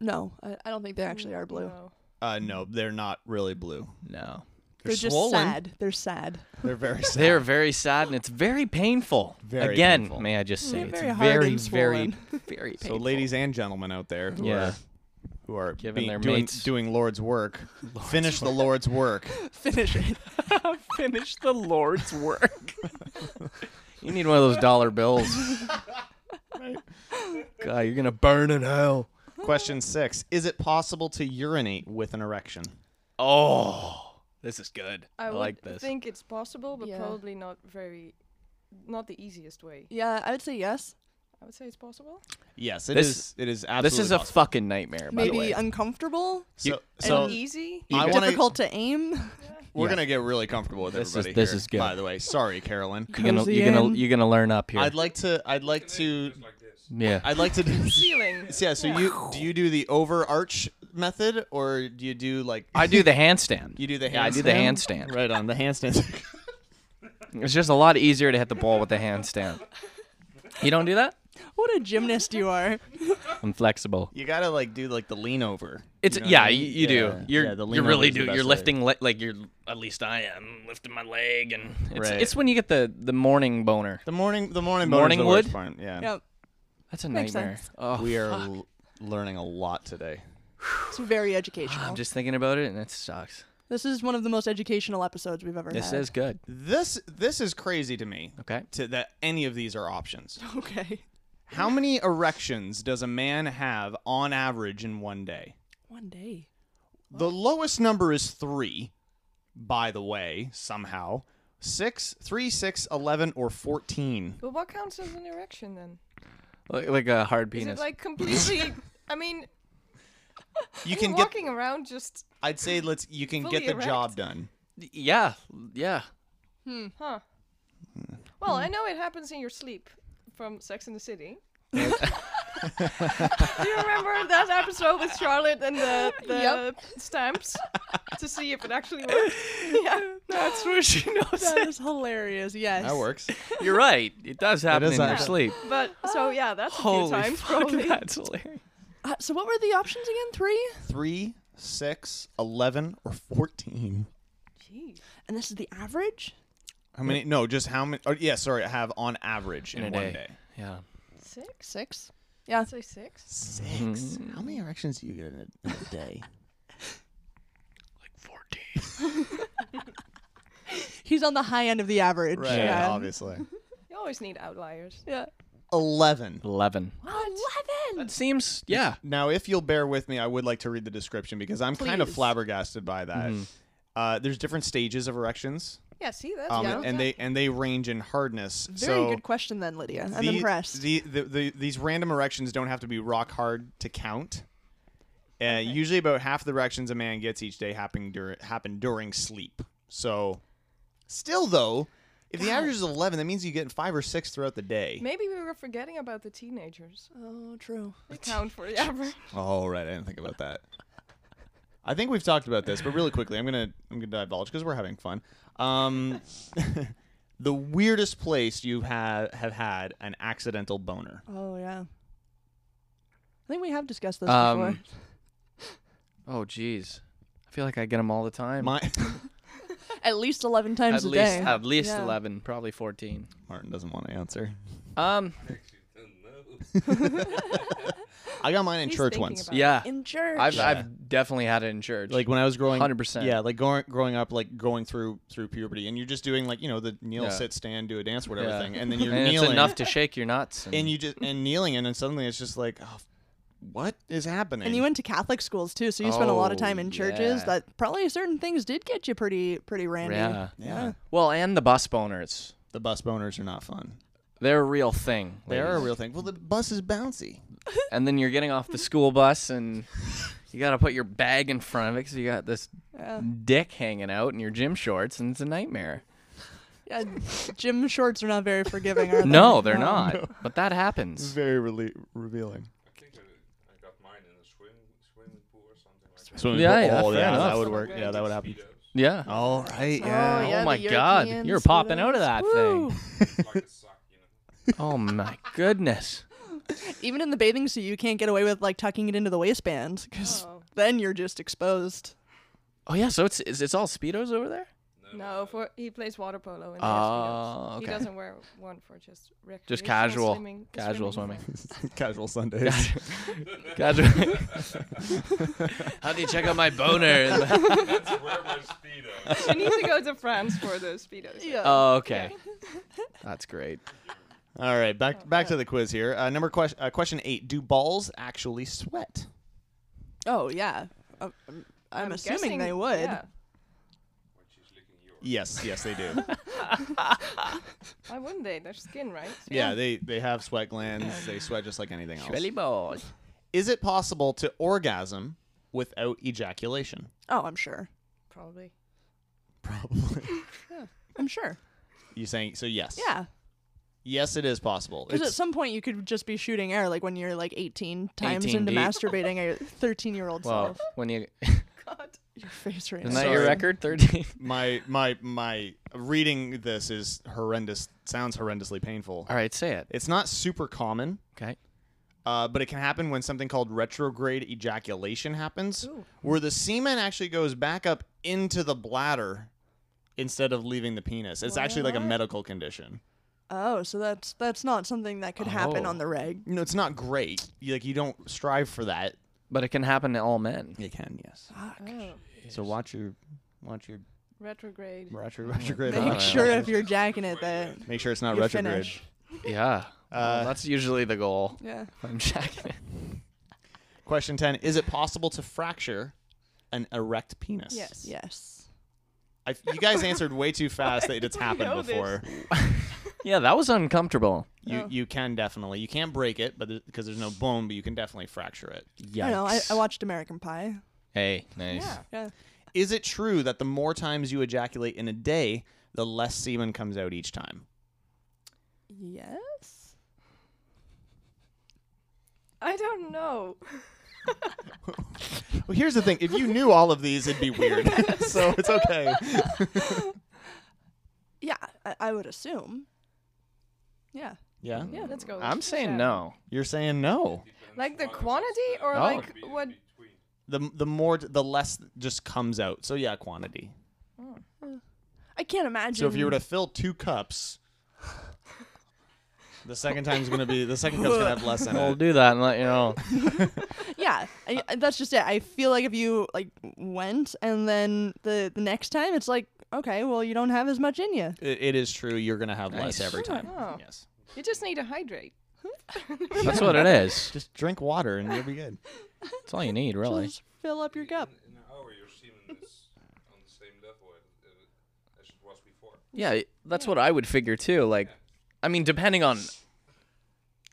[SPEAKER 3] no, I, I don't think they actually are blue.
[SPEAKER 6] No.
[SPEAKER 5] Uh, no, they're not really blue.
[SPEAKER 4] No.
[SPEAKER 5] They're,
[SPEAKER 3] They're just
[SPEAKER 5] swollen.
[SPEAKER 3] sad. They're sad.
[SPEAKER 5] They're very sad.
[SPEAKER 4] They're very sad and it's very painful.
[SPEAKER 5] Very
[SPEAKER 4] Again,
[SPEAKER 5] painful.
[SPEAKER 4] may I just say
[SPEAKER 3] They're
[SPEAKER 4] it's
[SPEAKER 3] very hard
[SPEAKER 4] very,
[SPEAKER 3] and
[SPEAKER 4] very,
[SPEAKER 3] swollen.
[SPEAKER 4] very
[SPEAKER 5] so,
[SPEAKER 4] painful.
[SPEAKER 5] ladies and gentlemen out there, who
[SPEAKER 4] Yeah.
[SPEAKER 5] are who are
[SPEAKER 4] Giving
[SPEAKER 5] being-
[SPEAKER 4] their
[SPEAKER 5] doing,
[SPEAKER 4] mates-
[SPEAKER 5] doing Lord's work, finish the Lord's work.
[SPEAKER 3] Finish it.
[SPEAKER 4] finish the Lord's work. you need one of those dollar bills. God, you're gonna burn in hell.
[SPEAKER 5] Question six: Is it possible to urinate with an erection?
[SPEAKER 4] Oh, this is good. I,
[SPEAKER 6] I, would
[SPEAKER 4] like this.
[SPEAKER 6] think it's possible, but
[SPEAKER 3] Yeah.
[SPEAKER 6] probably not very, not the easiest way.
[SPEAKER 3] Yeah, I would say yes.
[SPEAKER 6] I would say it's possible.
[SPEAKER 5] Yes, it is.
[SPEAKER 4] This-
[SPEAKER 5] It is absolutely.
[SPEAKER 4] this is a
[SPEAKER 5] possible.
[SPEAKER 4] fucking nightmare. By the
[SPEAKER 3] Maybe
[SPEAKER 4] way,
[SPEAKER 3] uncomfortable,
[SPEAKER 5] So,
[SPEAKER 4] You-
[SPEAKER 5] so
[SPEAKER 6] and easy.
[SPEAKER 5] I want
[SPEAKER 3] difficult to aim.
[SPEAKER 5] We're
[SPEAKER 4] Yeah.
[SPEAKER 5] gonna get really comfortable with
[SPEAKER 4] This is-
[SPEAKER 5] everybody.
[SPEAKER 4] this
[SPEAKER 5] here,
[SPEAKER 4] is good.
[SPEAKER 5] By the way, sorry, Carolyn.
[SPEAKER 4] You're gonna
[SPEAKER 3] Cozy
[SPEAKER 4] you're gonna
[SPEAKER 3] in.
[SPEAKER 4] you're gonna learn up here.
[SPEAKER 5] I'd like to. I'd like to.
[SPEAKER 7] Like this.
[SPEAKER 4] yeah.
[SPEAKER 5] I'd like to. do-
[SPEAKER 6] Ceiling.
[SPEAKER 5] yeah. So you do you do the overarch method or do you do like
[SPEAKER 4] I do the handstand.
[SPEAKER 5] You do the handstand.
[SPEAKER 4] Yeah, I do the handstand.
[SPEAKER 5] Right on the handstand.
[SPEAKER 4] It's just a lot easier to hit the ball with the handstand. You don't do that?
[SPEAKER 3] What a gymnast you are.
[SPEAKER 4] I'm flexible.
[SPEAKER 5] you gotta like do like the lean over.
[SPEAKER 4] It's
[SPEAKER 5] know what
[SPEAKER 4] yeah,
[SPEAKER 5] I
[SPEAKER 4] you,
[SPEAKER 5] mean?
[SPEAKER 4] you do.
[SPEAKER 5] Yeah.
[SPEAKER 4] You're
[SPEAKER 5] Yeah, the
[SPEAKER 4] you
[SPEAKER 5] lean over
[SPEAKER 4] really
[SPEAKER 5] is the
[SPEAKER 4] do. You're
[SPEAKER 5] best way.
[SPEAKER 4] lifting le- like you're at least I am lifting my leg and it's
[SPEAKER 5] Right.
[SPEAKER 4] it's when you get the the morning boner.
[SPEAKER 5] The morning. The morning.
[SPEAKER 4] Morning
[SPEAKER 5] boner's the worst
[SPEAKER 4] wood?
[SPEAKER 5] part, Yeah.
[SPEAKER 3] Yep.
[SPEAKER 4] That's a
[SPEAKER 3] Makes
[SPEAKER 4] nightmare.
[SPEAKER 3] sense.
[SPEAKER 4] Oh,
[SPEAKER 5] We are l- learning a lot today.
[SPEAKER 3] It's very educational.
[SPEAKER 4] Ah, I'm just thinking about it and it sucks.
[SPEAKER 3] This is one of the most educational episodes we've ever
[SPEAKER 4] This
[SPEAKER 3] had.
[SPEAKER 4] is good.
[SPEAKER 5] This this is crazy to me.
[SPEAKER 4] Okay.
[SPEAKER 5] To that any of these are options.
[SPEAKER 3] Okay.
[SPEAKER 5] How many erections does a man have on average in one day?
[SPEAKER 3] One day.
[SPEAKER 5] The lowest number is three, by the way, somehow. Six, three, six, eleven, or fourteen.
[SPEAKER 6] But what counts as an erection then?
[SPEAKER 4] Like, like a hard
[SPEAKER 6] Is
[SPEAKER 4] penis.
[SPEAKER 6] it like completely? I mean,
[SPEAKER 5] You
[SPEAKER 6] you're
[SPEAKER 5] can get
[SPEAKER 6] walking around just
[SPEAKER 5] I'd say let's you can
[SPEAKER 6] Fully
[SPEAKER 5] get the
[SPEAKER 6] erect?
[SPEAKER 5] job done.
[SPEAKER 4] yeah, yeah.
[SPEAKER 6] huh? Well, I know it happens in your sleep from Sex in the City. Do you remember that episode with Charlotte and the, the stamps to see if it actually worked? Yeah.
[SPEAKER 4] That's where she knows
[SPEAKER 3] That is hilarious. Yes.
[SPEAKER 5] works.
[SPEAKER 4] You're right. It does happen
[SPEAKER 5] is
[SPEAKER 4] in your
[SPEAKER 5] actually-
[SPEAKER 4] sleep.
[SPEAKER 6] But so yeah, that's a
[SPEAKER 4] Holy
[SPEAKER 6] few times
[SPEAKER 4] fuck,
[SPEAKER 6] probably.
[SPEAKER 4] that's hilarious.
[SPEAKER 3] Uh, so what were the options again? Three.
[SPEAKER 5] Three, six, eleven, or fourteen.
[SPEAKER 6] Jeez.
[SPEAKER 3] And this is the average.
[SPEAKER 5] How many? No, just how many? Oh, yeah, sorry. I have on average in,
[SPEAKER 4] In a
[SPEAKER 5] one
[SPEAKER 4] day.
[SPEAKER 5] day.
[SPEAKER 4] Yeah.
[SPEAKER 6] Six?
[SPEAKER 3] Six. Yeah.
[SPEAKER 6] Say six?
[SPEAKER 5] 6 How many erections do you get in a, in a day?
[SPEAKER 3] He's on the high end of the average. Yeah.
[SPEAKER 5] obviously.
[SPEAKER 6] You always need outliers.
[SPEAKER 3] Yeah.
[SPEAKER 5] Eleven.
[SPEAKER 4] Eleven.
[SPEAKER 3] Eleven.
[SPEAKER 4] That seems yeah.
[SPEAKER 5] Now, if you'll bear with me, I would like to read the description because I'm kind of
[SPEAKER 3] Please.
[SPEAKER 5] flabbergasted by that. Uh, there's different stages of erections,
[SPEAKER 6] Yeah, see that's
[SPEAKER 5] um,
[SPEAKER 6] yeah.
[SPEAKER 5] and they and they range in hardness.
[SPEAKER 3] Very
[SPEAKER 5] so
[SPEAKER 3] good question then, Lydia. I'm
[SPEAKER 5] the-
[SPEAKER 3] impressed.
[SPEAKER 5] The, the, the, these random erections don't have to be rock hard to count. Uh, Usually, about half the erections a man gets each day happen, dur- happen during sleep. So, still though, if the average is 11, that means you get five or six throughout the day.
[SPEAKER 6] Maybe we were forgetting about the teenagers.
[SPEAKER 3] oh, true.
[SPEAKER 6] They count for the average.
[SPEAKER 5] Oh, right. I didn't think about that. I think we've talked about this, but really quickly, I'm gonna I'm gonna divulge because we're having fun. Um, the weirdest place you have have had an accidental boner.
[SPEAKER 3] Oh yeah. I think we have discussed this
[SPEAKER 4] Um,
[SPEAKER 3] before.
[SPEAKER 4] Oh jeez. I feel like I get them all the time.
[SPEAKER 5] My
[SPEAKER 3] At least eleven
[SPEAKER 4] at
[SPEAKER 3] times a
[SPEAKER 4] least
[SPEAKER 3] day.
[SPEAKER 4] at least
[SPEAKER 3] Yeah.
[SPEAKER 4] eleven, probably fourteen.
[SPEAKER 5] Martin doesn't want to answer.
[SPEAKER 4] Um.
[SPEAKER 5] I got mine in
[SPEAKER 6] He's
[SPEAKER 5] church
[SPEAKER 6] thinking
[SPEAKER 5] once.
[SPEAKER 6] about it.
[SPEAKER 4] Yeah.
[SPEAKER 3] In church.
[SPEAKER 4] I've
[SPEAKER 5] Yeah.
[SPEAKER 4] I've definitely had it in church.
[SPEAKER 5] Like when I was growing,
[SPEAKER 4] 100%.
[SPEAKER 5] Yeah, like growing growing up, like going through through puberty, and you're just doing like you know the kneel,
[SPEAKER 4] Yeah.
[SPEAKER 5] sit, stand, do a dance, whatever
[SPEAKER 4] Yeah.
[SPEAKER 5] thing, and then you're
[SPEAKER 4] and
[SPEAKER 5] kneeling
[SPEAKER 4] it's enough to shake your nuts. And,
[SPEAKER 5] and you just and kneeling, and then suddenly it's just like, oh, what is happening?
[SPEAKER 3] And you went to Catholic schools too, so you spent a lot of
[SPEAKER 4] Oh,
[SPEAKER 3] time in churches.
[SPEAKER 4] yeah.
[SPEAKER 3] That probably certain things did get you pretty pretty randy.
[SPEAKER 4] yeah.
[SPEAKER 5] yeah,
[SPEAKER 4] Well, and the bus boners.
[SPEAKER 5] the bus boners are not fun.
[SPEAKER 4] They're a real thing.
[SPEAKER 5] They are a
[SPEAKER 4] ladies.
[SPEAKER 5] real thing. Well, the bus is bouncy.
[SPEAKER 4] And then you're getting off the school bus and you got to put your bag in front of it because you got this dick hanging out in your gym shorts and it's a nightmare.
[SPEAKER 3] Yeah, gym shorts are not very forgiving, are they?
[SPEAKER 4] No, they're not. But that happens.
[SPEAKER 5] very rele- revealing.
[SPEAKER 7] I think I, I got mine in a swim, swimming pool or something like that.
[SPEAKER 5] Swimming
[SPEAKER 4] Yeah,
[SPEAKER 5] pool. oh,
[SPEAKER 4] yeah, fair
[SPEAKER 5] yeah,
[SPEAKER 4] enough.
[SPEAKER 5] that would work. Yeah, that would happen.
[SPEAKER 7] Speedos,
[SPEAKER 4] Yeah. Oh,
[SPEAKER 5] All right,
[SPEAKER 3] yeah. yeah,
[SPEAKER 4] my
[SPEAKER 3] the
[SPEAKER 4] God.
[SPEAKER 3] European
[SPEAKER 4] You're popping out of that
[SPEAKER 3] Woo.
[SPEAKER 4] thing.
[SPEAKER 7] like a sock, you know.
[SPEAKER 4] Oh, my goodness.
[SPEAKER 3] Even in the bathing suit, you can't get away with like tucking it into the waistband because
[SPEAKER 6] Oh.
[SPEAKER 3] then you're just exposed.
[SPEAKER 4] Oh, yeah. So it's is it's all Speedos over there?
[SPEAKER 6] No, for he plays water polo and
[SPEAKER 4] Oh,
[SPEAKER 6] he
[SPEAKER 4] okay.
[SPEAKER 6] doesn't wear one for just recreational
[SPEAKER 4] Just casual.
[SPEAKER 6] swimming,
[SPEAKER 4] Casual swimming.
[SPEAKER 5] Casual Sundays.
[SPEAKER 4] Casual. How do you check out my boner?
[SPEAKER 7] That's where my speedos.
[SPEAKER 6] I need to go to France for the speedos.
[SPEAKER 3] Yeah.
[SPEAKER 4] Oh, okay. That's great.
[SPEAKER 5] All right, back back to the quiz here. Uh, number question uh, question eight: Do balls actually sweat?
[SPEAKER 3] oh yeah. Uh, I'm, I'm assuming
[SPEAKER 6] guessing-
[SPEAKER 3] they would.
[SPEAKER 6] Yeah,
[SPEAKER 5] Yes, yes, they do.
[SPEAKER 6] why wouldn't they? Their skin, right?
[SPEAKER 5] yeah, they they have sweat glands. They sweat just like anything else.
[SPEAKER 4] Belly balls.
[SPEAKER 5] Is it possible to orgasm without ejaculation?
[SPEAKER 3] Oh, I'm sure.
[SPEAKER 6] Probably.
[SPEAKER 5] Probably.
[SPEAKER 3] I'm sure.
[SPEAKER 5] you saying so? Yes.
[SPEAKER 3] Yeah.
[SPEAKER 5] Yes, it is possible.
[SPEAKER 3] Because at
[SPEAKER 5] It's-
[SPEAKER 3] some point you could just be shooting air, like when you're like 18 times
[SPEAKER 4] 18
[SPEAKER 3] into
[SPEAKER 4] deep.
[SPEAKER 3] masturbating a 13 year old
[SPEAKER 4] Well,
[SPEAKER 3] self.
[SPEAKER 4] when you
[SPEAKER 3] Your face right
[SPEAKER 4] isn't
[SPEAKER 3] now.
[SPEAKER 4] that your
[SPEAKER 5] Sorry.
[SPEAKER 4] record? Thirteen.
[SPEAKER 5] my my my reading this is horrendous. Sounds horrendously painful.
[SPEAKER 4] All right, say it.
[SPEAKER 5] It's not super common,
[SPEAKER 4] Okay.
[SPEAKER 5] uh, but it can happen when something called retrograde ejaculation happens, where the semen actually goes back up into the bladder instead of leaving the penis. It's actually like a medical condition.
[SPEAKER 3] Oh, so that's that's not something that could happen
[SPEAKER 4] Oh.
[SPEAKER 3] on the reg.
[SPEAKER 5] You know, it's not great. You, like you don't strive for that.
[SPEAKER 4] But it can happen to all men.
[SPEAKER 5] It can, yes.
[SPEAKER 6] Oh,
[SPEAKER 5] So watch your watch your
[SPEAKER 6] retrograde.
[SPEAKER 5] retro, retrograde.
[SPEAKER 3] Make sure if you're jacking it that
[SPEAKER 5] Make sure it's not
[SPEAKER 3] you
[SPEAKER 5] retrograde.
[SPEAKER 3] finish.
[SPEAKER 4] Yeah.
[SPEAKER 5] Uh,
[SPEAKER 4] Well, that's usually the goal.
[SPEAKER 3] Yeah.
[SPEAKER 4] I'm checking it.
[SPEAKER 5] Question ten: Is it possible to fracture an erect penis?
[SPEAKER 6] Yes.
[SPEAKER 3] Yes.
[SPEAKER 5] I, you guys answered way too fast that it's happened
[SPEAKER 6] know this. Oh.
[SPEAKER 5] before.
[SPEAKER 4] Yeah, that was uncomfortable.
[SPEAKER 5] You you can definitely you can't break it, but because there's no bone, but you can definitely fracture it.
[SPEAKER 4] Yikes.
[SPEAKER 3] I don't know. I, I watched American Pie.
[SPEAKER 4] Hey, nice.
[SPEAKER 3] Yeah.
[SPEAKER 5] Is it true that the more times you ejaculate in a day, the less semen comes out each time?
[SPEAKER 3] Yes.
[SPEAKER 6] I don't know.
[SPEAKER 5] Well, here's the thing: if you knew all of these, it'd be weird. so it's okay.
[SPEAKER 3] Yeah, I, I would assume. Yeah.
[SPEAKER 5] Yeah,
[SPEAKER 6] Yeah, let's go.
[SPEAKER 4] I'm saying
[SPEAKER 6] Yeah.
[SPEAKER 4] no.
[SPEAKER 5] you're saying no.
[SPEAKER 6] Like the quantity or
[SPEAKER 4] Oh.
[SPEAKER 6] like what?
[SPEAKER 5] The the more the less just comes out. So yeah, quantity.
[SPEAKER 3] I can't imagine.
[SPEAKER 5] So if you were to fill two cups, the second time's gonna be the second cup's gonna have less in
[SPEAKER 4] We'll
[SPEAKER 5] it.
[SPEAKER 4] do that and let you know.
[SPEAKER 3] yeah, I, I- that's just it. I feel like if you like went and then the the next time, it's like okay, well you don't have as much in you.
[SPEAKER 5] It- It is true. You're gonna have less
[SPEAKER 4] Nice.
[SPEAKER 5] every time.
[SPEAKER 6] Oh.
[SPEAKER 5] Yes.
[SPEAKER 6] You just need to hydrate.
[SPEAKER 4] That's what it is.
[SPEAKER 5] Just drink water and you'll be good.
[SPEAKER 4] That's all you need, really.
[SPEAKER 3] Just fill up your cup.
[SPEAKER 7] In an hour, your semen is on the same level as uh, as it was before.
[SPEAKER 4] Yeah, that's what I would figure too. Like, I mean, depending on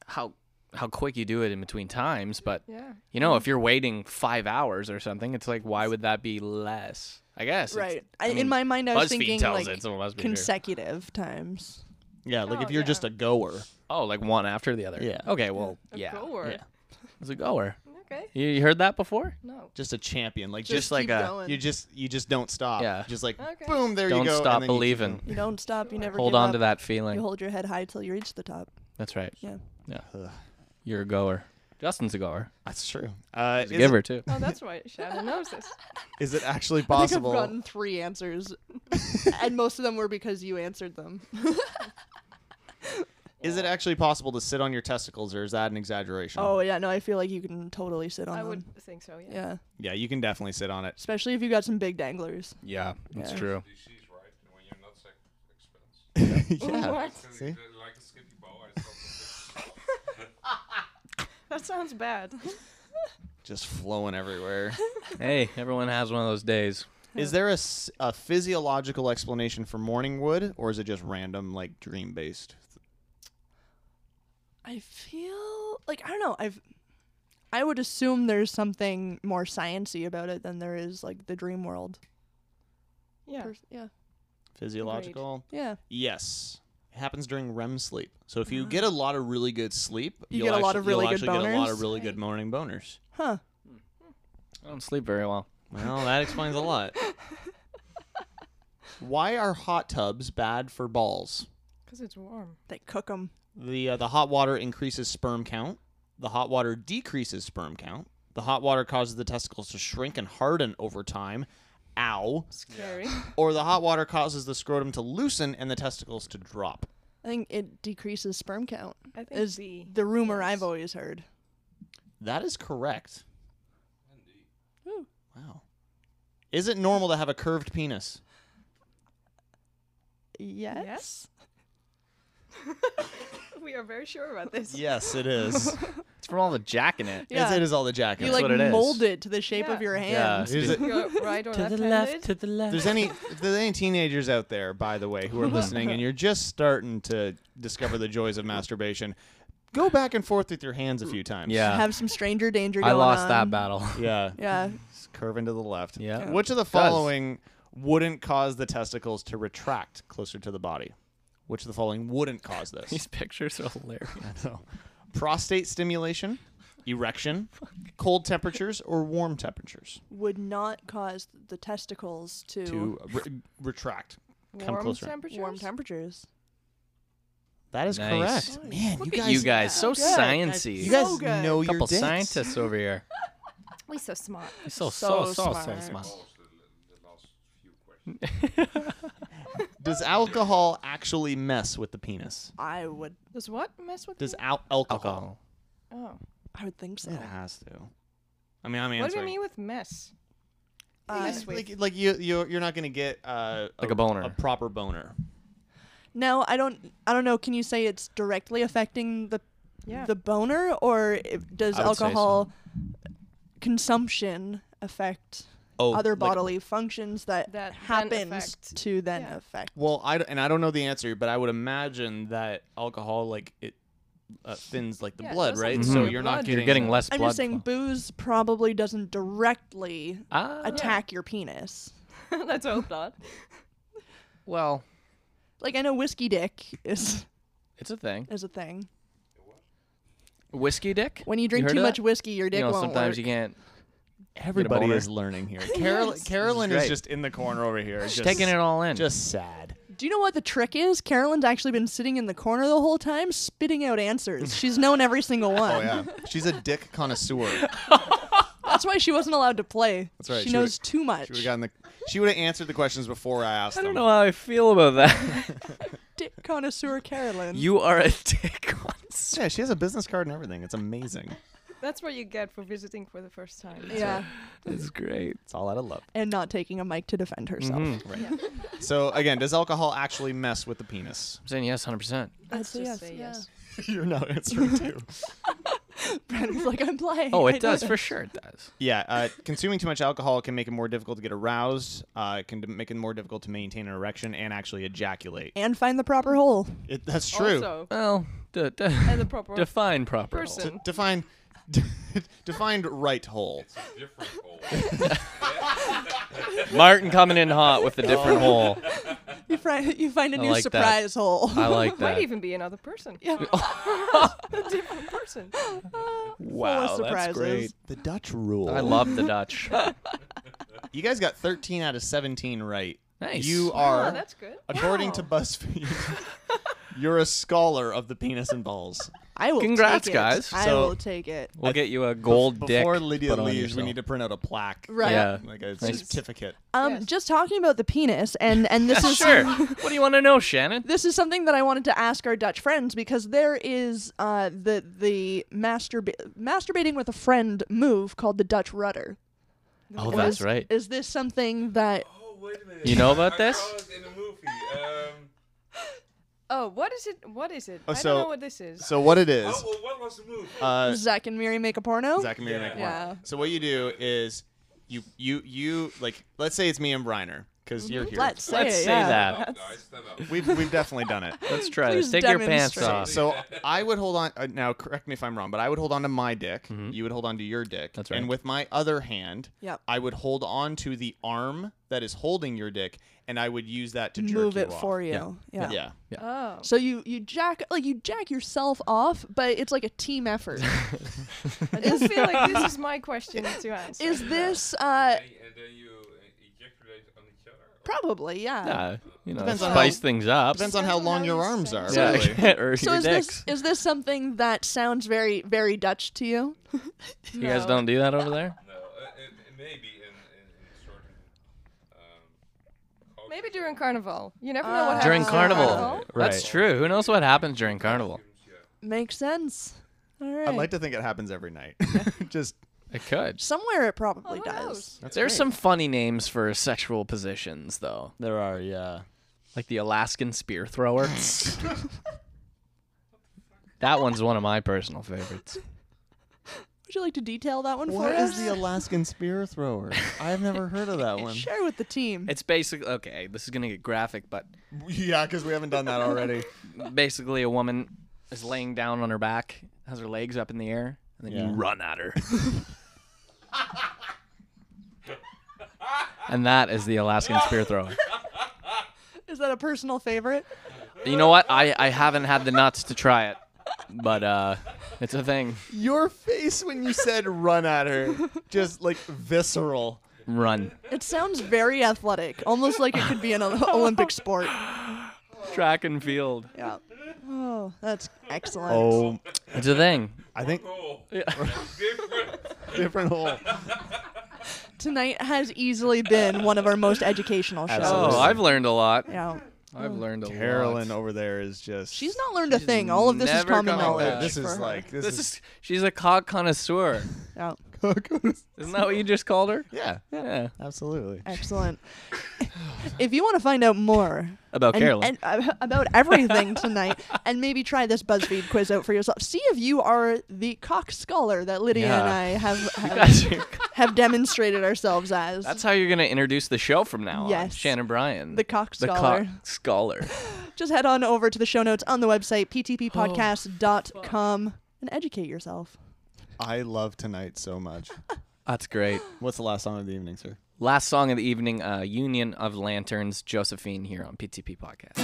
[SPEAKER 4] how how quick you do it in between times, but
[SPEAKER 6] Yeah.
[SPEAKER 4] you know, if you're waiting five hours or something, it's like, why would that be less? I guess. it's-
[SPEAKER 3] Right. I,
[SPEAKER 4] mean,
[SPEAKER 3] in my mind, I was
[SPEAKER 4] BuzzFeed
[SPEAKER 3] thinking
[SPEAKER 4] tells
[SPEAKER 3] like
[SPEAKER 4] it, so it must be true.
[SPEAKER 3] consecutive times.
[SPEAKER 5] Yeah, like
[SPEAKER 6] Oh,
[SPEAKER 5] if you're
[SPEAKER 6] yeah.
[SPEAKER 5] just a goer.
[SPEAKER 4] Oh, like one after the other.
[SPEAKER 5] Yeah.
[SPEAKER 4] Okay. Well.
[SPEAKER 6] A
[SPEAKER 4] Yeah.
[SPEAKER 6] goer.
[SPEAKER 5] yeah.
[SPEAKER 4] It's a goer.
[SPEAKER 6] Okay.
[SPEAKER 4] You, you heard that before?
[SPEAKER 6] No.
[SPEAKER 5] Just a champion. Like
[SPEAKER 4] Just
[SPEAKER 5] just,
[SPEAKER 4] like
[SPEAKER 3] keep
[SPEAKER 4] a-
[SPEAKER 3] going.
[SPEAKER 5] you just you just don't stop.
[SPEAKER 4] Yeah.
[SPEAKER 5] Just like
[SPEAKER 6] Okay.
[SPEAKER 5] boom, there
[SPEAKER 4] Don't
[SPEAKER 5] you go. and
[SPEAKER 4] stop
[SPEAKER 5] then you keep
[SPEAKER 4] believing.
[SPEAKER 5] going.
[SPEAKER 3] You don't stop. You never
[SPEAKER 4] Hold
[SPEAKER 3] give
[SPEAKER 4] on
[SPEAKER 3] up.
[SPEAKER 4] to that
[SPEAKER 3] You
[SPEAKER 4] feeling.
[SPEAKER 3] hold your head high till you reach the top.
[SPEAKER 4] That's right.
[SPEAKER 3] Yeah.
[SPEAKER 4] Yeah. You're a goer. Justin's a goer.
[SPEAKER 5] That's true. Uh,
[SPEAKER 4] He's
[SPEAKER 5] is,
[SPEAKER 4] a giver too.
[SPEAKER 6] Oh, that's right. Shannon knows this.
[SPEAKER 5] It, is it actually
[SPEAKER 3] I think I've
[SPEAKER 5] possible?
[SPEAKER 3] gotten three answers, and most of them were because you answered them.
[SPEAKER 5] Is it actually possible to sit on your testicles, or is that an exaggeration?
[SPEAKER 3] Oh yeah, no, I feel like you can totally sit on
[SPEAKER 6] I
[SPEAKER 3] them.
[SPEAKER 6] would think so. Yeah.
[SPEAKER 3] Yeah,
[SPEAKER 5] yeah, you can definitely sit on it.
[SPEAKER 3] especially if you got some big danglers.
[SPEAKER 4] Yeah, that's
[SPEAKER 3] Yeah.
[SPEAKER 4] true.
[SPEAKER 7] DC's right, and when you're not sex expense.
[SPEAKER 5] yeah.
[SPEAKER 6] What?
[SPEAKER 5] See?
[SPEAKER 7] Like a skinny bow, I saw something.
[SPEAKER 6] That sounds bad.
[SPEAKER 5] Just flowing everywhere.
[SPEAKER 4] Hey, everyone has one of those days.
[SPEAKER 5] Is there a, s- a physiological explanation for morning wood, or is it just random, like dream based?
[SPEAKER 3] I feel like I don't know. I've I would assume there's something more sciency about it than there is like the dream world.
[SPEAKER 6] Yeah.
[SPEAKER 3] Pers- yeah,
[SPEAKER 5] Physiological?
[SPEAKER 3] yeah.
[SPEAKER 5] Yes. It happens during REM sleep. So if you get a lot of really good sleep,
[SPEAKER 3] Ah. You
[SPEAKER 5] you'll
[SPEAKER 3] get a lot
[SPEAKER 5] actu-
[SPEAKER 3] of really
[SPEAKER 5] you'll
[SPEAKER 3] good
[SPEAKER 5] actually get a lot
[SPEAKER 3] boners?
[SPEAKER 5] of really good morning boners.
[SPEAKER 3] Huh?
[SPEAKER 4] I don't sleep very well.
[SPEAKER 5] Well, that explains a lot. Why are hot tubs bad for balls?
[SPEAKER 6] Because it's warm.
[SPEAKER 3] They cook them.
[SPEAKER 5] The uh, the hot water increases sperm count. The hot water decreases sperm count. The hot water causes the testicles to shrink and harden over time. Ow.
[SPEAKER 6] Scary.
[SPEAKER 5] Or the hot water causes the scrotum to loosen and the testicles to drop.
[SPEAKER 3] I think it decreases sperm count.
[SPEAKER 6] I think
[SPEAKER 3] Is
[SPEAKER 6] the-
[SPEAKER 3] the rumor I've always heard.
[SPEAKER 5] That is correct. Wow. Is it normal to have a curved penis?
[SPEAKER 3] Yes.
[SPEAKER 6] We are very sure about this.
[SPEAKER 5] Yes, it is.
[SPEAKER 4] It's from all the jack in it.
[SPEAKER 3] Yeah.
[SPEAKER 5] It is all the jacket.
[SPEAKER 3] you
[SPEAKER 4] That's
[SPEAKER 3] like
[SPEAKER 4] what it is.
[SPEAKER 3] mold it to the shape
[SPEAKER 6] Yeah.
[SPEAKER 3] of your
[SPEAKER 4] Yeah.
[SPEAKER 3] hand.
[SPEAKER 5] Is it-
[SPEAKER 6] You're right or left-handed.
[SPEAKER 4] the left.
[SPEAKER 5] there's any if there's any teenagers out there, by the way, who are listening and you're just starting to discover the joys of masturbation, go back and forth with your hands a few times.
[SPEAKER 4] Yeah.
[SPEAKER 3] Have some stranger danger.
[SPEAKER 4] I
[SPEAKER 3] going
[SPEAKER 4] lost
[SPEAKER 3] on.
[SPEAKER 4] that battle.
[SPEAKER 5] Yeah.
[SPEAKER 3] Yeah.
[SPEAKER 5] Just curving to the left.
[SPEAKER 4] Yeah.
[SPEAKER 5] Which of the following wouldn't cause the testicles to retract closer to the body. Which of the following wouldn't cause this?
[SPEAKER 4] These pictures are hilarious.
[SPEAKER 5] Prostate stimulation, erection, cold temperatures, or warm temperatures
[SPEAKER 3] Would not cause the testicles to,
[SPEAKER 5] to re- retract. Come
[SPEAKER 6] Warm
[SPEAKER 5] closer.
[SPEAKER 6] temperatures.
[SPEAKER 3] warm temperatures.
[SPEAKER 5] That is
[SPEAKER 4] Nice.
[SPEAKER 5] correct. Man,
[SPEAKER 6] Look
[SPEAKER 5] you
[SPEAKER 6] at
[SPEAKER 5] guys,
[SPEAKER 4] you guys, so
[SPEAKER 3] Good.
[SPEAKER 4] sciencey.
[SPEAKER 5] you guys
[SPEAKER 3] So good.
[SPEAKER 5] know your
[SPEAKER 4] couple
[SPEAKER 5] dicks.
[SPEAKER 4] scientists over here.
[SPEAKER 6] we so smart.
[SPEAKER 4] You're so
[SPEAKER 3] So
[SPEAKER 4] so so so
[SPEAKER 3] smart.
[SPEAKER 4] smart.
[SPEAKER 5] Does alcohol actually mess with the penis?
[SPEAKER 3] I would.
[SPEAKER 6] Does what mess with
[SPEAKER 5] Does
[SPEAKER 6] me?
[SPEAKER 5] al- alcohol?
[SPEAKER 4] Alcohol.
[SPEAKER 6] Oh.
[SPEAKER 3] I would think so.
[SPEAKER 5] It has to. I mean, I'm
[SPEAKER 6] What do
[SPEAKER 5] answering.
[SPEAKER 6] we mean with mess?
[SPEAKER 3] Uh,
[SPEAKER 6] Yes,
[SPEAKER 5] like, like you, you're, you're not gonna get uh,
[SPEAKER 4] Like a boner.
[SPEAKER 5] a proper boner.
[SPEAKER 3] no, I don't. I don't know. Can you say it's directly affecting the
[SPEAKER 6] Yeah.
[SPEAKER 3] the boner, or if, does
[SPEAKER 4] I would say so.
[SPEAKER 3] alcohol consumption affect
[SPEAKER 5] Oh,
[SPEAKER 3] other
[SPEAKER 5] like-
[SPEAKER 3] bodily functions that,
[SPEAKER 6] That then
[SPEAKER 3] happens
[SPEAKER 6] affect-
[SPEAKER 3] to then
[SPEAKER 6] yeah.
[SPEAKER 3] affect?
[SPEAKER 5] Well, I d- and I don't know the answer, but I would imagine that alcohol, like it, uh, thins like the
[SPEAKER 6] Yeah, it
[SPEAKER 5] blood,
[SPEAKER 6] does
[SPEAKER 5] right?
[SPEAKER 6] something
[SPEAKER 5] So
[SPEAKER 6] to the
[SPEAKER 5] you're not
[SPEAKER 6] blood.
[SPEAKER 5] getting
[SPEAKER 4] You're getting less
[SPEAKER 3] I'm
[SPEAKER 4] blood.
[SPEAKER 3] just saying,
[SPEAKER 4] flow.
[SPEAKER 3] booze probably doesn't directly
[SPEAKER 4] Ah,
[SPEAKER 3] attack your penis.
[SPEAKER 6] Let's hope not.
[SPEAKER 4] well,
[SPEAKER 3] Like I know whiskey dick is
[SPEAKER 4] it's a thing.
[SPEAKER 3] is a thing.
[SPEAKER 4] Whiskey dick.
[SPEAKER 3] When you drink
[SPEAKER 4] heard
[SPEAKER 3] too
[SPEAKER 4] of
[SPEAKER 3] much
[SPEAKER 4] that?
[SPEAKER 3] whiskey, your dick
[SPEAKER 4] you know,
[SPEAKER 3] won't
[SPEAKER 4] sometimes you
[SPEAKER 3] work.
[SPEAKER 4] can't.
[SPEAKER 5] Everybody
[SPEAKER 4] boner.
[SPEAKER 5] is learning here. Carol- Carolyn
[SPEAKER 4] This is
[SPEAKER 5] is,
[SPEAKER 4] great.
[SPEAKER 5] just in the corner over here, just,
[SPEAKER 4] Taking it all in.
[SPEAKER 5] Just sad.
[SPEAKER 3] Do you know what the trick is? Carolyn's actually been sitting in the corner the whole time, spitting out answers. She's known every
[SPEAKER 4] Oh,
[SPEAKER 3] single one.
[SPEAKER 5] Oh, she's a dick connoisseur.
[SPEAKER 3] That's why she wasn't allowed to play.
[SPEAKER 5] That's right,
[SPEAKER 3] She,
[SPEAKER 5] she
[SPEAKER 3] knows
[SPEAKER 5] would've-
[SPEAKER 3] too much.
[SPEAKER 5] She would have gotten the. She would have answered the questions before I asked
[SPEAKER 4] I
[SPEAKER 5] them.
[SPEAKER 4] don't know how I feel about that.
[SPEAKER 3] Dick connoisseur Carolyn.
[SPEAKER 4] you are a dick once.
[SPEAKER 5] Yeah, she has a business card and everything. It's amazing.
[SPEAKER 6] That's what you get for visiting for the first time.
[SPEAKER 3] yeah.
[SPEAKER 4] That's great.
[SPEAKER 5] It's all out of love.
[SPEAKER 3] And not taking a mic to defend herself.
[SPEAKER 4] Mm-hmm.
[SPEAKER 5] So again, does alcohol actually mess with the penis?
[SPEAKER 4] I'm saying yes, hundred percent.
[SPEAKER 6] Let's
[SPEAKER 3] I'd say
[SPEAKER 6] just
[SPEAKER 3] yes,
[SPEAKER 6] say
[SPEAKER 3] yeah.
[SPEAKER 6] yes.
[SPEAKER 5] You're not answering too.
[SPEAKER 3] Brandon's like, I'm playing.
[SPEAKER 4] Oh,
[SPEAKER 3] I
[SPEAKER 4] it
[SPEAKER 3] know
[SPEAKER 4] does
[SPEAKER 3] this.
[SPEAKER 4] for sure. It does.
[SPEAKER 5] Yeah, uh, consuming too much alcohol can make it more difficult to get aroused. Uh, it can d- make it more difficult to maintain an erection and actually ejaculate.
[SPEAKER 3] And find the proper hole.
[SPEAKER 5] It, that's true.
[SPEAKER 6] Also,
[SPEAKER 4] Well, d- d-
[SPEAKER 6] and the proper
[SPEAKER 4] define proper. hole.
[SPEAKER 6] person.
[SPEAKER 5] D- define, defined right hole.
[SPEAKER 7] Different hole.
[SPEAKER 4] Martin coming in hot with a different hole.
[SPEAKER 3] You, fri- you find a
[SPEAKER 4] I
[SPEAKER 3] new
[SPEAKER 4] like that.
[SPEAKER 3] surprise hole.
[SPEAKER 4] I like that.
[SPEAKER 6] Might even be another person.
[SPEAKER 3] Yeah.
[SPEAKER 6] a different person.
[SPEAKER 4] wow, that's
[SPEAKER 3] surprises.
[SPEAKER 4] great.
[SPEAKER 5] The Dutch rule.
[SPEAKER 4] I love the Dutch.
[SPEAKER 5] You guys got 13 out of 17 right.
[SPEAKER 4] Nice.
[SPEAKER 5] You are,
[SPEAKER 6] Oh, that's good.
[SPEAKER 5] according to BuzzFeed, you're a scholar of the penis and balls.
[SPEAKER 3] I will
[SPEAKER 4] Congrats,
[SPEAKER 3] take it.
[SPEAKER 4] guys.
[SPEAKER 3] I
[SPEAKER 5] So-
[SPEAKER 3] will take it.
[SPEAKER 4] We'll get you a gold dick.
[SPEAKER 5] Before Lydia
[SPEAKER 4] put on
[SPEAKER 5] leaves, we
[SPEAKER 4] yourself.
[SPEAKER 5] need to print out a plaque.
[SPEAKER 3] Right.
[SPEAKER 4] Yeah.
[SPEAKER 5] Like a
[SPEAKER 4] Nice.
[SPEAKER 5] certificate.
[SPEAKER 3] Um,
[SPEAKER 6] Yes.
[SPEAKER 3] just talking about the penis, and and this is
[SPEAKER 4] Sure. what do you want to know, Shannon?
[SPEAKER 3] this is something that I wanted to ask our Dutch friends because there is uh, the the masturb- masturbating with a friend move called the Dutch rudder.
[SPEAKER 4] Oh,
[SPEAKER 3] And is- Is this something that
[SPEAKER 7] Oh, wait a minute.
[SPEAKER 4] You know
[SPEAKER 7] I-
[SPEAKER 4] about
[SPEAKER 7] I
[SPEAKER 4] this?
[SPEAKER 7] saw it in a movie. Um,
[SPEAKER 6] Oh, what is it? What is it?
[SPEAKER 5] Oh,
[SPEAKER 6] I don't
[SPEAKER 5] so-
[SPEAKER 6] know what this is.
[SPEAKER 5] So what it is?
[SPEAKER 7] oh, well, what was the movie?
[SPEAKER 5] Uh,
[SPEAKER 3] Zach and Miri make a porno?
[SPEAKER 5] Zach and Miriam make one.
[SPEAKER 3] Yeah.
[SPEAKER 5] So what you do is you you you like let's say it's me and Briner because you're here.
[SPEAKER 3] Mm-hmm. Let's say,
[SPEAKER 4] Let's
[SPEAKER 3] it,
[SPEAKER 4] say
[SPEAKER 3] yeah.
[SPEAKER 4] that.
[SPEAKER 7] no, I stand up.
[SPEAKER 5] We've we've definitely done it.
[SPEAKER 4] Let's try
[SPEAKER 3] Please
[SPEAKER 4] this. Take your pants
[SPEAKER 3] demonstrate.
[SPEAKER 4] off.
[SPEAKER 5] So I would hold on. Uh, now correct me if I'm wrong, but I would hold on to my dick. You would hold on to your dick.
[SPEAKER 4] Mm-hmm. That's
[SPEAKER 5] And
[SPEAKER 4] right.
[SPEAKER 5] with my other hand,
[SPEAKER 3] Yep.
[SPEAKER 5] I would hold on to the arm that is holding your dick, and I would use that to jerk
[SPEAKER 3] Move
[SPEAKER 5] you
[SPEAKER 3] it
[SPEAKER 5] off.
[SPEAKER 3] for you. Yeah.
[SPEAKER 5] Yeah.
[SPEAKER 6] Oh.
[SPEAKER 3] So you you jack like you jack yourself off, but it's like a team effort.
[SPEAKER 6] I do feel like this is my question to answer.
[SPEAKER 3] is this uh
[SPEAKER 7] and, and then you uh, ejaculate on each other.
[SPEAKER 3] probably yeah.
[SPEAKER 4] Yeah, you know,
[SPEAKER 5] Depends on
[SPEAKER 4] spice
[SPEAKER 5] how-
[SPEAKER 4] things up.
[SPEAKER 5] Depends on how
[SPEAKER 6] Depends on
[SPEAKER 5] long
[SPEAKER 6] how
[SPEAKER 5] your
[SPEAKER 6] you
[SPEAKER 5] arms
[SPEAKER 6] say
[SPEAKER 5] are.
[SPEAKER 6] it.
[SPEAKER 4] yeah,
[SPEAKER 5] really.
[SPEAKER 4] or
[SPEAKER 3] So
[SPEAKER 4] your
[SPEAKER 3] is
[SPEAKER 4] dicks.
[SPEAKER 3] this is this something that sounds very very Dutch to you?
[SPEAKER 4] You guys don't do that over there.
[SPEAKER 7] No, uh, it, it maybe in, in, in certain. Um,
[SPEAKER 6] Maybe during carnival. You never know what happens
[SPEAKER 4] During
[SPEAKER 3] Uh,
[SPEAKER 4] carnival.
[SPEAKER 6] carnival.
[SPEAKER 4] That's true. Who knows what happens during carnival?
[SPEAKER 3] Makes sense. All right.
[SPEAKER 5] I'd like to think it happens every night. Just
[SPEAKER 4] It could.
[SPEAKER 3] Somewhere it probably
[SPEAKER 6] who
[SPEAKER 3] does.
[SPEAKER 6] knows?
[SPEAKER 4] There's some funny names for sexual positions, though,
[SPEAKER 5] there are yeah.
[SPEAKER 4] like the Alaskan spear thrower. that one's one of my personal favorites.
[SPEAKER 3] Would you like to detail that one
[SPEAKER 5] What
[SPEAKER 3] for
[SPEAKER 5] is
[SPEAKER 3] us?
[SPEAKER 5] the Alaskan spear thrower? I've never heard of that one.
[SPEAKER 3] Share with the team.
[SPEAKER 4] It's basically okay. This is gonna get graphic, but
[SPEAKER 5] Yeah, because we haven't done that already.
[SPEAKER 4] basically a woman is laying down on her back, has her legs up in the air, and then
[SPEAKER 5] Yeah.
[SPEAKER 4] you run at her. And that is the Alaskan spear thrower.
[SPEAKER 3] Is that a personal favorite?
[SPEAKER 4] You know what? I, I haven't had the nuts to try it, but uh, it's a thing.
[SPEAKER 5] Your face when you said run at her, just like visceral.
[SPEAKER 4] Run.
[SPEAKER 3] It sounds very athletic, almost like it could be an o- Olympic sport.
[SPEAKER 4] Track and field.
[SPEAKER 3] Yeah. Oh, that's excellent.
[SPEAKER 5] Oh,
[SPEAKER 4] It's a thing.
[SPEAKER 5] I think
[SPEAKER 7] Oh,
[SPEAKER 5] different hole.
[SPEAKER 3] Tonight has easily been one of our most educational shows.
[SPEAKER 5] Absolutely.
[SPEAKER 4] Oh, I've learned a lot.
[SPEAKER 3] Yeah.
[SPEAKER 4] I've learned a lot.
[SPEAKER 5] Carolyn over there is just.
[SPEAKER 3] She's not learned a thing. All of this is
[SPEAKER 4] never
[SPEAKER 3] common
[SPEAKER 4] coming
[SPEAKER 3] knowledge.
[SPEAKER 4] back.
[SPEAKER 5] This
[SPEAKER 3] for
[SPEAKER 5] is
[SPEAKER 3] her.
[SPEAKER 5] like this,
[SPEAKER 4] This
[SPEAKER 5] is.
[SPEAKER 4] is she's a cock connoisseur.
[SPEAKER 3] Yeah.
[SPEAKER 4] Isn't that what you just called her?
[SPEAKER 5] yeah,
[SPEAKER 4] Yeah.
[SPEAKER 5] absolutely.
[SPEAKER 3] Excellent. if you want to find out more
[SPEAKER 4] About
[SPEAKER 3] and,
[SPEAKER 4] Carolyn.
[SPEAKER 3] and uh, about everything tonight, and maybe try this BuzzFeed quiz out for yourself, see if you are the cock scholar that Lydia and
[SPEAKER 4] Yeah.
[SPEAKER 3] I have have,
[SPEAKER 4] Guys, you're-
[SPEAKER 3] have demonstrated ourselves as.
[SPEAKER 4] That's how you're gonna introduce the show from now on.
[SPEAKER 3] Yes.
[SPEAKER 4] Shannon Bryan.
[SPEAKER 3] The cock
[SPEAKER 4] The
[SPEAKER 3] scholar.
[SPEAKER 4] cock scholar.
[SPEAKER 3] Just head on over to the show notes on the website
[SPEAKER 4] Oh,
[SPEAKER 3] ptppodcast.com and educate yourself.
[SPEAKER 5] I love tonight so much.
[SPEAKER 4] That's great.
[SPEAKER 5] What's the last song of the evening, sir?
[SPEAKER 4] Last song of the evening, uh, Union of Lanterns, Josephine here on PTP Podcast.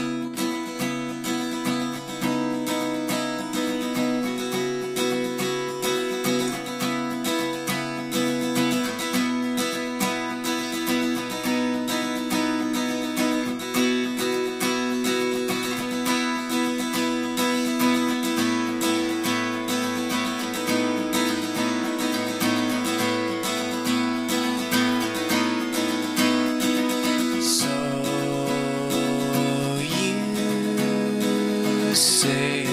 [SPEAKER 2] So you say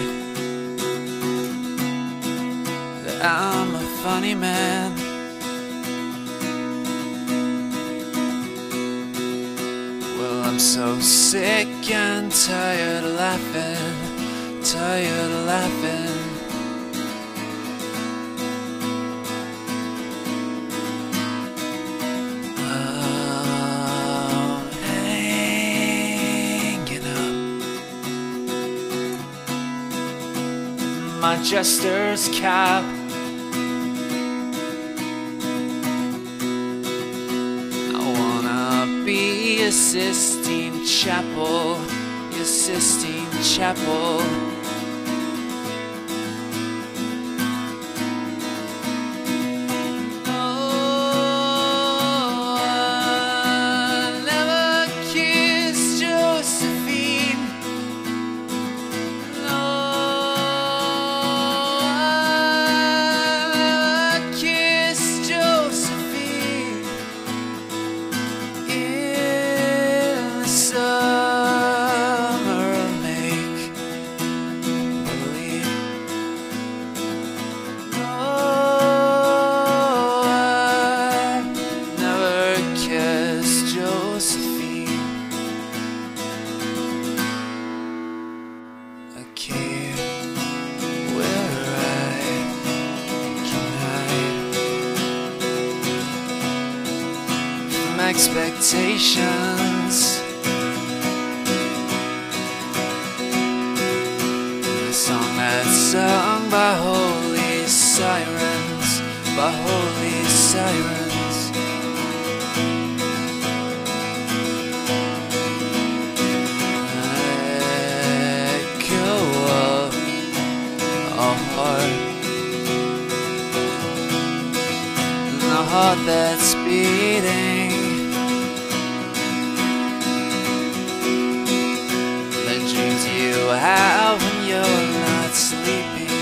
[SPEAKER 2] that I'm a funny man. Well, I'm so sick and tired of laughing, tired of laughing. I'm hanging up my jester's cap. I wanna be a Sistine Chapel, a Sistine Chapel. Oh, I never kissed Josephine. No, I never kissed Josephine in the summer of make believe. Oh, I never kissed Josephine. I can't where I can hide from expectations. The song that's sung by holy sirens, by holy sirens. Echo of a heart, and a heart that's beating. the dreams you have when you're not sleeping.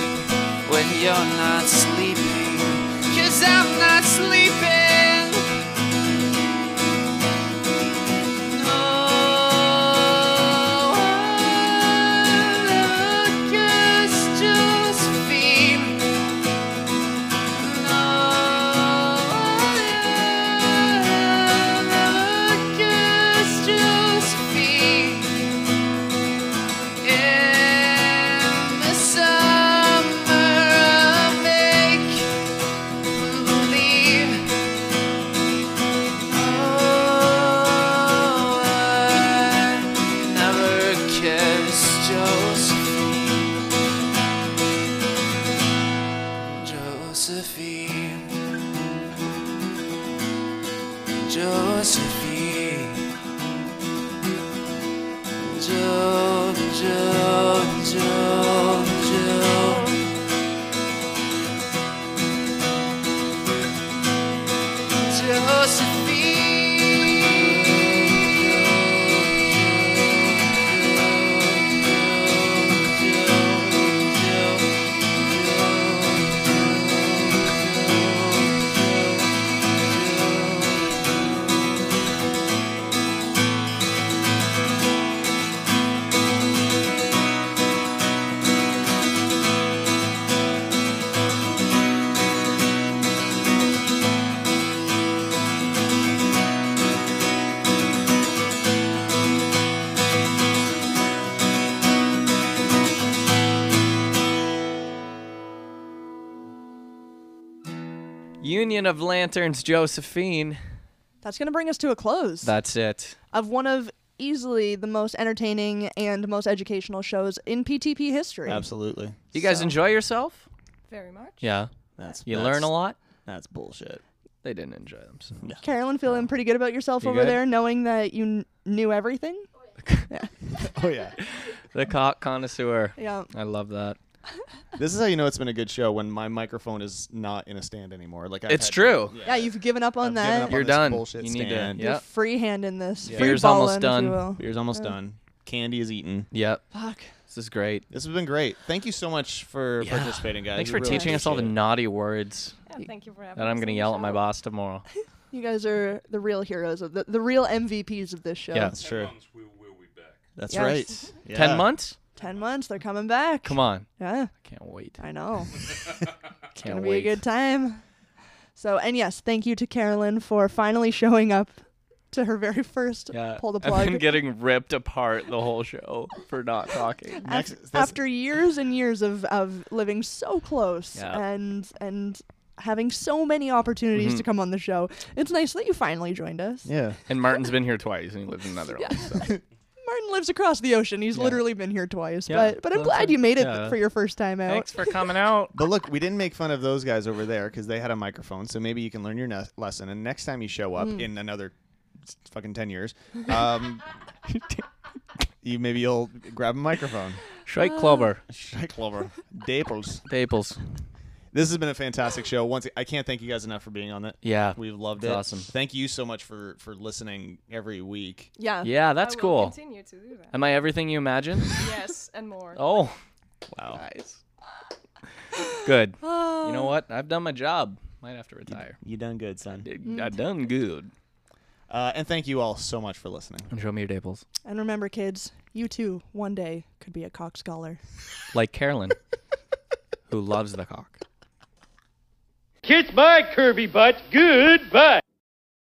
[SPEAKER 2] When you're not sleeping. Cause I'm not sleeping. Oh, I never kissed Josephine. No, I never kissed Josephine in the summer of May.
[SPEAKER 11] Oh,
[SPEAKER 2] Joe, Joe, Joe.
[SPEAKER 4] Union of Lanterns, Josephine.
[SPEAKER 3] That's going to bring us to a close
[SPEAKER 4] That's it.
[SPEAKER 3] of one of easily the most entertaining and most educational shows in PTP history.
[SPEAKER 5] Absolutely.
[SPEAKER 4] You guys enjoy yourself?
[SPEAKER 6] Very much.
[SPEAKER 4] Yeah.
[SPEAKER 5] That's
[SPEAKER 4] You
[SPEAKER 5] that's-
[SPEAKER 4] learn a lot.
[SPEAKER 5] That's bullshit.
[SPEAKER 4] They didn't enjoy themselves.
[SPEAKER 3] Carolyn, feeling pretty good about yourself over
[SPEAKER 4] good?
[SPEAKER 3] there, knowing that you kn- knew everything?
[SPEAKER 5] Oh yeah.
[SPEAKER 4] the cock connoisseur.
[SPEAKER 3] Yeah.
[SPEAKER 4] I love that.
[SPEAKER 5] this is how you know it's been a good show when my microphone is not in a stand anymore. Like I've
[SPEAKER 4] It's
[SPEAKER 5] had-
[SPEAKER 4] true.
[SPEAKER 3] Yeah, you've given up on
[SPEAKER 5] I've given
[SPEAKER 3] that.
[SPEAKER 5] up on
[SPEAKER 4] You're
[SPEAKER 5] this
[SPEAKER 4] done.
[SPEAKER 5] bullshit
[SPEAKER 4] You need to-
[SPEAKER 5] stand.
[SPEAKER 4] yeah.
[SPEAKER 3] You're free hand in this. Free
[SPEAKER 4] Beer's
[SPEAKER 3] ballin',
[SPEAKER 4] almost
[SPEAKER 3] if
[SPEAKER 4] done.
[SPEAKER 3] you will.
[SPEAKER 5] Beer's almost done. Candy is eaten.
[SPEAKER 4] Yep.
[SPEAKER 3] Fuck.
[SPEAKER 4] This is great.
[SPEAKER 5] This has been great. Thank you so much for
[SPEAKER 4] Yeah.
[SPEAKER 5] participating, guys.
[SPEAKER 4] Thanks
[SPEAKER 5] We
[SPEAKER 4] for
[SPEAKER 5] really
[SPEAKER 4] teaching us all the
[SPEAKER 5] appreciate
[SPEAKER 4] naughty words
[SPEAKER 6] Yeah, thank you for having
[SPEAKER 4] that I'm
[SPEAKER 6] us on
[SPEAKER 4] going to
[SPEAKER 6] the
[SPEAKER 4] yell at my
[SPEAKER 6] show.
[SPEAKER 4] boss tomorrow.
[SPEAKER 3] You guys are the real heroes of the, the real MVPs of this show.
[SPEAKER 4] Yeah.
[SPEAKER 5] it. That's true.
[SPEAKER 7] Once we will be back.
[SPEAKER 5] That's
[SPEAKER 3] Yes.
[SPEAKER 5] right. Yeah.
[SPEAKER 4] 10 months?
[SPEAKER 3] 10 months, they're coming back.
[SPEAKER 4] Come on.
[SPEAKER 3] Yeah,
[SPEAKER 4] Can't wait.
[SPEAKER 3] I know.
[SPEAKER 4] Can't
[SPEAKER 3] It's gonna
[SPEAKER 4] wait.
[SPEAKER 3] be a good time. So, and yes, thank you to Carolyn for finally showing up to her very first
[SPEAKER 4] yeah.
[SPEAKER 3] pull the
[SPEAKER 4] I've
[SPEAKER 3] plug.
[SPEAKER 4] been getting ripped apart the whole show for not talking.
[SPEAKER 3] Af-
[SPEAKER 5] Next- that's-
[SPEAKER 3] after years and years of, of living so close
[SPEAKER 4] Yeah. Mm-hmm.
[SPEAKER 3] and and having so many opportunities to come on the show, it's nice that you finally joined us.
[SPEAKER 5] Yeah.
[SPEAKER 4] And Martin's been here twice and he lives in Netherlands. So.
[SPEAKER 3] Martin lives across the ocean. He's literally been here twice,
[SPEAKER 4] Yeah.
[SPEAKER 3] but but I'm
[SPEAKER 4] Well,
[SPEAKER 3] glad
[SPEAKER 4] that's-
[SPEAKER 3] you made it
[SPEAKER 4] yeah.
[SPEAKER 3] for your first time out.
[SPEAKER 4] Thanks for coming out.
[SPEAKER 5] But look, we didn't make fun of those guys over there because they had a microphone. So maybe you can learn your ne- lesson. And next time you show up
[SPEAKER 4] Mm.
[SPEAKER 5] in another s- fucking 10 years, um, you maybe you'll grab a microphone.
[SPEAKER 4] Shrike Clover.
[SPEAKER 5] Clover. Daples.
[SPEAKER 4] Staples.
[SPEAKER 5] This has been a fantastic show. Once I can't thank you guys enough for being on it.
[SPEAKER 4] Yeah.
[SPEAKER 5] We've loved
[SPEAKER 4] It's
[SPEAKER 5] it.
[SPEAKER 4] awesome.
[SPEAKER 5] Thank you so much for for listening every week.
[SPEAKER 3] Yeah.
[SPEAKER 4] Yeah, that's
[SPEAKER 6] I will
[SPEAKER 4] cool.
[SPEAKER 6] Continue to do that.
[SPEAKER 4] Am I everything you imagine?
[SPEAKER 6] yes, and more.
[SPEAKER 4] Oh. Wow. Good. You know what? I've done my job. Might have to retire.
[SPEAKER 5] You done good, son.
[SPEAKER 4] I done good.
[SPEAKER 5] Uh, and thank you all so much for listening.
[SPEAKER 4] And show me your daples.
[SPEAKER 3] And remember, kids, you too one day could be a cock scholar.
[SPEAKER 4] Like Carolyn, who loves the cock.
[SPEAKER 13] Kiss my Kirby butt. Goodbye.